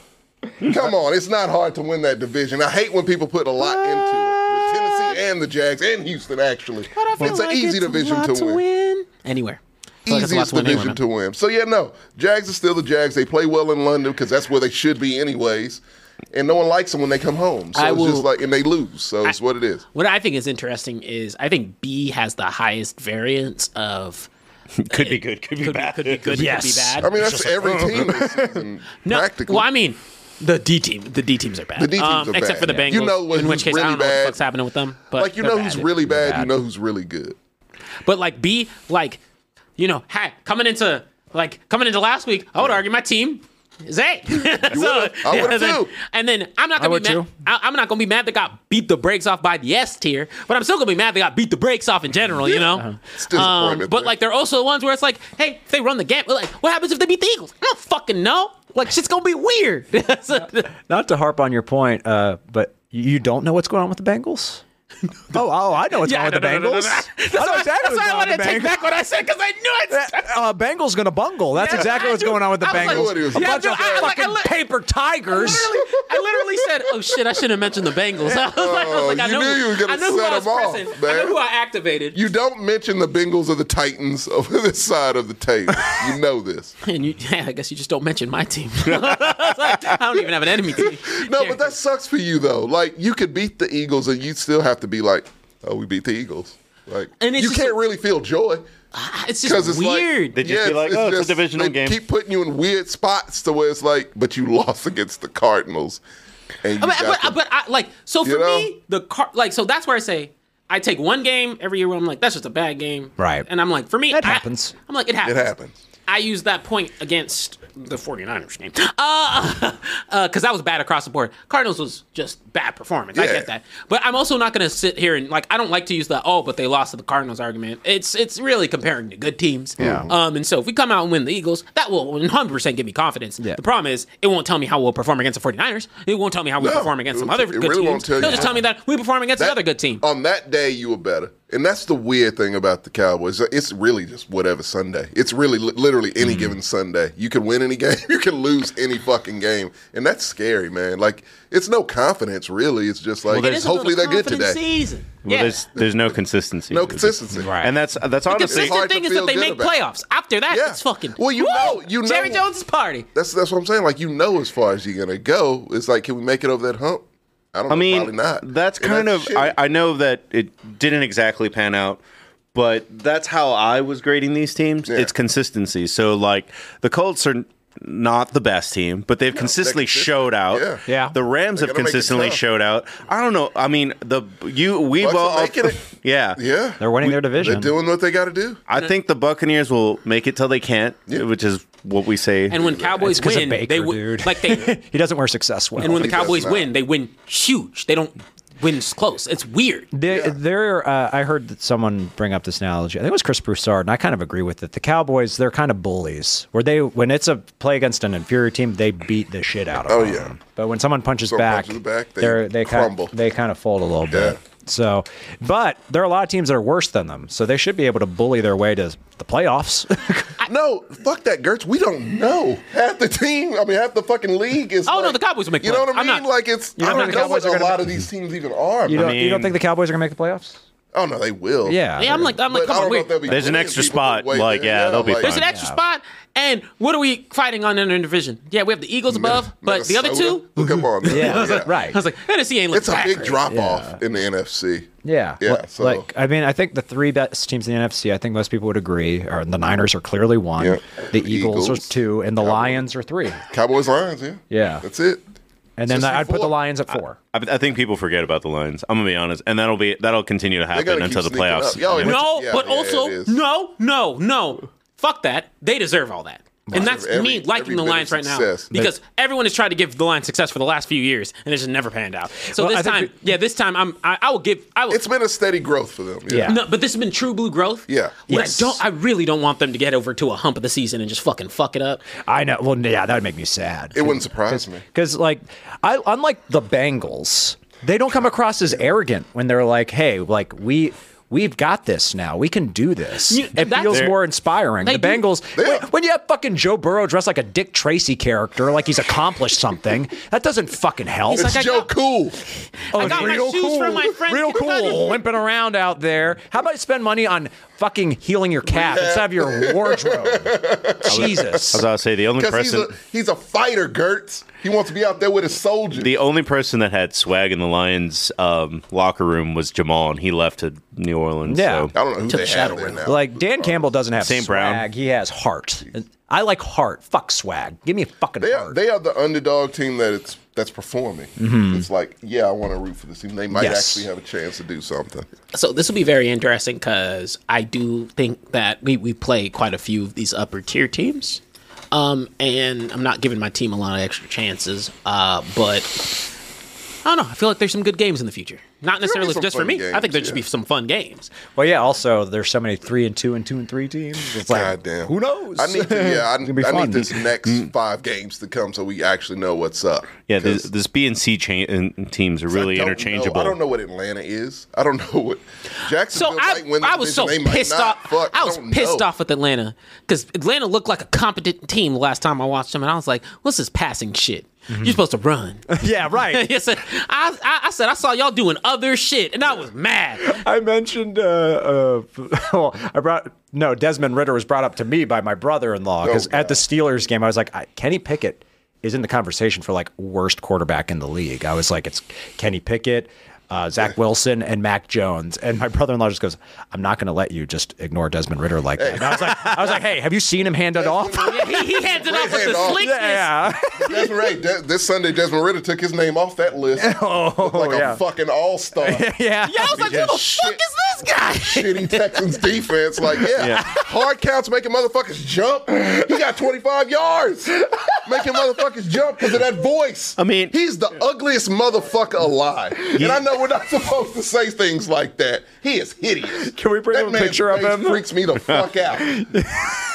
S2: Come on, it's not hard to win that division. I hate when people put a lot into it. With Tennessee and the Jags and Houston, actually, it's an easy division to win.
S6: Anywhere. I feel like it's a lot
S2: Easiest
S6: to win anywhere,
S2: division
S6: man.
S2: to win. So yeah, no, Jags are still the Jags. They play well in London because that's where they should be, anyways. And no one likes them when they come home. So
S6: I
S2: it's
S6: will-
S2: just like, and they lose. So it's what it is.
S6: What I think is interesting is I think B has the highest variance of
S3: Could be good. Could be
S6: could be,
S3: bad.
S6: could be good,
S1: Yes.
S6: could be bad.
S2: I mean, that's every team this season,
S6: no,
S2: practically.
S6: well, I mean, The D team. The D teams are bad.
S2: The D teams
S6: Um,
S2: are bad.
S6: Except for the
S2: Yeah.
S6: Bengals.
S2: You know
S6: in
S2: who's
S6: which case I
S2: really
S6: don't know what the
S2: bad?
S6: fuck's happening with them. But
S2: like you
S6: they're
S2: know
S6: bad.
S2: who's really bad,
S1: bad.
S2: you know who's really good.
S6: But like be like, you know, hey, coming into like coming into last week, I would argue my team is A. so,
S2: I would've
S6: then-
S2: too.
S6: And then I'm not gonna
S1: would
S6: be mad.
S1: too.
S6: I, I'm not gonna be mad they got beat the brakes off by the S tier, but I'm still gonna be mad they got beat the brakes off in general. You know.
S2: It's disappointment.
S6: Um, but
S2: man.
S6: like they're also the ones where it's like, hey, if they run the gamut. Like, what happens if they beat the Eagles? I don't fucking know. Like shit's gonna be weird. So-
S1: Not to harp on your point, uh, but you- you don't know what's going on with the Bengals. oh, oh, I know what's
S6: Yeah,
S1: going on with the
S6: no, no, no, no,
S1: Bengals.
S6: no.
S1: I
S6: That's
S1: know
S6: why-
S1: exactly
S6: that's
S1: what's
S6: why I
S1: going on
S6: wanted
S1: with
S6: to
S1: the
S6: take
S1: Bengals.
S6: back what I said because I knew it.
S1: Uh, Bengals gonna bungle. That's
S6: Yeah,
S1: exactly
S6: I
S1: what's
S6: knew-
S1: going on with the
S6: I was like-
S1: Bengals.
S2: Yeah,
S1: a
S2: I
S1: bunch
S6: knew-
S1: of
S6: I was like, I
S1: fucking
S6: li-
S1: paper tigers.
S6: literally, I literally said, "Oh shit, I shouldn't have mentioned the Bengals." I was like, I, was like, I
S2: Oh, you
S6: know,
S2: knew you were gonna
S6: I know who
S2: set
S6: I was
S2: 'em off,
S6: pressing. I know
S2: man.
S6: who I activated.
S2: you don't mention the Bengals or the Titans over this side of the table. you know this.
S6: and you, yeah, I guess you just don't mention my team. I, was like, I don't even have an enemy team.
S2: No, but that sucks for you though. Like you could beat the Eagles and you still have to be like, oh, we beat the Eagles. Like
S6: And it's
S2: you
S6: just-
S2: can't really feel joy
S6: it's
S2: because
S6: just
S2: it's
S6: weird.
S2: Like,
S3: They just be like, "Oh, it's a divisional
S2: they
S3: game."
S2: Keep putting you in weird spots to where it's like, but you lost against the Cardinals. And you
S6: but,
S2: got
S6: but,
S2: the-
S6: but I, like, so for
S2: You know?
S6: me, the car, like, so that's where I say I take one game every year where I'm like, that's just a bad game,
S1: Right.
S6: And I'm like, for me,
S1: That
S6: I-
S1: happens.
S6: I'm like, it happens.
S2: it happens.
S6: I used that point against the 49ers game. Because that was bad across the board. Cardinals was just bad performance. I
S2: Yeah.
S6: get that. But I'm also not going to sit here and, like, I don't like to use the, oh, but they lost to the Cardinals argument. It's it's really comparing to good teams. Yeah. Um, and so if we come out and win the Eagles, that will 100% give me confidence.
S1: Yeah.
S6: The problem is, it won't tell me how we'll perform against the 49ers. It won't tell me how we
S2: No,
S6: perform against
S2: it-
S6: some other
S2: it
S6: good
S2: really
S6: teams.
S2: won't tell you
S6: They'll just
S2: how.
S6: tell me that we perform against
S2: That- Oh,
S6: another good team.
S2: On that day, you were better, and that's the weird thing about the Cowboys. It's really just whatever Sunday. It's really li- literally any given Sunday. You can win any game, you can lose any fucking game, and that's scary, man. Like it's no confidence, really. It's just like
S3: Well,
S6: It is a
S2: hopefully they're
S6: little
S2: good
S6: confidence
S2: today.
S6: Season.
S3: Well,
S6: yeah.
S3: there's there's no consistency.
S2: No consistency,
S1: Right.
S3: And that's that's honestly
S2: hard
S6: consistent
S2: to
S6: thing is that
S2: feel
S6: they
S2: good
S6: make
S2: about.
S6: playoffs. After that,
S2: Yeah.
S6: it's fucking.
S2: Well, you
S6: Woo!
S2: know- you know-
S6: Jerry Jones' party.
S2: That's that's what I'm saying. Like you know, as far as you're gonna go, it's like can we make it over that hump? I don't.
S3: I
S2: know,
S3: mean,
S2: probably not.
S3: that's
S2: And
S3: kind of. I,
S2: shitty.
S3: I know that it didn't exactly pan out, but that's how I was grading these teams.
S2: Yeah.
S3: It's consistency. So like the Colts are not the best team, but they've consistently
S2: consistent.
S3: showed out.
S2: Yeah.
S1: Yeah.
S3: The Rams
S2: They're
S3: have
S2: gonna make it
S3: consistently
S2: tough.
S3: showed out. I don't know. I mean, the you we
S2: Bucks
S3: well
S2: are making it.
S3: yeah
S2: yeah,
S1: They're winning their
S2: they're
S1: division.
S2: doing what they got to do.
S3: I think the Buccaneers will make it till they can't, which is what we say.
S6: And when Cowboys
S1: 'cause of
S6: win,
S1: Baker,
S6: they win.
S1: dude.
S6: Like they.
S1: He doesn't wear success well.
S6: And when the
S2: He does
S6: Cowboys
S2: not.
S6: win, they win huge. They don't win close. It's weird.
S1: They, They're. Uh, I heard that someone bring up this analogy. I think it was Chris Broussard, and I kind of agree with it. The Cowboys, they're kind of bullies. Where they, when it's a play against an inferior team, they beat the shit out of
S2: Oh,
S1: them.
S2: yeah.
S1: But when someone punches
S2: Someone
S1: back,
S2: punches back, they
S1: they're- they
S2: crumble.
S1: Kind of, they kind of fold a little bit.
S2: Yeah.
S1: So, but there are a lot of teams that are worse than them. So they should be able to bully their way to the playoffs.
S2: No, fuck that, Gertz. We don't know half the team. I mean, half the fucking league is.
S6: Oh, no,
S2: like-
S6: the Cowboys will make
S2: You know
S6: playoffs.
S2: what I
S6: I'm
S2: mean?
S6: not-
S2: like it's.
S1: You
S2: I
S1: don't
S2: don't
S1: think the
S2: know
S1: Cowboys
S2: what
S1: are
S2: a
S1: gonna-
S2: lot of these teams even are.
S1: you
S2: man.
S1: don't. you don't
S3: mean-
S1: think the Cowboys are gonna make the playoffs?
S2: oh no, they will.
S1: Yeah.
S6: Yeah, I'm like, I'm like,
S2: But I
S6: come on,
S2: don't know if
S6: weird.
S2: they'll be
S3: There's an
S2: playing
S3: extra
S2: people
S3: spot,
S2: the way
S3: like,
S2: they-
S3: yeah, they'll be
S6: There's an
S3: fine.
S6: extra spot, and what are we fighting on in the division? Yeah, we have the Eagles above, but the other two.
S2: Minnesota? Well, Come on. man.
S1: Yeah. Right.
S6: I was like, Tennessee ain't
S2: It's
S6: looking
S2: a
S6: back.
S2: big drop off in the NFC.
S1: Yeah.
S2: Yeah,
S1: Like-
S2: so-
S1: Like, I mean, I think the three best teams in the NFC, I think most people would agree, are the Niners are clearly one,
S2: Yeah.
S1: the
S2: The
S1: Eagles,
S2: Eagles,
S1: are two, and the Lions are three.
S2: Cowboys Lions, yeah.
S1: Yeah.
S2: That's it.
S1: And then
S2: Just
S1: I'd put the
S2: four.
S1: Lions at four.
S3: I, I think people forget about the Lions. I'm gonna be honest, and that'll be that'll continue to happen
S2: gotta
S3: until the
S2: keep sneaking
S3: playoffs.
S2: up. Y'all ain't-
S6: No,
S2: Yeah,
S6: but
S2: yeah,
S6: also
S2: it is.
S6: no, no, no. Fuck that. They deserve all that. And that's
S2: Every-
S6: me liking
S2: every
S6: the
S2: bit of
S6: Lions right now
S2: success.
S6: because everyone has tried to give the Lions success for the last few years and it's just never panned out. So
S1: Well, I
S6: this
S1: think
S6: time, yeah, this time I'm I, I will give I will.
S2: It's been a steady growth for them.
S1: Yeah.
S6: no, but this has been true blue growth.
S2: Yeah.
S6: What
S1: Yes.
S6: I don't, I really don't want them to get over to a hump of the season and just fucking fuck it up.
S1: I know. Well, yeah, that would make me sad.
S2: It wouldn't surprise me.
S1: Because, like, I unlike the Bengals, they don't come across as arrogant when they're like, "Hey, like we." We've got this now. We can do this.
S6: You-
S1: it
S6: that's-
S1: feels
S6: They're-
S1: more inspiring. The
S6: They do-
S1: Bengals,
S2: They-
S1: when, when you have fucking Joe Burrow dressed like a Dick Tracy character, like he's accomplished something, that doesn't fucking help.
S6: He's
S2: It's
S6: like, I
S2: Joe
S6: got-
S2: Cool.
S6: I got my shoes from my friend.
S1: Real cool, limping around out there. How about you spend money on fucking healing your calf instead of your wardrobe? Jesus.
S3: As I say, the only
S2: Because he's
S3: person
S2: a he's a fighter, Gertz. He wants to be out there with his soldiers.
S3: the only person that had swag in the Lions um, locker room was Jamal, and he left to New Orleans.
S1: Yeah.
S3: so.
S2: I don't know Oh. who they have there now.
S1: Like Dan Campbell doesn't have
S3: Saint Brown.
S1: swag; he has heart. I like heart. Fuck swag. Give me a fucking
S2: They are,
S1: heart.
S2: they are the underdog team that it's that's performing.
S6: Mm-hmm.
S2: It's like, yeah, I want to root for this team. They might
S1: Yes.
S2: actually have a chance to do something.
S6: So this will be very interesting because I do think that we, we play quite a few of these upper tier teams. Um, and I'm not giving my team a lot of extra chances. Uh, but I don't know. I feel like there's some good games in the future. Not necessarily
S2: some
S6: just for
S2: fun
S6: me. I think
S2: games,
S6: there
S2: yeah.
S6: should be some fun games.
S1: well, yeah. Also, there's so many three and two and two and three teams. It's like,
S2: God damn.
S1: who knows?
S2: I need to, yeah, I,
S1: It's gonna be
S2: I
S1: fun.
S2: need this next
S6: Mm-hmm.
S2: five games to come so we actually know what's up.
S3: Yeah, this,
S2: 'Cause
S3: this B and C cha- and teams are
S2: I
S3: really
S2: don't know.
S3: interchangeable.
S2: I don't know what Atlanta is. I don't know what Jacksonville
S6: So I,
S2: might win. the
S6: I was so
S2: division. They might
S6: pissed
S2: not.
S6: off.
S2: Fuck,
S6: I was
S2: don't
S6: pissed
S2: know.
S6: off with Atlanta because Atlanta looked like a competent team the last time I watched them, and I was like, "What's this passing shit?
S2: Mm-hmm.
S6: You're supposed to run."
S1: yeah, right.
S6: yes, I, I, I said I saw y'all doing other shit, and I was mad.
S1: I mentioned, uh, uh, well, I brought, no, Desmond Ritter was brought up to me by my brother in law because
S2: Oh,
S1: at the Steelers game, I was like, I, Kenny Pickett is in the conversation for like worst quarterback in the league. I was like, it's Kenny Pickett, uh, Zach Wilson, and Mac Jones. And my brother in law just goes, I'm not going to let you just ignore Desmond Ritter like that. And I was like, I was like, hey, have you seen him hand it off?
S6: Yeah, he, he hands it off with
S2: hand
S6: the
S2: off.
S6: slickness.
S1: yeah.
S2: Desmond Ray, De- this Sunday, Desmond Ritter took his name off that list.
S6: Oh,
S2: Looked like
S1: Oh, yeah.
S2: a fucking all star.
S1: Yeah.
S6: Yeah, I was like, "Who the fuck is this guy?"
S2: Shitty Texans defense. Like, yeah. Hard counts making motherfuckers jump. He got 25 yards. Making motherfuckers jump because of that voice.
S3: I mean-
S2: he's the ugliest motherfucker alive. And I know we're not supposed to say things like that. He is hideous.
S1: Can we bring
S2: that
S1: up a
S2: man's
S1: picture of
S2: face
S1: him?
S2: freaks me the fuck out. it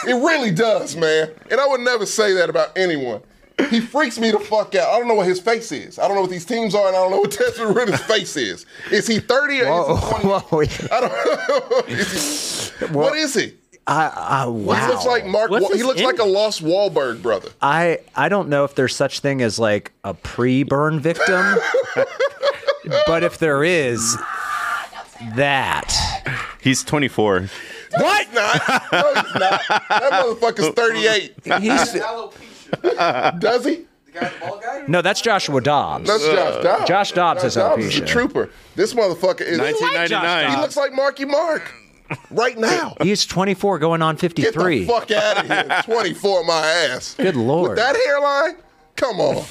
S2: really does, man. And I would never say that about anyone. He freaks me the fuck out. I don't know what his face is. I don't know what these teams are, and I don't know what Desmond Ritter's face is. Is he 30 or is he 20?
S1: Whoa, Oh, whoa.
S2: I don't know. Is he- what is he?
S1: I, I, wow.
S2: He looks like Mark.
S6: What's
S2: Wa- he
S6: his
S2: looks like a
S6: image?
S2: lost Wahlberg brother.
S1: I I don't know if there's such thing as like a pre-burn victim, but if there is, that
S3: He's 24.
S1: what?
S2: Not, no, he's not. That motherfucker's 38.
S1: He's,
S4: Alopecia.
S2: Does he?
S4: The guy, the bald guy?
S1: no, that's Joshua Dobbs.
S2: That's Josh Dobbs.
S1: Uh, Josh Dobbs has
S2: is a
S1: alopecia.
S2: trooper. This motherfucker is. He
S3: 1999.
S2: looks like Marky Mark right now.
S1: He's 24, going on
S2: Get
S1: 53.
S2: the fuck out of here. 24 my ass.
S1: Good lord.
S2: With that hairline? Come on.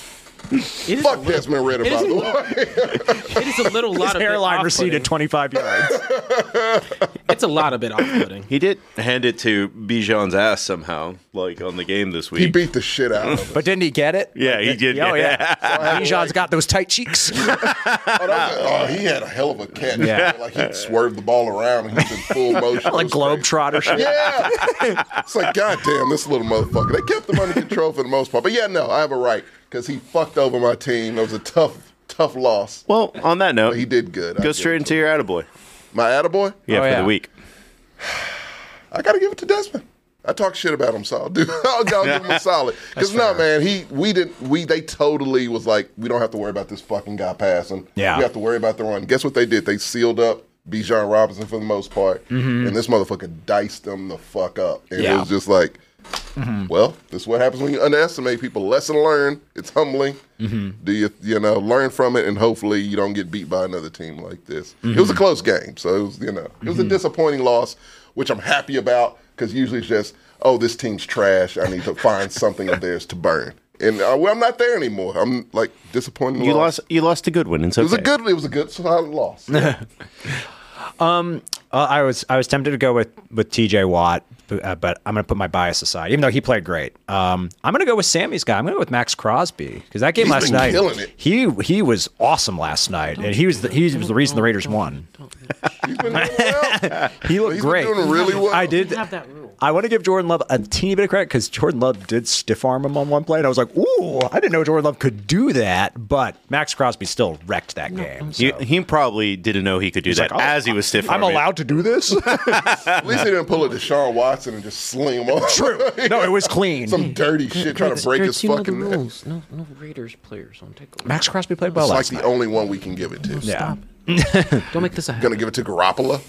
S6: It is,
S2: Fuck Desmond Ritter,
S6: It
S2: by
S6: is-
S2: the way.
S6: it is a little lot
S1: His
S6: of
S1: hairline receded 25 yards.
S6: It's a lot of bit off-putting.
S8: He did hand it to Bijan's ass somehow, like on the game this
S2: He
S8: week.
S2: beat the shit out of him.
S1: But didn't he get it?
S8: yeah, he did.
S1: Oh yeah.
S2: had to
S1: Bijan's got those tight cheeks.
S2: Oh, that was a- oh, he had a hell of a catch.
S1: Yeah.
S2: Like he swerved the ball around and he was in full motion.
S1: like
S2: It was crazy.
S1: globetrotter shit.
S2: Yeah. it's like, goddamn, this little motherfucker. They kept him under control for the most part. But yeah, no, I have a right because he fucked over my team. It was a tough, tough loss.
S3: Well, on that note,
S2: But he did good. I
S3: go
S2: give
S3: straight
S2: it
S3: into your attaboy.
S2: to him. my attaboy.
S3: Yeah,
S1: Oh,
S3: for
S1: yeah.
S3: the week.
S2: I gotta give it to Desmond. I talk shit about him, so I'll do. I'll, I'll give him a solid. Because no, man, he we didn't we they totally was like we don't have to worry about this fucking guy passing.
S1: Yeah.
S2: we have to worry about the run. Guess what they did? They sealed up Bijan Robinson for the most part, and this motherfucker diced them the fuck up. And it
S1: Mm-hmm. Yeah.
S2: was just like, well, this is what happens when you underestimate people. Lesson learned. It's humbling. Do you you know learn from it, and hopefully you don't get beat by another team like this. It was a close game, so it was you know it was a disappointing loss, which I'm happy about because usually it's just oh this team's trash. I need to find something of theirs to burn, and uh, well, I'm not there anymore. I'm like disappointed.
S3: You lost. You lost a good one. It's okay.
S2: It was a good. It was a good solid loss.
S1: Uh, I was I was tempted to go with with T.J. Watt, but, uh, but I'm going to put my bias aside, even though he played great. Um, I'm going to go with Sammy's guy. I'm going to go with Max Crosby because that game
S2: He's
S1: last
S2: been
S1: night
S2: killing it.
S1: he he was awesome last night, and he was the, he was the reason the Raiders won.
S2: He's been doing well.
S1: He looked
S2: He's been
S1: great.
S2: doing really well.
S1: I did.
S5: have that rule.
S1: I want to give Jordan Love a teeny bit of credit because Jordan Love did stiff arm him on one play, and I was like, "Ooh, I didn't know Jordan Love could do that." But Max Crosby still wrecked that game. So.
S3: He, he probably didn't know he could do that
S1: like, oh,
S3: as he was stiff.
S1: I'm allowed to do this.
S2: At least he didn't pull a Deshaun Watson and just sling him off.
S1: True. No, it was clean.
S2: Some dirty shit trying to break his fucking neck.
S6: rules. No, no Raiders players on take.
S1: Max Crosby played well
S2: It's like
S1: last
S2: the
S1: night.
S2: only one we can give it to.
S1: yeah.
S6: Don't make this a
S2: Gonna give it to Garoppolo.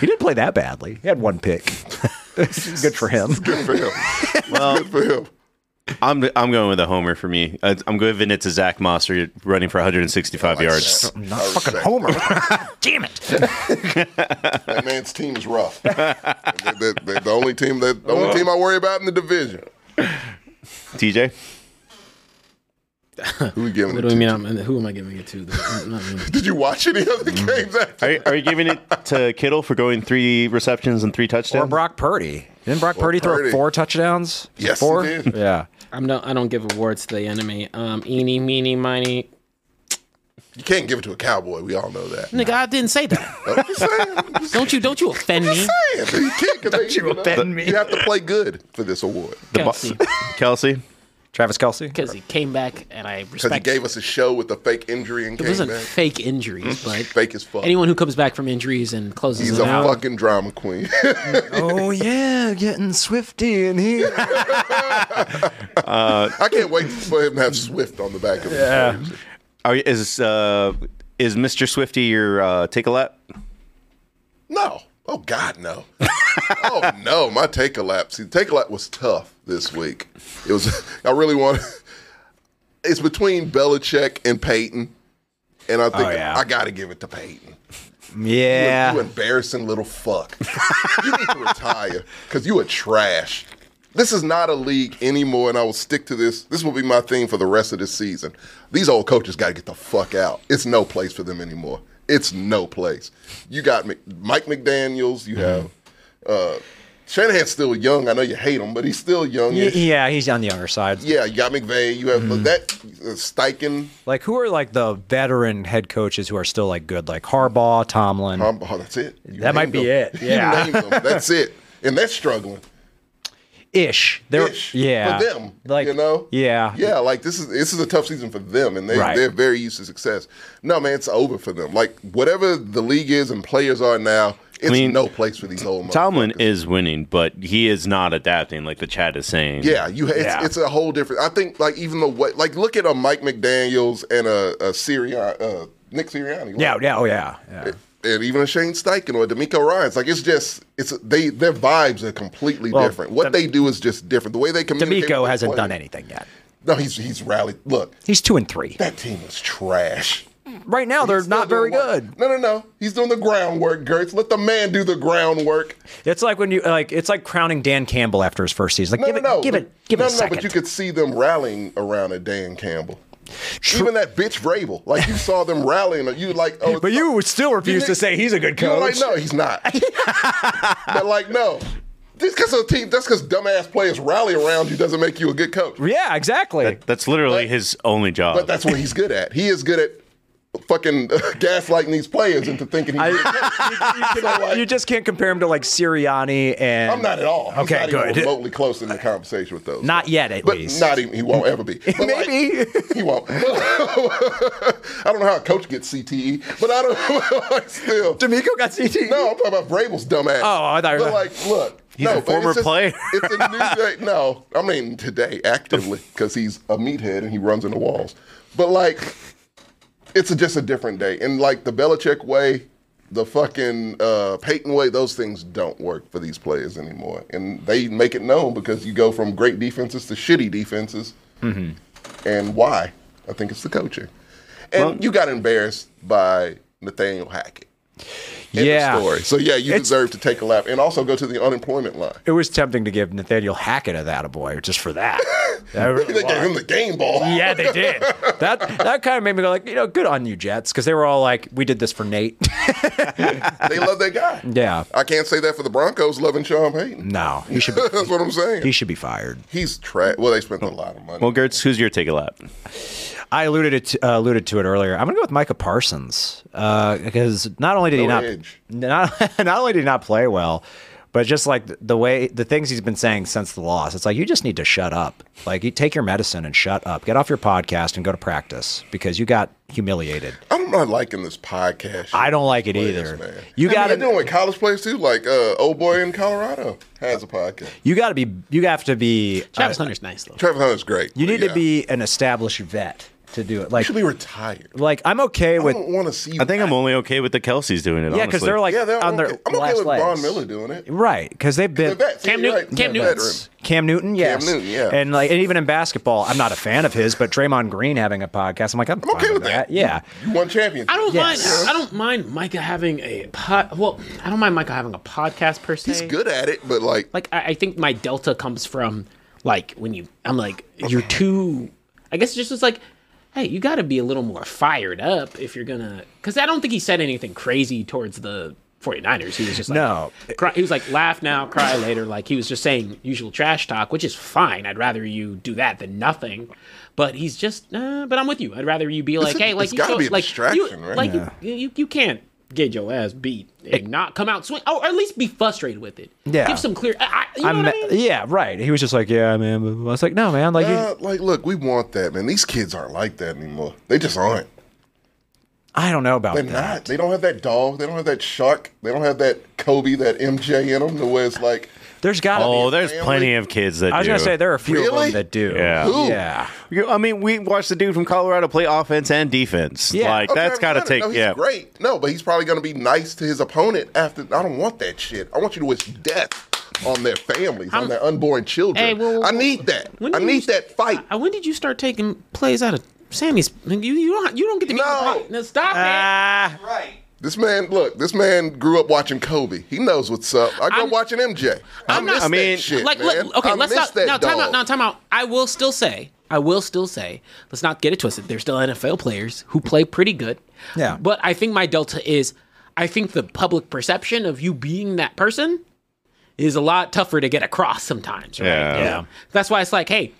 S1: He didn't play that badly. He had one pick. Good for him.
S2: Good for him. Good for him.
S3: I'm I'm going with a homer for me. I, I'm giving it to Zach Moss for running for 165 yards.
S2: I'm not
S1: Fucking Homer. Damn it.
S2: That man's team is rough. They- they- they- the only team that the only team I worry about in the division.
S3: TJ,
S2: Who we giving
S6: What
S2: it
S6: do
S2: to?
S6: I mean? I'm, who am I giving it to? I'm not really-
S2: Did you watch any other
S6: Mm-hmm.
S2: games after?
S3: are you, are you giving it to Kittle for going three receptions and three touchdowns?
S1: Or Brock Purdy. Didn't Brock Purdy throw
S2: Purdy.
S1: four touchdowns? Was it
S2: Yes, he
S1: four?
S2: did.
S1: Yeah.
S6: I'm no, I don't give awards to the enemy. Um, eeny, meeny, miny.
S2: You can't give it to a cowboy. We all know that.
S6: Nigga, I didn't say that.
S2: I'm just saying. I'm just
S6: Don't you? Don't you offend me?
S2: saying. You can't. 'cause they- you, know, you have to play good for this award.
S6: Kelsey,
S3: Kelsey,
S1: Travis Kelsey.
S6: because he came back, and I
S2: Because he
S6: respect.
S2: gave us a show with a fake injury and
S6: it
S2: came
S6: wasn't
S2: back.
S6: fake injuries, but
S2: Fake as fuck.
S6: anyone who comes back from injuries and closes
S2: He's
S6: it
S2: a
S6: out.
S2: fucking drama queen.
S1: Oh yeah, getting swifty in here.
S2: I can't wait for him to have Swift on the back of his jersey.
S3: are, you- is uh, is Mr. Swifty your uh, take a lap?
S2: No. Oh God, no. oh no, my take a lap. See, take a lap was tough this week. It was. I really want. It's between Belichick and Peyton, and I think
S1: Oh, yeah.
S2: I got to give it to Peyton. You
S1: Yeah.
S2: embarrassing little fuck. you need to retire because you a trash. This is not a league anymore, and I will stick to this. This will be my thing for the rest of this season. These old coaches got to get the fuck out. It's no place for them anymore. It's no place. You got Mc- Mike McDaniels. You have uh, Shanahan's still young. I know you hate him, but he's still young.
S1: Y- Yeah, Mm-hmm. he's on the younger side.
S2: Yeah, you got McVay. You have that uh, Steichen.
S1: Like who are like the veteran head coaches who are still like good, like Harbaugh, Tomlin.
S2: Um, oh, that's it. You
S1: That might be
S2: named them.
S1: it.
S2: You
S1: Yeah.
S2: named them. That's it. And that's struggling.
S1: ish. They're
S2: ish
S1: yeah.
S2: for them.
S1: Like
S2: you know,
S1: Yeah.
S2: yeah. Like this is this is a tough season for them, and they
S1: Right.
S2: they're very used to success. No man, it's over for them. Like whatever the league is and players are now, it's
S3: mean,
S2: no place for these old.
S3: Tomlin is winning, but he is not adapting like the chat is saying.
S2: Yeah, you. It's,
S1: Yeah.
S2: it's a whole different. I think like even the way like look at a Mike McDaniel's and a, a Sirianni, uh, Nick Sirianni. like,
S1: Yeah, yeah, oh yeah. yeah.
S2: And even a Shane Steichen or D'Amico Ryan's, like it's just it's they their vibes are completely
S1: Well,
S2: different. What
S1: D'Am-
S2: they do is just different. The way they communicate.
S1: D'Amico
S2: with their
S1: hasn't done
S2: players-
S1: anything yet.
S2: No, he's he's rallied. Look,
S1: He's two and three.
S2: That team is trash.
S1: Right now they're
S2: He's still
S1: not very
S2: doing work.
S1: good.
S2: No, no, no. He's doing the groundwork, Gertz. Let the man do the groundwork.
S1: It's like when you like it's like crowning Dan Campbell after his first season. Like
S2: No,
S1: give
S2: no,
S1: it
S2: no.
S1: give it give
S2: no,
S1: it a
S2: no,
S1: second.
S2: But you could see them rallying around a Dan Campbell. Even that bitch Vrabel, like you saw them rallying. You like, oh,
S1: But you would still refuse to
S2: didn't-
S1: say he's a good
S2: you were like,
S1: coach.
S2: no, he's not. but like, no, just because a team, that's because dumbass players rally around you doesn't make you a good coach.
S1: Yeah, exactly.
S3: That's literally his only job.
S2: But that's what he's good at. He is good at fucking gaslighting these players into thinking he's. a good coach. So, like,
S1: you just can't compare him to like Sirianni and
S2: I'm not at all. He's
S1: Okay,
S2: not even
S1: good.
S2: remotely close in the conversation with those.
S1: Not yet, at
S2: but
S1: least.
S2: Not even. He won't ever be. But, like,
S1: Maybe.
S2: he won't. I don't know how a coach gets CTE, but I don't. like, still.
S1: D'Amico got E. CTE.
S2: No, I'm talking about Vrabel's dumbass.
S1: Oh, I thought you
S2: But
S1: were-
S2: like, look.
S3: He's
S2: no,
S3: a
S2: but it's
S3: former
S2: just-
S3: player.
S2: It's a new day. No, I mean today actively because he's a meathead and he runs into walls. But like, it's a, just a different day. And like the Belichick way, the fucking uh, Peyton way, those things don't work for these players anymore. And they make it known because you go from great defenses to shitty defenses. And why? I think it's the coaching. And you got embarrassed by Nathaniel Hackett. End of
S1: yeah.
S2: story. So yeah, you
S1: It's-
S2: deserve to take a lap and also go to the unemployment line.
S1: It was tempting to give Nathaniel Hackett a that boy just for that. That really
S2: They
S1: was.
S2: gave him the game ball.
S1: Yeah, they did. That that kind of made me go like, you know, good on you Jets because they were all like, we did this for Nate.
S2: They love that guy.
S1: yeah.
S2: I can't say that for the Broncos loving Sean Payton.
S1: No, he should be,
S2: That's what I'm saying.
S1: he should be fired.
S2: He's trash. Well, they spent a lot of money.
S3: well, Gertz, who's your take a lap?
S1: I alluded it to, uh, alluded to it earlier. I'm gonna go with Micah Parsons uh, because not only did he
S2: No
S1: not,
S2: edge.
S1: not not only did he not play well, but just like the- the way the things he's been saying since the loss, it's like you just need to shut up. Like you take your medicine and shut up. Get off your podcast and go to practice because you got humiliated.
S2: I'm not liking this podcast. shit.
S1: I don't like it
S2: Players,
S1: either.
S2: man.
S1: You
S2: I mean,
S1: got
S2: they're doing
S1: to
S2: with college players too. Like uh, old boy in Colorado has a podcast.
S1: you got to be you have to be uh,
S6: Travis Hunter's nice though.
S2: Travis Hunter's great.
S1: you
S2: but
S1: need
S2: yeah.
S1: to be an established vet. to do it. Like,
S2: should be retired.
S1: like I'm okay
S2: I
S1: with
S2: don't want to see.
S3: I think I'm only okay with the Kelseys doing it.
S1: yeah, because
S3: honestly.
S1: they're like
S2: yeah, they're,
S1: on
S2: I'm
S1: their
S2: okay. I'm okay
S1: last
S2: with
S1: legs.
S2: Von Miller doing it.
S1: Right, because they've
S2: They're
S1: been
S2: vets,
S6: Cam
S2: you're
S6: Newton-
S2: right,
S6: Cam
S2: they're
S6: Newton's-
S2: veterans.
S1: Cam Newton, yes,
S2: Newton, yeah.
S1: and like and even in basketball, I'm not a fan of his, but Draymond Green having a podcast, I'm like, I'm, fine
S2: okay with that.
S1: Yeah,
S2: You won champion.
S6: I don't
S1: Yes.
S6: mind. I don't mind Micah having a pod. Well, I don't mind Micah having a podcast per se.
S2: He's good at it, but like,
S6: Like I, I think my delta comes from like when you. I'm like you're too. I guess it just was like, hey, you got to be a little more fired up if you're gonna. Because I don't think he said anything crazy towards the 49ers. He was just like,
S1: No.
S6: Cry, he was like, laugh now, cry later. Like he was just saying usual trash talk, which is fine. I'd rather you do that than nothing. But he's just. Uh, but I'm with you. I'd rather you be like,
S2: a-
S6: hey, like
S2: it's
S6: you
S2: gotta
S6: so-
S2: be a
S6: like,
S2: distraction,
S6: you,
S2: right?
S6: Like you, you, you can't get your ass beat and not come out swing, or at least be frustrated with it.
S1: Yeah.
S6: give some clear. I, I- you know
S1: I'm,
S6: what I mean?
S1: yeah, right. He was just like, yeah, man. blah, blah, blah. I was like, no, man, like, you-
S2: uh, like, look, we want that, man. These kids aren't like that anymore. They just aren't.
S1: I don't know about
S2: They're
S1: that.
S2: not. They don't have that dog. They don't have that shark. They don't have that Kobe, that MJ in them. The way it's like,
S1: There's got to
S3: oh,
S1: be.
S3: there's
S2: family.
S3: plenty of kids that.
S1: I was
S3: do.
S1: gonna say there are a few of
S2: Really?
S1: them that do.
S3: Yeah.
S2: Who?
S1: yeah.
S3: You- I mean, we watched the dude from Colorado play offense and defense.
S1: Yeah.
S3: Like
S2: oh,
S3: that's got
S2: Travis
S3: to
S2: Hunter,
S3: take.
S2: no, he's
S3: yeah,
S2: great. No, but he's probably going to be nice to his opponent after. I don't want that shit. I want you to wish death on their families, on their unborn children.
S6: Hey, well-
S2: I need that.
S6: When
S2: I
S6: did you
S2: need
S6: st-
S2: that fight.
S6: I- Uh, when did you start taking plays out of Sammy's? You you don't you don't get to be in the
S2: No.
S6: pocket. Now stop it.
S1: Ah,
S5: Right.
S2: This man, look, this man grew up watching Kobe. He knows what's up. I grew
S6: I'm-
S2: up watching MJ. i
S6: I'm not-
S2: miss
S6: I
S3: mean,
S2: that shit,
S6: like,
S2: man.
S6: look, okay,
S2: I
S6: let's
S2: miss
S6: not.
S2: that
S6: Now, time
S2: dog.
S6: out. Now, time out. I will still say, I will still say, let's not get it twisted. There's still NFL players who play pretty good.
S1: Yeah.
S6: But I think my delta is, I think the public perception of you being that person is a lot tougher to get across sometimes. Right?
S3: Yeah. Yeah.
S6: That's why it's like, hey,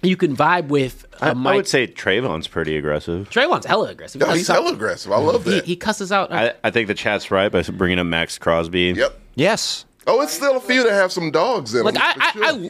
S6: you can vibe with
S3: I,
S6: uh,
S3: I
S6: Mike.
S3: would say Trayvon's pretty aggressive.
S6: Trayvon's hella aggressive.
S2: No,
S6: He
S2: he's
S6: cusses out-
S2: hella aggressive. I love
S6: he,
S2: that.
S6: he cusses out. uh,
S3: I, I think the chat's right by bringing up Max Crosby.
S2: yep.
S1: yes.
S2: Oh, it's still a few that have some dogs in
S6: Like
S2: them.
S6: I,
S2: for sure.
S6: I,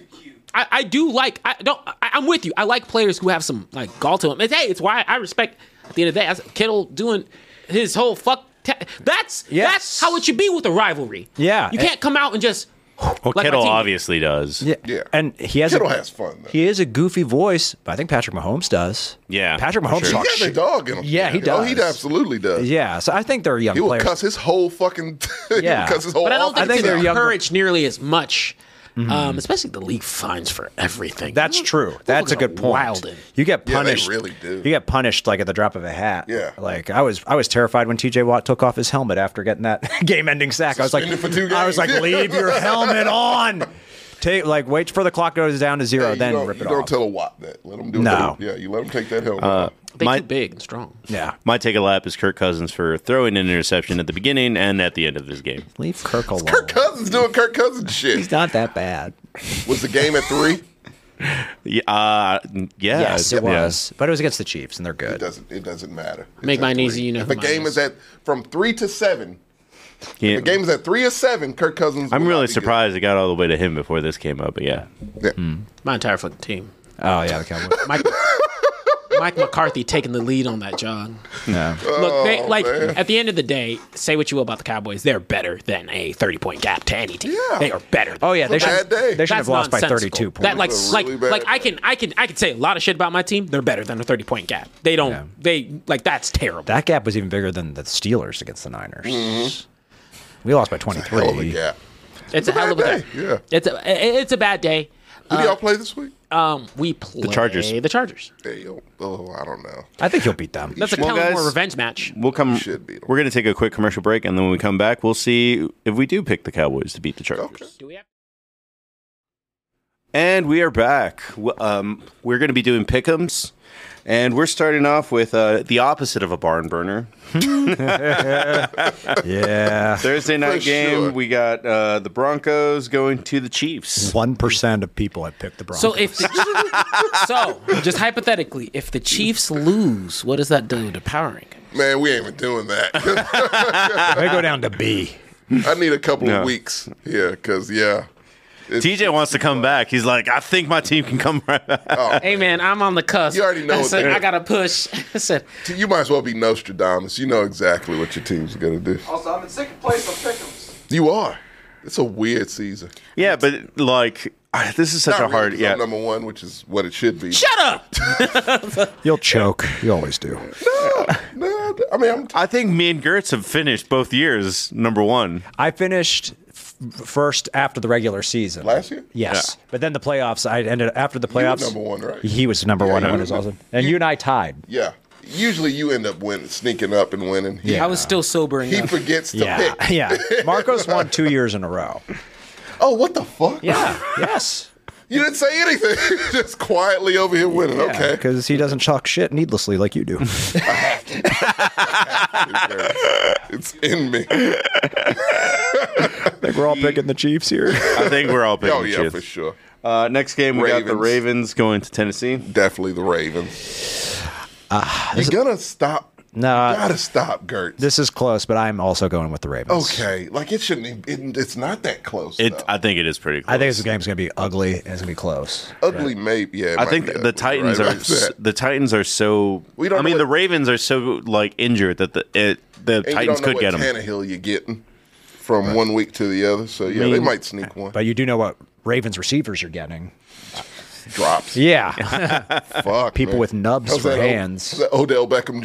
S6: I, I, I do like. I don't. I, I'm with you. I like players who have some like gall to them. It's, hey, it's why I respect. At the end of the day, that's Kittle doing his whole fuck. ta- that's
S1: Yes.
S6: that's how it should be with a rivalry.
S1: Yeah.
S6: you can't come out and just.
S3: Well,
S6: Like my
S3: Kittle
S6: team.
S3: obviously does.
S1: Yeah.
S2: Yeah.
S1: And he has
S2: Kittle
S1: a,
S2: has fun, though.
S1: He is a goofy voice, but I think Patrick Mahomes does.
S3: Yeah,
S1: Patrick
S3: for
S1: Mahomes
S3: sure.
S2: He
S1: talks
S2: has a
S1: shit.
S2: dog in him.
S1: Yeah, he
S2: Oh, he
S1: does.
S2: absolutely does.
S1: Yeah, so I think they're young
S2: He will
S1: players.
S2: cuss his whole fucking. yeah.
S1: Yeah.
S2: He will cuss his whole.
S6: But I don't think,
S2: offense
S1: I think
S6: it's
S1: they're
S2: out.
S1: young- younger.
S6: encouraged nearly as much. Um, especially the league fines for everything.
S1: That's true. That's a
S6: Motherfuckers are
S1: good point.
S6: wildin'.
S1: You get
S2: Yeah, they
S1: punished.
S2: really do.
S1: You get punished like at the drop of a hat.
S2: Yeah.
S1: Like I was, I was terrified when T.J. Watt took off his helmet after getting that game-ending sack. I was like,
S2: Suspended for two
S1: I was like,
S2: games.
S1: leave your helmet on. Take like wait for the clock goes down to zero,
S2: Hey, you
S1: then
S2: don't,
S1: rip it
S2: you don't
S1: off.
S2: tell a Watt that. Let him do
S1: No.
S2: it. Yeah, you let him take that
S6: Uh,
S2: helmet. off.
S6: They
S3: My-
S6: too big and strong.
S1: yeah.
S3: My take a lap is Kirk Cousins for throwing an interception at the beginning and at the end of this game.
S1: Leave Kirk alone.
S2: Kirk
S6: uh,
S2: Cousins doing Kirk Cousins
S1: He's
S2: shit.
S1: not that bad.
S2: Was the game at three?
S3: Yeah, uh, yeah,
S1: Yes, it
S3: yeah.
S1: was, but it was against the Chiefs, and they're
S2: It
S1: good.
S2: doesn't. It doesn't matter. It's
S6: Make
S2: at
S6: mine
S2: three.
S6: easy, you know
S2: If the
S6: who mine
S2: game
S6: is.
S2: is at from three to seven.
S3: Yeah.
S2: The game is at three or seven. Kirk Cousins.
S3: I'm
S2: will not
S3: really
S2: be
S3: surprised it got all the way to him before this came up. But yeah,
S2: good. Yeah.
S6: My entire fucking team.
S1: Oh yeah, the Cowboys.
S6: Mike, Mike McCarthy taking the lead on that, John.
S1: No.
S6: Look, they,
S2: Oh,
S6: like
S2: man.
S6: at the end of the day, say what you will about the Cowboys, they're better than a thirty-point gap to any team.
S2: Yeah.
S6: They are better.
S1: Oh yeah, they
S2: It's a
S1: should.
S2: bad day.
S1: They should have
S6: That's
S1: lost by
S6: nonsensical.
S1: thirty-two points.
S6: That like
S2: It's a
S6: like
S2: really bad
S6: like I
S2: day.
S6: can I can I can say a lot of shit about my team. They're better than a thirty-point gap. They don't. They like that's terrible.
S1: That gap was even bigger than the Steelers against the Niners. We lost by
S2: Hell of Mm-hmm. a
S1: 23.
S2: gap.
S6: it's a hell of a
S2: bad
S6: day.
S2: day, yeah.
S6: It's a it- it's a bad day.
S2: Who
S6: Uh,
S2: do y'all play this week?
S6: Um, we play the
S3: Chargers.
S6: The Chargers.
S2: They don't- oh, I don't know.
S1: I think he'll beat them.
S6: That's a
S3: Well,
S6: Kellen Moore
S3: guys-
S6: revenge match.
S3: we'll come.
S2: should beat 'em.
S3: We're gonna take a quick commercial break, and then when we come back, we'll see if we do pick the Cowboys to beat the Chargers.
S2: Okay.
S6: Do we have?
S3: And we are back. W- Um, we're going to be doing pick'ems, and we're starting off with uh, the opposite of a barn burner.
S1: Yeah.
S3: Thursday night
S2: For
S3: game,
S2: sure.
S3: we got uh, the Broncos going to the Chiefs.
S1: 1% of people had picked the Broncos.
S6: So if the, so, just hypothetically, if the Chiefs lose, what does that do to power ranking?
S2: Man, we ain't even doing that.
S1: they go down to B.
S2: I need a couple
S3: No.
S2: of weeks. Yeah, because yeah, It's-
S3: TJ wants to come back. He's like, I think my team can come right back.
S6: Hey man, I'm on the cusp.
S2: You already know
S6: I
S2: what
S6: said
S2: they're-
S6: I gotta push. I said
S2: you might as well be Nostradamus. You know exactly what your team's gonna do.
S5: Also, I'm in second place on Pick'ems.
S2: You are. It's a weird season.
S3: Yeah, but like, I, this is such
S2: Not
S3: a
S2: really,
S3: hard.
S2: 'cause I'm
S3: Yeah,
S2: number one, which is what it should be.
S6: Shut up.
S1: You'll choke. You always do.
S2: No, I mean, I'm
S3: I think me and Gertz have finished both years number one.
S1: I finished f- first after the regular season.
S2: last year.
S1: Yes, but then the playoffs. I ended after the
S2: You were
S1: playoffs.
S2: number one, right?
S1: He was number one.
S2: you
S1: I
S2: were
S1: was
S2: number-
S1: awesome. And you and I tied.
S2: Yeah. Usually you end up winning, sneaking up and winning. He,
S6: I was still sobering
S2: he
S6: up.
S2: forgets to
S1: Yeah,
S2: pick.
S1: yeah. Marcos won two years in a row.
S2: Oh, what the fuck?
S1: Yeah. yes.
S2: You didn't say anything. Just quietly over here winning. okay.
S1: Because he doesn't talk shit needlessly like you do.
S2: It's in me.
S1: like we're all picking the Chiefs here.
S3: I think we're all picking
S2: Oh, yeah,
S3: Chiefs.
S2: for sure.
S3: Uh, next game, we got the
S2: Ravens.
S3: Ravens going to Tennessee.
S2: Definitely the Ravens.
S3: Ah,
S2: You're going to stop.
S1: No.
S2: Gotta stop, Gertz.
S1: this is close, but I'm also going with the Ravens.
S2: okay. Like, it shouldn't be. It, it's not that close.
S3: It,
S2: though.
S3: I think it is pretty. Close.
S1: I think this game's gonna be ugly and it's gonna be close.
S2: Ugly, maybe. Yeah. it
S3: I
S2: might
S3: think
S2: be
S3: the
S2: ugly,
S3: Titans
S2: right?
S3: are s- the Titans are so.
S2: We don't
S3: I mean,
S2: know
S3: the
S2: what-
S3: Ravens are so like injured that the it, the
S2: And
S3: Titans
S2: you don't
S3: could
S2: know
S3: get
S2: what
S3: them.
S2: Tannehill you're getting from one week to the other. So, yeah, they might sneak one.
S1: But you do know what Ravens receivers are getting.
S2: Drops.
S1: Yeah.
S2: Fuck.
S1: People
S2: man.
S1: with nubs
S2: How's
S1: for
S2: that O-
S1: hands.
S2: how's that Odell Beckham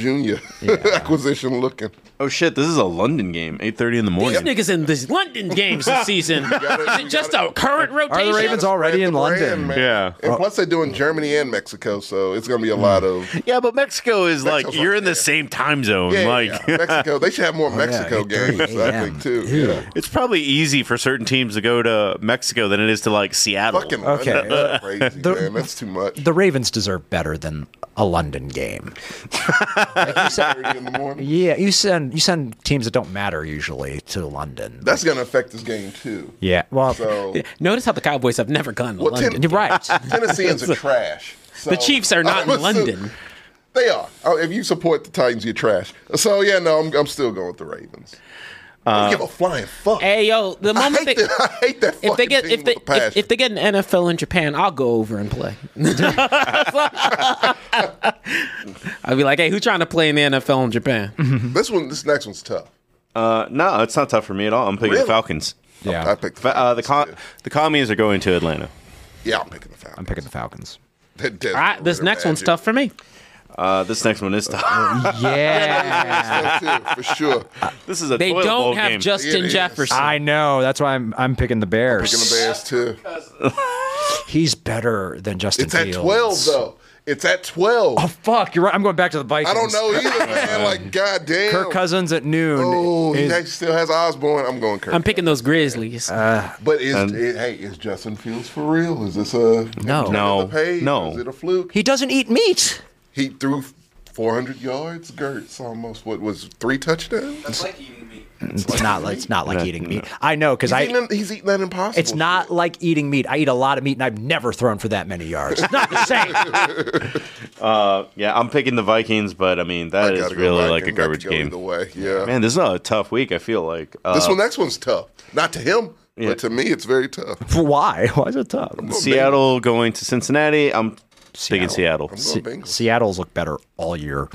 S2: Jr. acquisition looking.
S3: Oh shit! This is a London game, eight thirty in the
S6: These
S3: morning.
S6: niggas in these London games this season. Is it just a current rotation?
S1: Are the Ravens already in
S2: Spread the
S1: London?
S2: brand, man.
S3: Yeah.
S2: And plus, they're doing Germany and Mexico, so it's going to be a lot
S1: Mm.
S2: of.
S3: yeah, but Mexico is like
S2: Mexico's
S3: you're
S2: right
S3: in the
S2: there.
S3: same time zone.
S2: Yeah,
S3: like
S2: yeah. Mexico. They should have more Mexico
S1: Oh, yeah, 8:30
S2: games, I
S1: AM.
S2: think, too. Yeah.
S3: it's probably easy for certain teams to go to Mexico than it is to like Seattle.
S2: Fucking
S1: Okay.
S2: London, that's crazy,
S1: The-
S2: man. That's too much.
S1: The Ravens deserve better than a London game.
S2: Thirty in the morning.
S1: Yeah, you send you send teams that don't matter usually to London.
S2: That's going to affect this game, too.
S1: yeah. Well,
S2: So,
S6: Notice how the Cowboys have never gone to
S2: Well, Tim-
S6: London.
S1: you're right.
S2: Tennesseans are trash. So-
S6: The Chiefs are not
S2: I'm
S6: in
S2: assu-
S6: London.
S2: They are. Oh, if you support the Titans, you're trash. So, yeah, no, I'm, I'm still going with the Ravens. I don't give a flying fuck.
S6: Hey yo, the
S2: I
S6: moment
S2: hate,
S6: Uh, they,
S2: that, I hate that
S6: if they
S2: fucking
S6: get
S2: team
S6: if they
S2: with a
S6: if,
S2: passion.
S6: if they get an NFL in Japan, I'll go over and play. I'll be like, hey, who trying to play in the NFL in Japan?
S2: This one, this next one's tough.
S3: Uh, no, it's not tough for me at all. I'm picking the
S2: Really?
S3: Falcons.
S1: yeah.
S2: I picked the
S3: Fa- Uh, the
S2: Falcons,
S3: com- the commies are going to Atlanta.
S2: too. Yeah, I'm picking the Falcons.
S1: I'm picking the Falcons.
S2: That Desmond
S6: All right, this
S2: Ritter
S6: next one's
S2: magic.
S6: tough for me.
S3: Uh, this next one is tough.
S1: Yeah.
S2: That's tough, too, for sure.
S3: this is a
S6: They
S3: toilet bowl
S6: don't have
S3: game.
S6: Justin
S2: It is.
S6: Jefferson.
S1: I know. That's why I'm I'm picking the Bears.
S2: Picking the Bears too.
S1: He's better than Justin
S2: It's at
S1: Fields.
S2: twelve though. It's at twelve.
S1: Oh fuck, you're right. I'm going back to the Vikings.
S2: I don't know either, man. Like goddamn.
S1: Kirk Cousins at noon.
S2: Oh, he
S1: is-
S2: actually still has Osborne. I'm going Kirk.
S6: I'm picking those Grizzlies.
S2: Uh, but is it, hey, is Justin Fields for real? Is this a
S1: No.
S3: No.
S2: Page?
S3: No.
S2: Is it a fluke?
S1: he doesn't eat meat.
S2: He threw 400 yards. Gertz almost what was it, three touchdowns?
S5: It's like eating meat.
S1: It's not. like- It's not like eating meat. I know because
S2: He's,
S1: I.
S2: eating, he's eating that impossible.
S1: It's not like eating meat. I eat a lot of meat, and I've never thrown for that many yards. It's not the same.
S3: Yeah, I'm picking the Vikings, but I mean
S2: I
S3: that is
S2: gotta go
S3: really
S2: back
S3: like
S2: and I
S3: a
S2: could
S3: garbage
S2: go
S3: game.
S2: Either way, yeah.
S3: Man, this is a tough week. I feel like uh,
S2: this one, next one's tough. Not to him,
S3: Yeah.
S2: but to me, it's very tough. I'm
S1: For Why? Why is it tough?
S3: Seattle going to Cincinnati. I'm picking Seattle.
S1: Seattle.
S3: I'm
S2: going Bengals.
S1: Seattle's look better all year.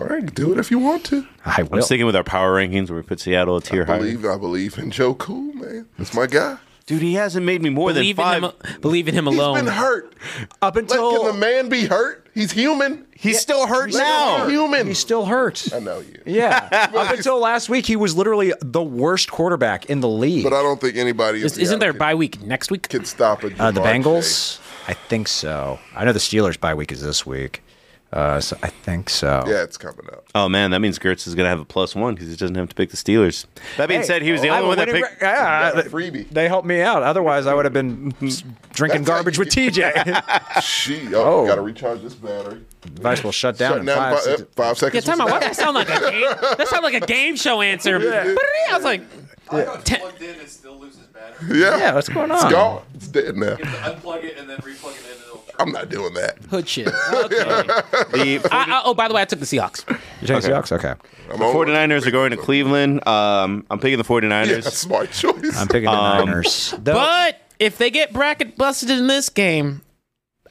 S2: All right, do it if you want to.
S1: I will.
S3: sticking with our power rankings where we put Seattle a tier higher.
S2: Believe I believe in Joe Cool, man. That's my guy.
S3: Dude, he hasn't made me more
S6: believe,
S3: than five.
S6: in him, believe in him
S2: He's
S6: alone.
S2: been hurt.
S1: Up
S2: Let
S1: until
S2: can the man be hurt? He's human.
S3: He's still hurt now.
S2: He's human.
S1: he's still hurt.
S2: I know you.
S1: Yeah. Up until last week, he was literally the worst quarterback in the league.
S2: But I don't think anybody
S6: Is,
S2: in
S6: isn't there
S2: Seattle
S6: bye week next week?
S2: can, can stop it.
S1: Uh, the Bengals? I think so. I know the Steelers' bye week is this week. Uh, so I think so.
S2: Yeah, it's coming up.
S3: Oh man, that means Gertz is gonna have a plus one because he doesn't have to pick the Steelers. That being said, he was the
S1: I have
S3: only
S1: a
S3: one that
S1: winning
S3: picked.
S1: rec- yeah,
S2: Got a
S1: they-
S2: freebie.
S1: They helped me out. Otherwise, I would have been drinking
S2: That's how
S1: garbage
S2: you
S1: with TJ.
S2: She, oh,
S1: Oh.
S2: gotta recharge this battery.
S1: Device will shut down
S2: Shut
S1: in
S2: down
S1: five,
S2: five,
S1: six-
S2: uh, five
S6: Yeah,
S2: seconds.
S6: time out.
S2: was
S6: Why
S2: out.
S6: that sound like a game? That sound like a game show answer. I was like,
S4: I got
S6: Ten-
S4: plugged in and still loses battery.
S2: Yeah,
S1: Yeah, what's going on?
S2: It's gone. It's dead now.
S4: You have to unplug it and then replug it in and it'll turn.
S2: I'm not doing that.
S6: hood shit. Okay.
S3: The
S6: I, I, oh, by the way, I took the Seahawks.
S1: You take the Seahawks? Okay.
S2: I'm only-
S3: 49ers are going to Cleveland. Um, I'm picking the 49ers.
S2: Yeah, smart choice.
S1: I'm picking the
S3: Um,
S1: Niners. Though,
S6: But if they get bracket busted in this game,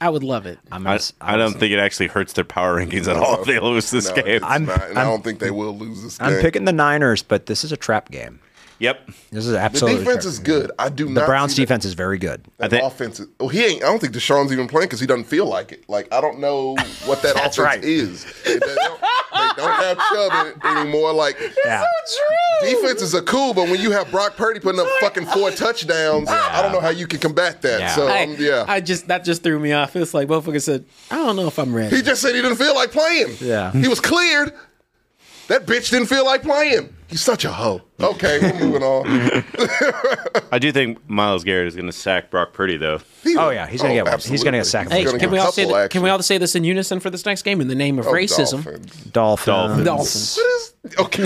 S6: I would love
S2: Um,
S6: it.
S1: I'm,
S3: I,
S1: gonna-
S3: I don't think it actually hurts their power rankings at all if they lose this
S2: No,
S3: game.
S2: it's
S1: I'm-
S2: not, and I
S1: I'm-
S2: don't think they will lose this game.
S1: I'm picking the Niners, but this is a trap game.
S3: Yep.
S1: This is
S2: The
S1: absolutely
S2: defense
S1: true.
S2: is good. I do
S1: the
S2: not.
S1: Browns
S2: see that-
S1: defense is very good.
S2: That
S3: think-
S2: offense. Is, well, he ain't. I don't think Deshaun's even playing because he doesn't feel like it. Like I don't know what that offense
S1: right.
S2: is. They don't, they don't have Chubb in it anymore. Like
S1: Yeah.
S2: defenses are cool, but when you have Brock Purdy putting up fucking four touchdowns, I don't know how you can combat that.
S1: Yeah.
S2: So
S6: I,
S2: um, yeah,
S6: I just that just threw me off. It's like motherfucker said, I don't know if I'm
S2: he
S6: ready.
S2: just said he didn't feel like playing.
S1: Yeah.
S2: he was cleared. That bitch didn't feel like playing. He's such a hoe. Okay, we're moving on.
S3: I do think Miles Garrett is going to sack Brock Purdy, though.
S1: Oh, yeah, he's gonna get one. He's gonna get a sack.
S6: Hey,
S1: He's
S2: gonna
S6: can
S2: get
S6: we
S2: a
S6: all say
S2: couple,
S6: th- can we
S2: actually.
S6: all say this in unison for this next game in the name of
S2: Oh,
S6: racism?
S1: Dolphins.
S2: Dolphins.
S6: Dolphins.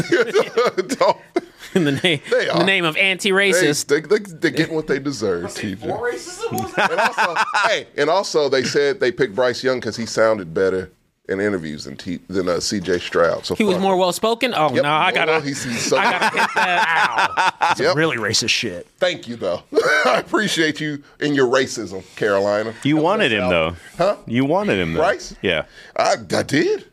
S2: Okay. Dolphins.
S6: In the name
S2: They
S6: in the
S2: are.
S6: name of
S2: They,
S6: anti-racist.
S2: they, they, they get what they deserve, TJ.
S5: For racism?
S2: And also, hey, and also they said they picked Bryce Young because he sounded better in interviews than T, than uh, CJ Stroud. So
S6: He was
S2: fuck
S6: more
S2: him.
S6: well spoken. Oh
S2: Yep.
S6: no, I
S2: Well,
S6: gotta
S2: he's, he's so,
S6: I gotta hit that.
S2: yep.
S1: Really racist shit.
S2: Thank you, though. I appreciate you and your racism, Carolina.
S3: You wanted him, though.
S2: Huh?
S3: You wanted him, though.
S2: Bryce?
S3: Yeah.
S2: I, I did.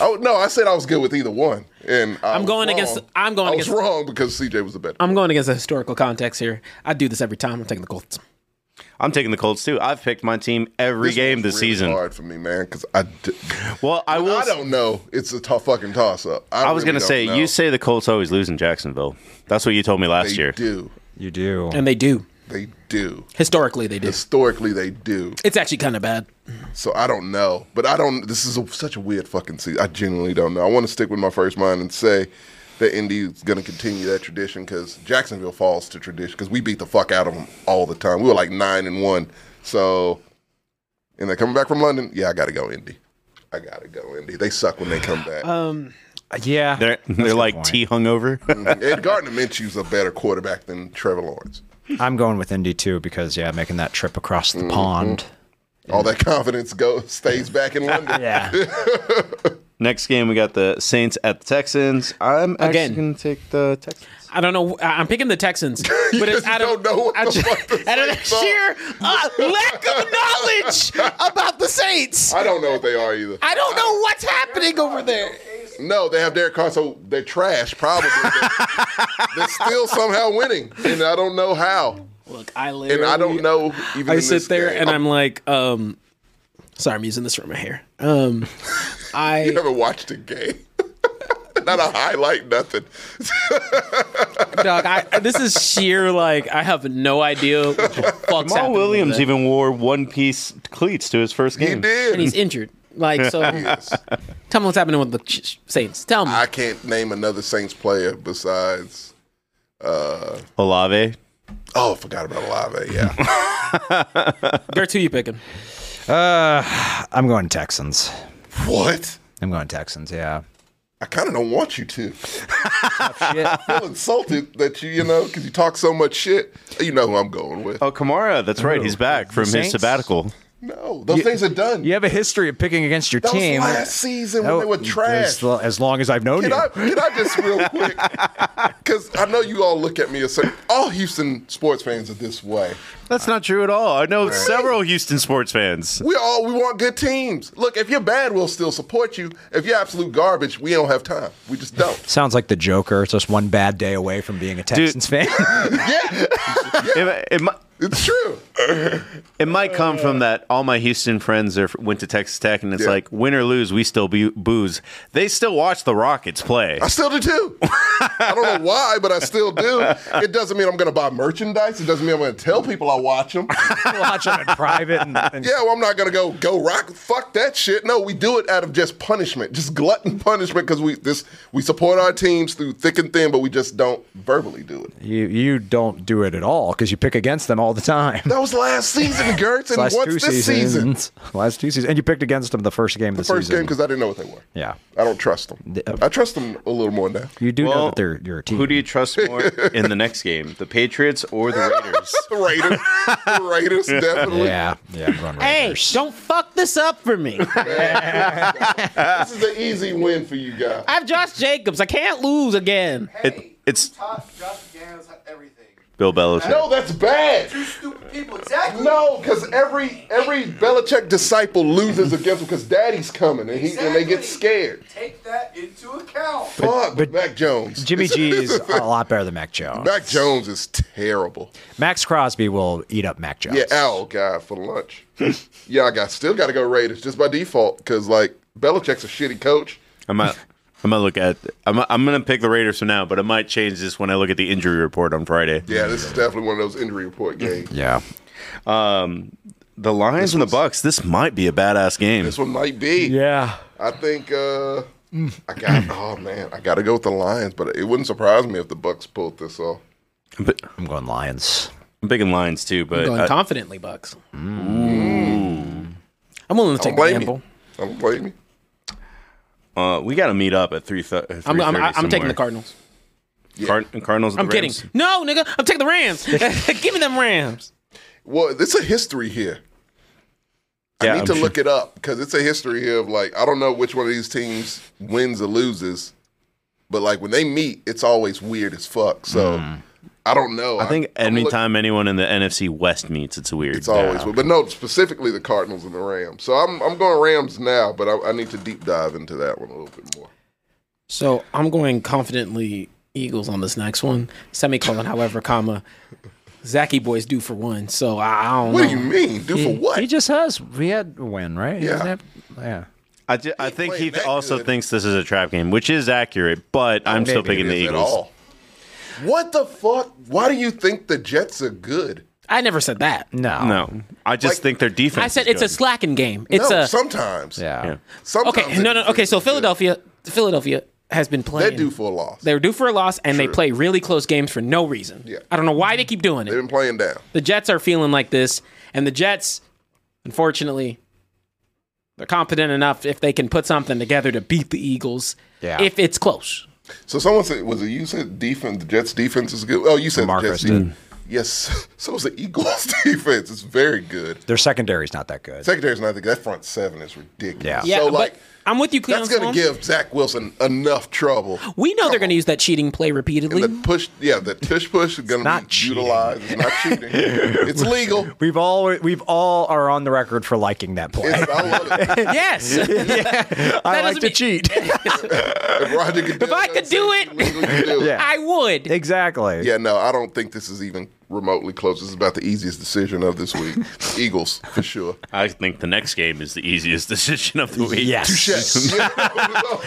S2: Oh no, I said I was good with either one, and I
S6: I'm
S2: was
S6: going
S2: wrong.
S6: against- I'm going
S2: I was
S6: against-
S2: wrong because CJ was the better.
S6: I'm going against a historical context here. I do this every time. I'm taking the Colts.
S3: I'm taking the Colts, too. I've picked my team every
S2: This
S3: game
S2: was
S3: this
S2: really
S3: season.
S2: Hard for me, man, because I. d-
S3: Well, I will.
S2: I don't know. It's a tough fucking toss up. I,
S3: I was
S2: really
S3: going to
S2: don't
S3: say,
S2: know.
S3: you say the Colts always lose in Jacksonville. That's what you told me
S2: they
S3: last year.
S2: do.
S1: You do.
S6: And they do.
S2: They do.
S6: Historically they do.
S2: Historically, they do.
S6: It's actually kind of bad.
S2: So I don't know. But I don't. This is a, such a weird fucking season. I genuinely don't know. I want to stick with my first mind and say that Indy is going to continue that tradition because Jacksonville falls to tradition because we beat the fuck out of them all the time. We were like nine and one. So, and they're coming back from London. Yeah, I got to go Indy. I got to go Indy. They suck when they come back.
S1: yeah.
S3: They're, they're like tea hungover.
S2: Ed Gardner Minshew's a better quarterback than Trevor Lawrence.
S1: I'm going with Indy too because yeah, making that trip across the pond.
S2: All that confidence goes stays back in London.
S1: Mm-hmm. Yeah.
S3: Next game, we got the Saints at the Texans. I'm
S6: Again.
S3: actually going to take the Texans.
S6: I don't know. I- I'm picking the Texans, but it's
S2: you
S6: out
S2: don't
S6: of
S2: know what the
S6: out of-
S2: fuck the
S6: out of
S2: Saints
S6: the
S2: are.
S6: sheer uh, lack of knowledge about the Saints.
S2: I don't know what they are either.
S6: I don't know what's happening over there.
S2: No, they have Derek Carr, so they're trash, probably. but they're still somehow winning, and I don't know how.
S6: Look, I live.
S2: And I don't know even.
S6: I
S2: in
S6: sit
S2: this
S6: there
S2: game.
S6: and I'm like, um, sorry, I'm using this from my hair. Um, I
S2: never watched a game. Not a highlight, nothing.
S6: dog. I, this is sheer. Like, I have no idea what the fuck's
S3: Jamal
S6: happening over
S3: Williams
S6: there.
S3: even wore one piece cleats to his first
S2: He
S3: game.
S6: and
S2: did.
S6: he's injured. Like, so tell me what's happening with the Ch- Ch- Saints. Tell me.
S2: I can't name another Saints player besides. uh,
S3: Olave.
S2: Oh, I forgot about Olave. Yeah,
S6: Where two you picking?
S1: I'm going Texans.
S2: what?
S1: I'm going Texans, yeah.
S2: I kind of don't want you to. I feel insulted that you, you know, because you talk so much shit. You know who I'm going with.
S3: Oh, Kamara. That's right. He's back from his
S1: Saints?
S3: sabbatical.
S2: No, those things are done.
S1: You have a history of picking against your
S2: that was
S1: team.
S2: last season when
S1: Oh,
S2: they were trash.
S1: As, lo- as long as I've known
S2: Can
S1: you.
S2: I, can I just real quick? Because I know you all look at me a certain. All Houston sports fans are this way.
S3: That's not true at all. I know several Houston sports fans.
S2: We all we want good teams. Look, if you're bad, we'll still support you. If you're absolute garbage, we don't have time. We just don't.
S1: Sounds like the Joker. It's just one bad day away from being a Texans fan.
S2: Yeah,
S3: It, it, mi-
S2: it's true.
S3: it might come from that all my Houston friends are, went to Texas Tech, and it's
S2: Yeah.
S3: like win or lose, we still be, booze. They still watch the Rockets play.
S2: I still do too. I don't know why, but I still do. It doesn't mean I'm going to buy merchandise. It doesn't mean I'm going to tell people I watch them.
S1: Watch them in private. And, and
S2: Yeah, well, I'm not gonna go go rock. Fuck that shit. No, we do it out of just punishment, just glutton punishment, because we this we support our teams through thick and thin, but we just don't verbally do it.
S1: You, you don't do it at all because you pick against them all the time.
S2: That was last season, Gertz, and
S1: Last two
S2: what's this season?
S1: seasons. Mm-hmm. Last two seasons. And you picked against them the first game of the,
S2: First game
S1: season.
S2: because I didn't know what they were.
S1: yeah. uh,
S2: I don't trust them. I trust them a little more now.
S1: You do know
S3: Well,
S1: that they're you're a team.
S3: Who do you trust more in the next game, the Patriots or the Raiders?
S2: The Raiders, the Raiders, definitely.
S1: yeah, yeah, I'm going
S6: Hey,
S1: Raiders.
S6: don't fuck this up for me.
S2: This is an easy win for you guys.
S6: I have Josh Jacobs. I can't lose again.
S3: It, it's
S4: Top Josh McDaniels, everything.
S8: Bill Belichick.
S2: No, that's bad.
S5: Two stupid people, exactly.
S2: No, because every every Belichick disciple loses against him because Daddy's coming and he and they get
S5: Exactly.
S2: scared.
S5: Take that into account.
S2: Fuck,
S1: but-
S2: Mac Jones.
S1: Jimmy G is a lot better than Mac Jones.
S2: Mac Jones is terrible.
S1: Max Crosby will eat up Mac Jones.
S2: Yeah, owl guy for lunch. yeah, I got still got to go Raiders just by default because like Belichick's a shitty coach.
S8: I might, I might look at. I'm, I'm gonna pick the Raiders for now, but I might change this when I look at the injury report on Friday.
S2: Yeah, this is definitely one of those injury report games.
S1: Yeah.
S8: Um, The Lions and the Bucks. This might be a badass game.
S2: This one might be.
S1: Yeah.
S2: I think uh I got. Oh man, I got to go with the Lions, but it wouldn't surprise me if the Bucks pulled this off.
S8: I'm, pi-
S1: I'm going Lions.
S8: I'm picking Lions too, but
S6: Going
S8: I-
S6: confidently, Bucks. I'm willing to take the
S2: Mm. blame you.
S6: gamble.
S2: Don't blame me.
S8: uh, we got to meet up at three. Th-
S6: I'm, I'm, I'm taking the Cardinals.
S8: Card- Cardinals. at
S6: I'm
S8: the
S6: kidding.
S8: Rams?
S6: No, nigga, I'm taking the Rams. Give me them Rams.
S2: Well, it's a history here. I
S8: Yeah,
S2: need
S8: I'm
S2: to
S8: sure.
S2: look it up because it's a history here of like I don't know which one of these teams wins or loses, but like when they meet, it's always weird as fuck. So I don't know.
S8: Mm. I think
S2: I'm look-
S8: anytime anyone in the NFC West meets, it's weird.
S2: it's always weird, but no, specifically the Cardinals and the Rams. So I'm I'm going Rams now, but I, I need to deep dive into that one a little bit more.
S6: So I'm going confidently Eagles on this next one. Semicolon, however, comma. Zachy boys do for one, so I, I don't
S2: What
S6: know.
S2: do you mean? Do for
S1: He
S2: what?
S1: just has. We had a win, right? He
S2: Yeah.
S1: doesn't have- yeah.
S8: I, ju- I think he
S2: playing that
S8: also
S2: good.
S8: thinks this is a trap game, which is accurate, but I'm still
S1: maybe
S8: picking the
S2: Is at
S8: Eagles.
S2: all. What the fuck? Why do you think the Jets are good?
S6: I never said that.
S1: No.
S8: No, I just
S2: Like-
S8: think their defense.
S6: I said
S8: is
S6: it's a
S8: good.
S6: slacking game. It's
S2: no,
S6: a
S2: sometimes.
S1: Yeah.
S8: Yeah.
S2: Sometimes
S6: okay. No,
S2: they
S6: no.
S2: do
S6: Okay, so
S2: for a loss.
S6: Philadelphia, Philadelphia has been playing.
S2: They do for a loss.
S6: They're due for a loss, and they play really close games for no reason.
S2: Yeah.
S6: I don't know why they keep doing
S2: They've
S6: it.
S2: been playing down.
S6: The Jets are feeling like this, and the Jets, unfortunately, they're confident enough if they can put something together to beat the Eagles.
S1: Yeah.
S6: If it's close.
S2: So someone said, was it you said defense? The Jets defense is good. Oh, you said the
S1: Marcus
S2: Jets defense. Yes. So is the Eagles defense. It's very good.
S1: Their secondary's not that good.
S2: Secondary's not the that front seven is ridiculous.
S1: Yeah.
S6: Yeah,
S2: So like
S6: but I'm with you,
S2: that's
S6: Cleon.
S2: gonna
S6: Sloan.
S2: give Zach Wilson enough trouble.
S6: We know they're going to use that cheating play repeatedly.
S2: The push, yeah, the tush push is gonna be
S1: not cheating.
S2: utilized. It's not cheating. it's legal.
S1: We've all we've all are on the record for liking that play.
S2: It's, I love it.
S6: yes.
S1: I
S6: doesn't
S1: like to
S6: mean-
S1: cheat.
S2: If Roger Goodell
S6: I
S2: does
S6: could do
S2: something
S6: it-
S2: legal, you do it.
S1: Yeah.
S6: I would.
S1: exactly.
S2: Yeah, no, I don't think this is even remotely close. This is about the easiest decision of this week. Eagles, for sure.
S8: I think the next game is the easiest decision of the week.
S1: Yes.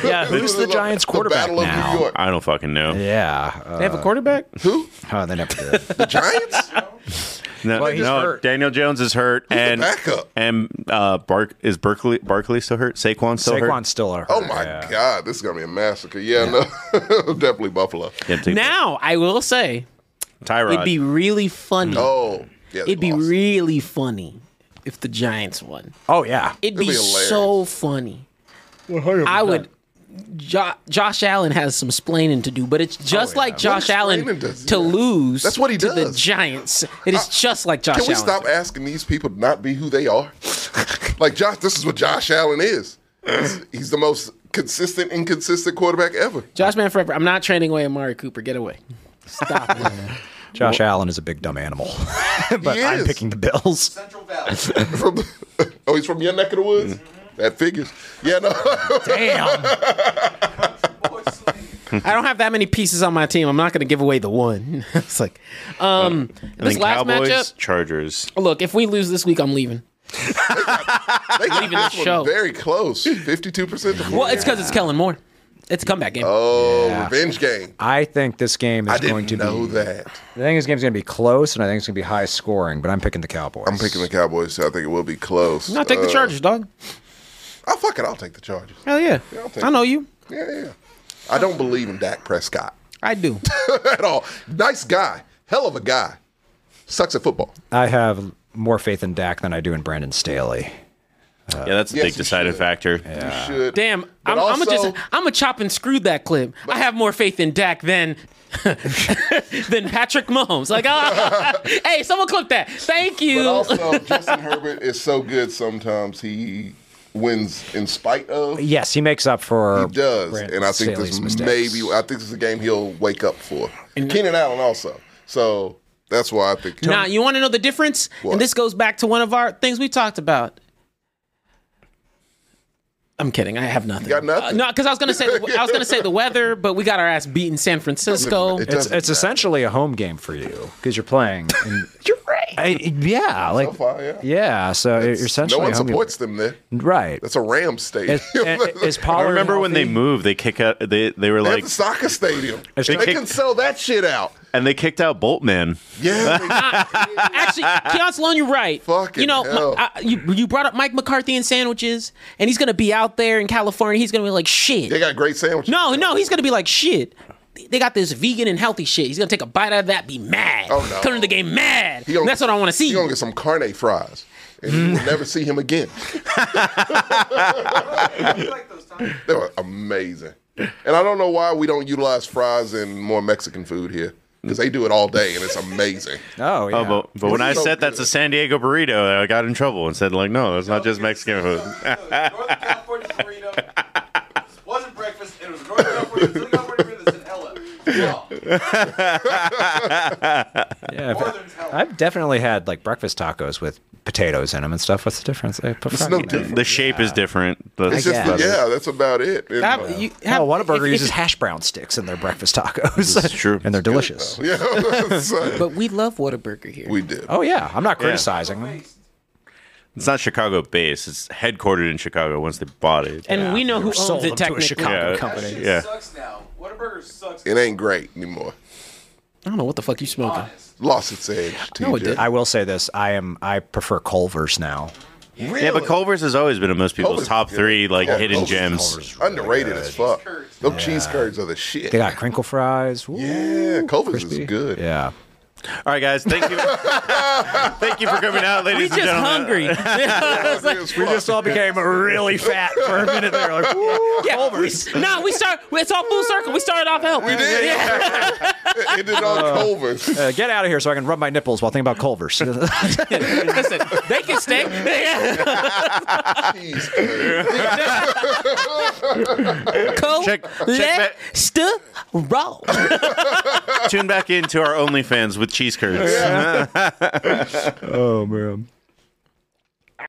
S2: yeah,
S1: who's the Giants quarterback
S2: Battle of
S1: now?
S2: New York.
S8: I don't fucking know.
S1: Yeah. Uh,
S6: They have a quarterback.
S2: Who?
S1: oh, they never did.
S2: The Giants?
S8: No,
S1: Well, he's
S8: no,
S1: hurt.
S8: Daniel Jones is hurt, and
S2: backup?
S8: and uh, Bark is Berkeley Barkley still hurt. Saquon still hurt.
S1: Saquon's still hurt.
S2: Oh my
S1: yeah.
S2: God, this is gonna be a massacre. Yeah, no, definitely Buffalo.
S8: Yeah, take-
S6: Now, I will say,
S8: Tyrod.
S6: it'd be really funny.
S2: Oh, yeah, they
S6: it'd be
S2: lost.
S6: really funny if the Giants won.
S1: Oh yeah.
S6: It'd be,
S2: be hilarious.
S6: so funny. I would. Jo- Josh Allen has some splaining to do, but it's just like Josh Allen
S2: explaining Oh, does he
S6: to
S2: have?
S6: lose.
S2: That's what he
S6: to the
S2: does. Uh,
S6: Giants. It is just like Josh
S2: Can we
S6: Allen.
S2: stop asking these people to not be who they are? like Josh, this is what Josh Allen is. He's, he's the most consistent, inconsistent quarterback ever.
S6: Josh Man forever. I'm not trading away Amari Cooper. Get away. Stop. it.
S1: Josh Allen is a big dumb animal, but
S2: He
S1: I'm
S2: is.
S1: picking the Bills.
S5: Central Valley.
S2: From oh, he's from your neck of the woods. That figures. Yeah, no.
S1: Damn.
S6: I don't have that many pieces on my team. I'm not going to give away the one. it's like, um,
S8: and
S6: this
S8: then
S6: last
S8: Cowboys,
S6: matchup.
S8: Chargers.
S6: Look, if we lose this week, I'm leaving.
S2: They got
S6: Leaving the
S2: this one
S6: show.
S2: very close. Fifty-two percent.
S6: Well, it's because it's Kellen Moore. It's a comeback game.
S2: oh, revenge game.
S1: I think this game is
S2: I
S1: going
S2: didn't
S1: to
S2: know
S1: be.
S2: that.
S1: I think this game's going to be close, and I think it's going to be high scoring. But I'm picking the Cowboys.
S2: I'm picking the Cowboys, so I think it will be close.
S6: no, take the
S2: Uh,
S6: Chargers, dog.
S2: I'll Oh, fuck it. I'll take the Chargers.
S6: Hell yeah.
S2: I'll take
S6: I know you.
S2: Yeah, yeah. I don't believe in Dak Prescott
S6: I do.
S2: at all. Nice guy, hell of a guy. Sucks at football.
S1: I have more faith in Dak than I do in Brandon Staley.
S6: Uh,
S8: yeah, that's a
S2: yes,
S8: big
S2: you
S8: deciding
S2: should.
S8: factor.
S2: You should.
S6: Damn, I'm, I'm gonna
S2: also-
S6: just I'm gonna chop and screw that clip. I have more faith in Dak than than Patrick Mahomes. Like, ah, hey, someone clip that. Thank
S2: But
S6: you.
S2: also, Justin Herbert is so good. Sometimes he wins in spite of. He
S1: Yes, he makes up for.
S2: does,
S1: Brandon
S2: and I think
S1: Staley's
S2: this
S1: mistakes.
S2: maybe. I think this is a game he'll wake up for. Keenan Allen also. So That's why I picked.
S6: Now, you want to know the difference?
S2: What?
S6: And this goes back to one of our things we talked about. I'm kidding. I have nothing. Uh,
S2: got nothing?
S6: no, because I was gonna say I was gonna say the weather, but we got our ass beat in San Francisco.
S2: It
S1: It's
S2: doesn't
S1: it's essentially a home game for you because you're playing. And, you're right. yeah, like
S2: far, yeah.
S1: yeah. So you're
S2: no
S1: essentially
S2: one
S1: a home game.
S2: supports them there.
S1: Right.
S2: That's a Ram stadium.
S1: Is, is
S8: I
S1: Pollard
S8: remember when they
S1: healthy?
S8: moved, they kick out. They they were
S2: They
S8: like,
S2: have the soccer stadium. They
S1: It's-
S2: can sell that shit out.
S8: and they kicked out Boltman.
S2: Yeah, they-
S6: Actually, Keon Sloan, you're right.
S2: Fucking
S6: you know,
S2: hell.
S6: my- I- you you brought up Mike McCarthy and sandwiches, and he's gonna be out there in California. He's gonna be like, shit.
S2: they got great sandwiches.
S6: No, no, he's gonna be like shit. They got this vegan and healthy shit. He's gonna take a bite out of that, be mad.
S2: Oh, no.
S6: Come to the game mad.
S2: He gonna-
S6: That's what I want to see. Mm.
S2: You're gonna get some carne fries, and you will never see him again.
S4: like those tacos.
S2: They were amazing, and I don't know why we don't utilize fries and more Mexican food here because they do it all day, and it's amazing.
S1: Oh, yeah.
S8: Oh, but, but when
S2: This
S8: I
S2: is so
S8: said that's
S2: good.
S8: a San Diego burrito, I got in trouble and said like, no, that's not just Mexican food.
S4: Northern California burrito. Wasn't breakfast. It was Northern California. Southern California burrito that's in hella. Wow.
S1: yeah, but
S4: Northern's hella.
S1: I've definitely had like breakfast tacos with potatoes in them and stuff. What's the difference? I put
S2: It's
S1: frog
S2: no
S1: in it.
S2: different.
S8: The shape is different. The-
S2: It's just
S1: guess.
S2: yeah, that's about it. And,
S6: Have-
S2: uh,
S6: you- have-
S1: Oh, Whataburger
S6: if- if-
S1: uses hash brown sticks in their breakfast tacos. That's
S8: true.
S1: and they're delicious.
S2: yeah, so,
S6: But we love Whataburger here.
S2: we did.
S1: Oh yeah, I'm not criticizing. them.
S8: it's not Chicago based. It's headquartered in Chicago. Once they bought it,
S6: and we know who
S1: Sold
S6: owns
S1: them
S6: it
S1: to a
S6: technically.
S1: Chicago
S8: Yeah.
S1: company.
S4: Shit
S8: Yeah.
S4: sucks now. Whataburger sucks.
S2: It ain't great anymore.
S6: I don't know what the fuck you smoking.
S4: Honest.
S2: Lost its edge.
S6: No, it
S2: TJ.
S6: didn't.
S1: I will say this: I am I prefer Culver's now.
S2: Really?
S8: yeah, but Culver's has always been in most people's
S2: Culver's
S8: top
S2: good.
S8: three like
S2: Yeah,
S8: hidden
S2: Culver's-
S8: gems.
S1: Culver's really
S2: underrated
S1: good.
S2: as fuck.
S4: curds.
S2: Those cheese curds are the shit.
S1: They got crinkle fries. Ooh,
S2: yeah, Culver's
S1: crispy.
S2: is good.
S1: Yeah.
S8: All right, guys, thank you, thank you for coming out, ladies
S6: We
S8: and
S6: just
S8: gentlemen.
S6: hungry. It's like,
S2: we just
S1: all became really fat for a minute there. Like,
S6: yeah, we, no, we start. It's all full circle. We started off out. We
S2: did.
S6: Yeah.
S2: ended on Culver's.
S1: uh, get out of here so I can rub my nipples while thinking about Culver's.
S6: Listen, they can stay. Yeah.
S2: Cheese curds.
S6: Cold
S8: Check- check that-
S6: Lester Roll.
S8: Tune back into our OnlyFans with cheese curds.
S1: oh man.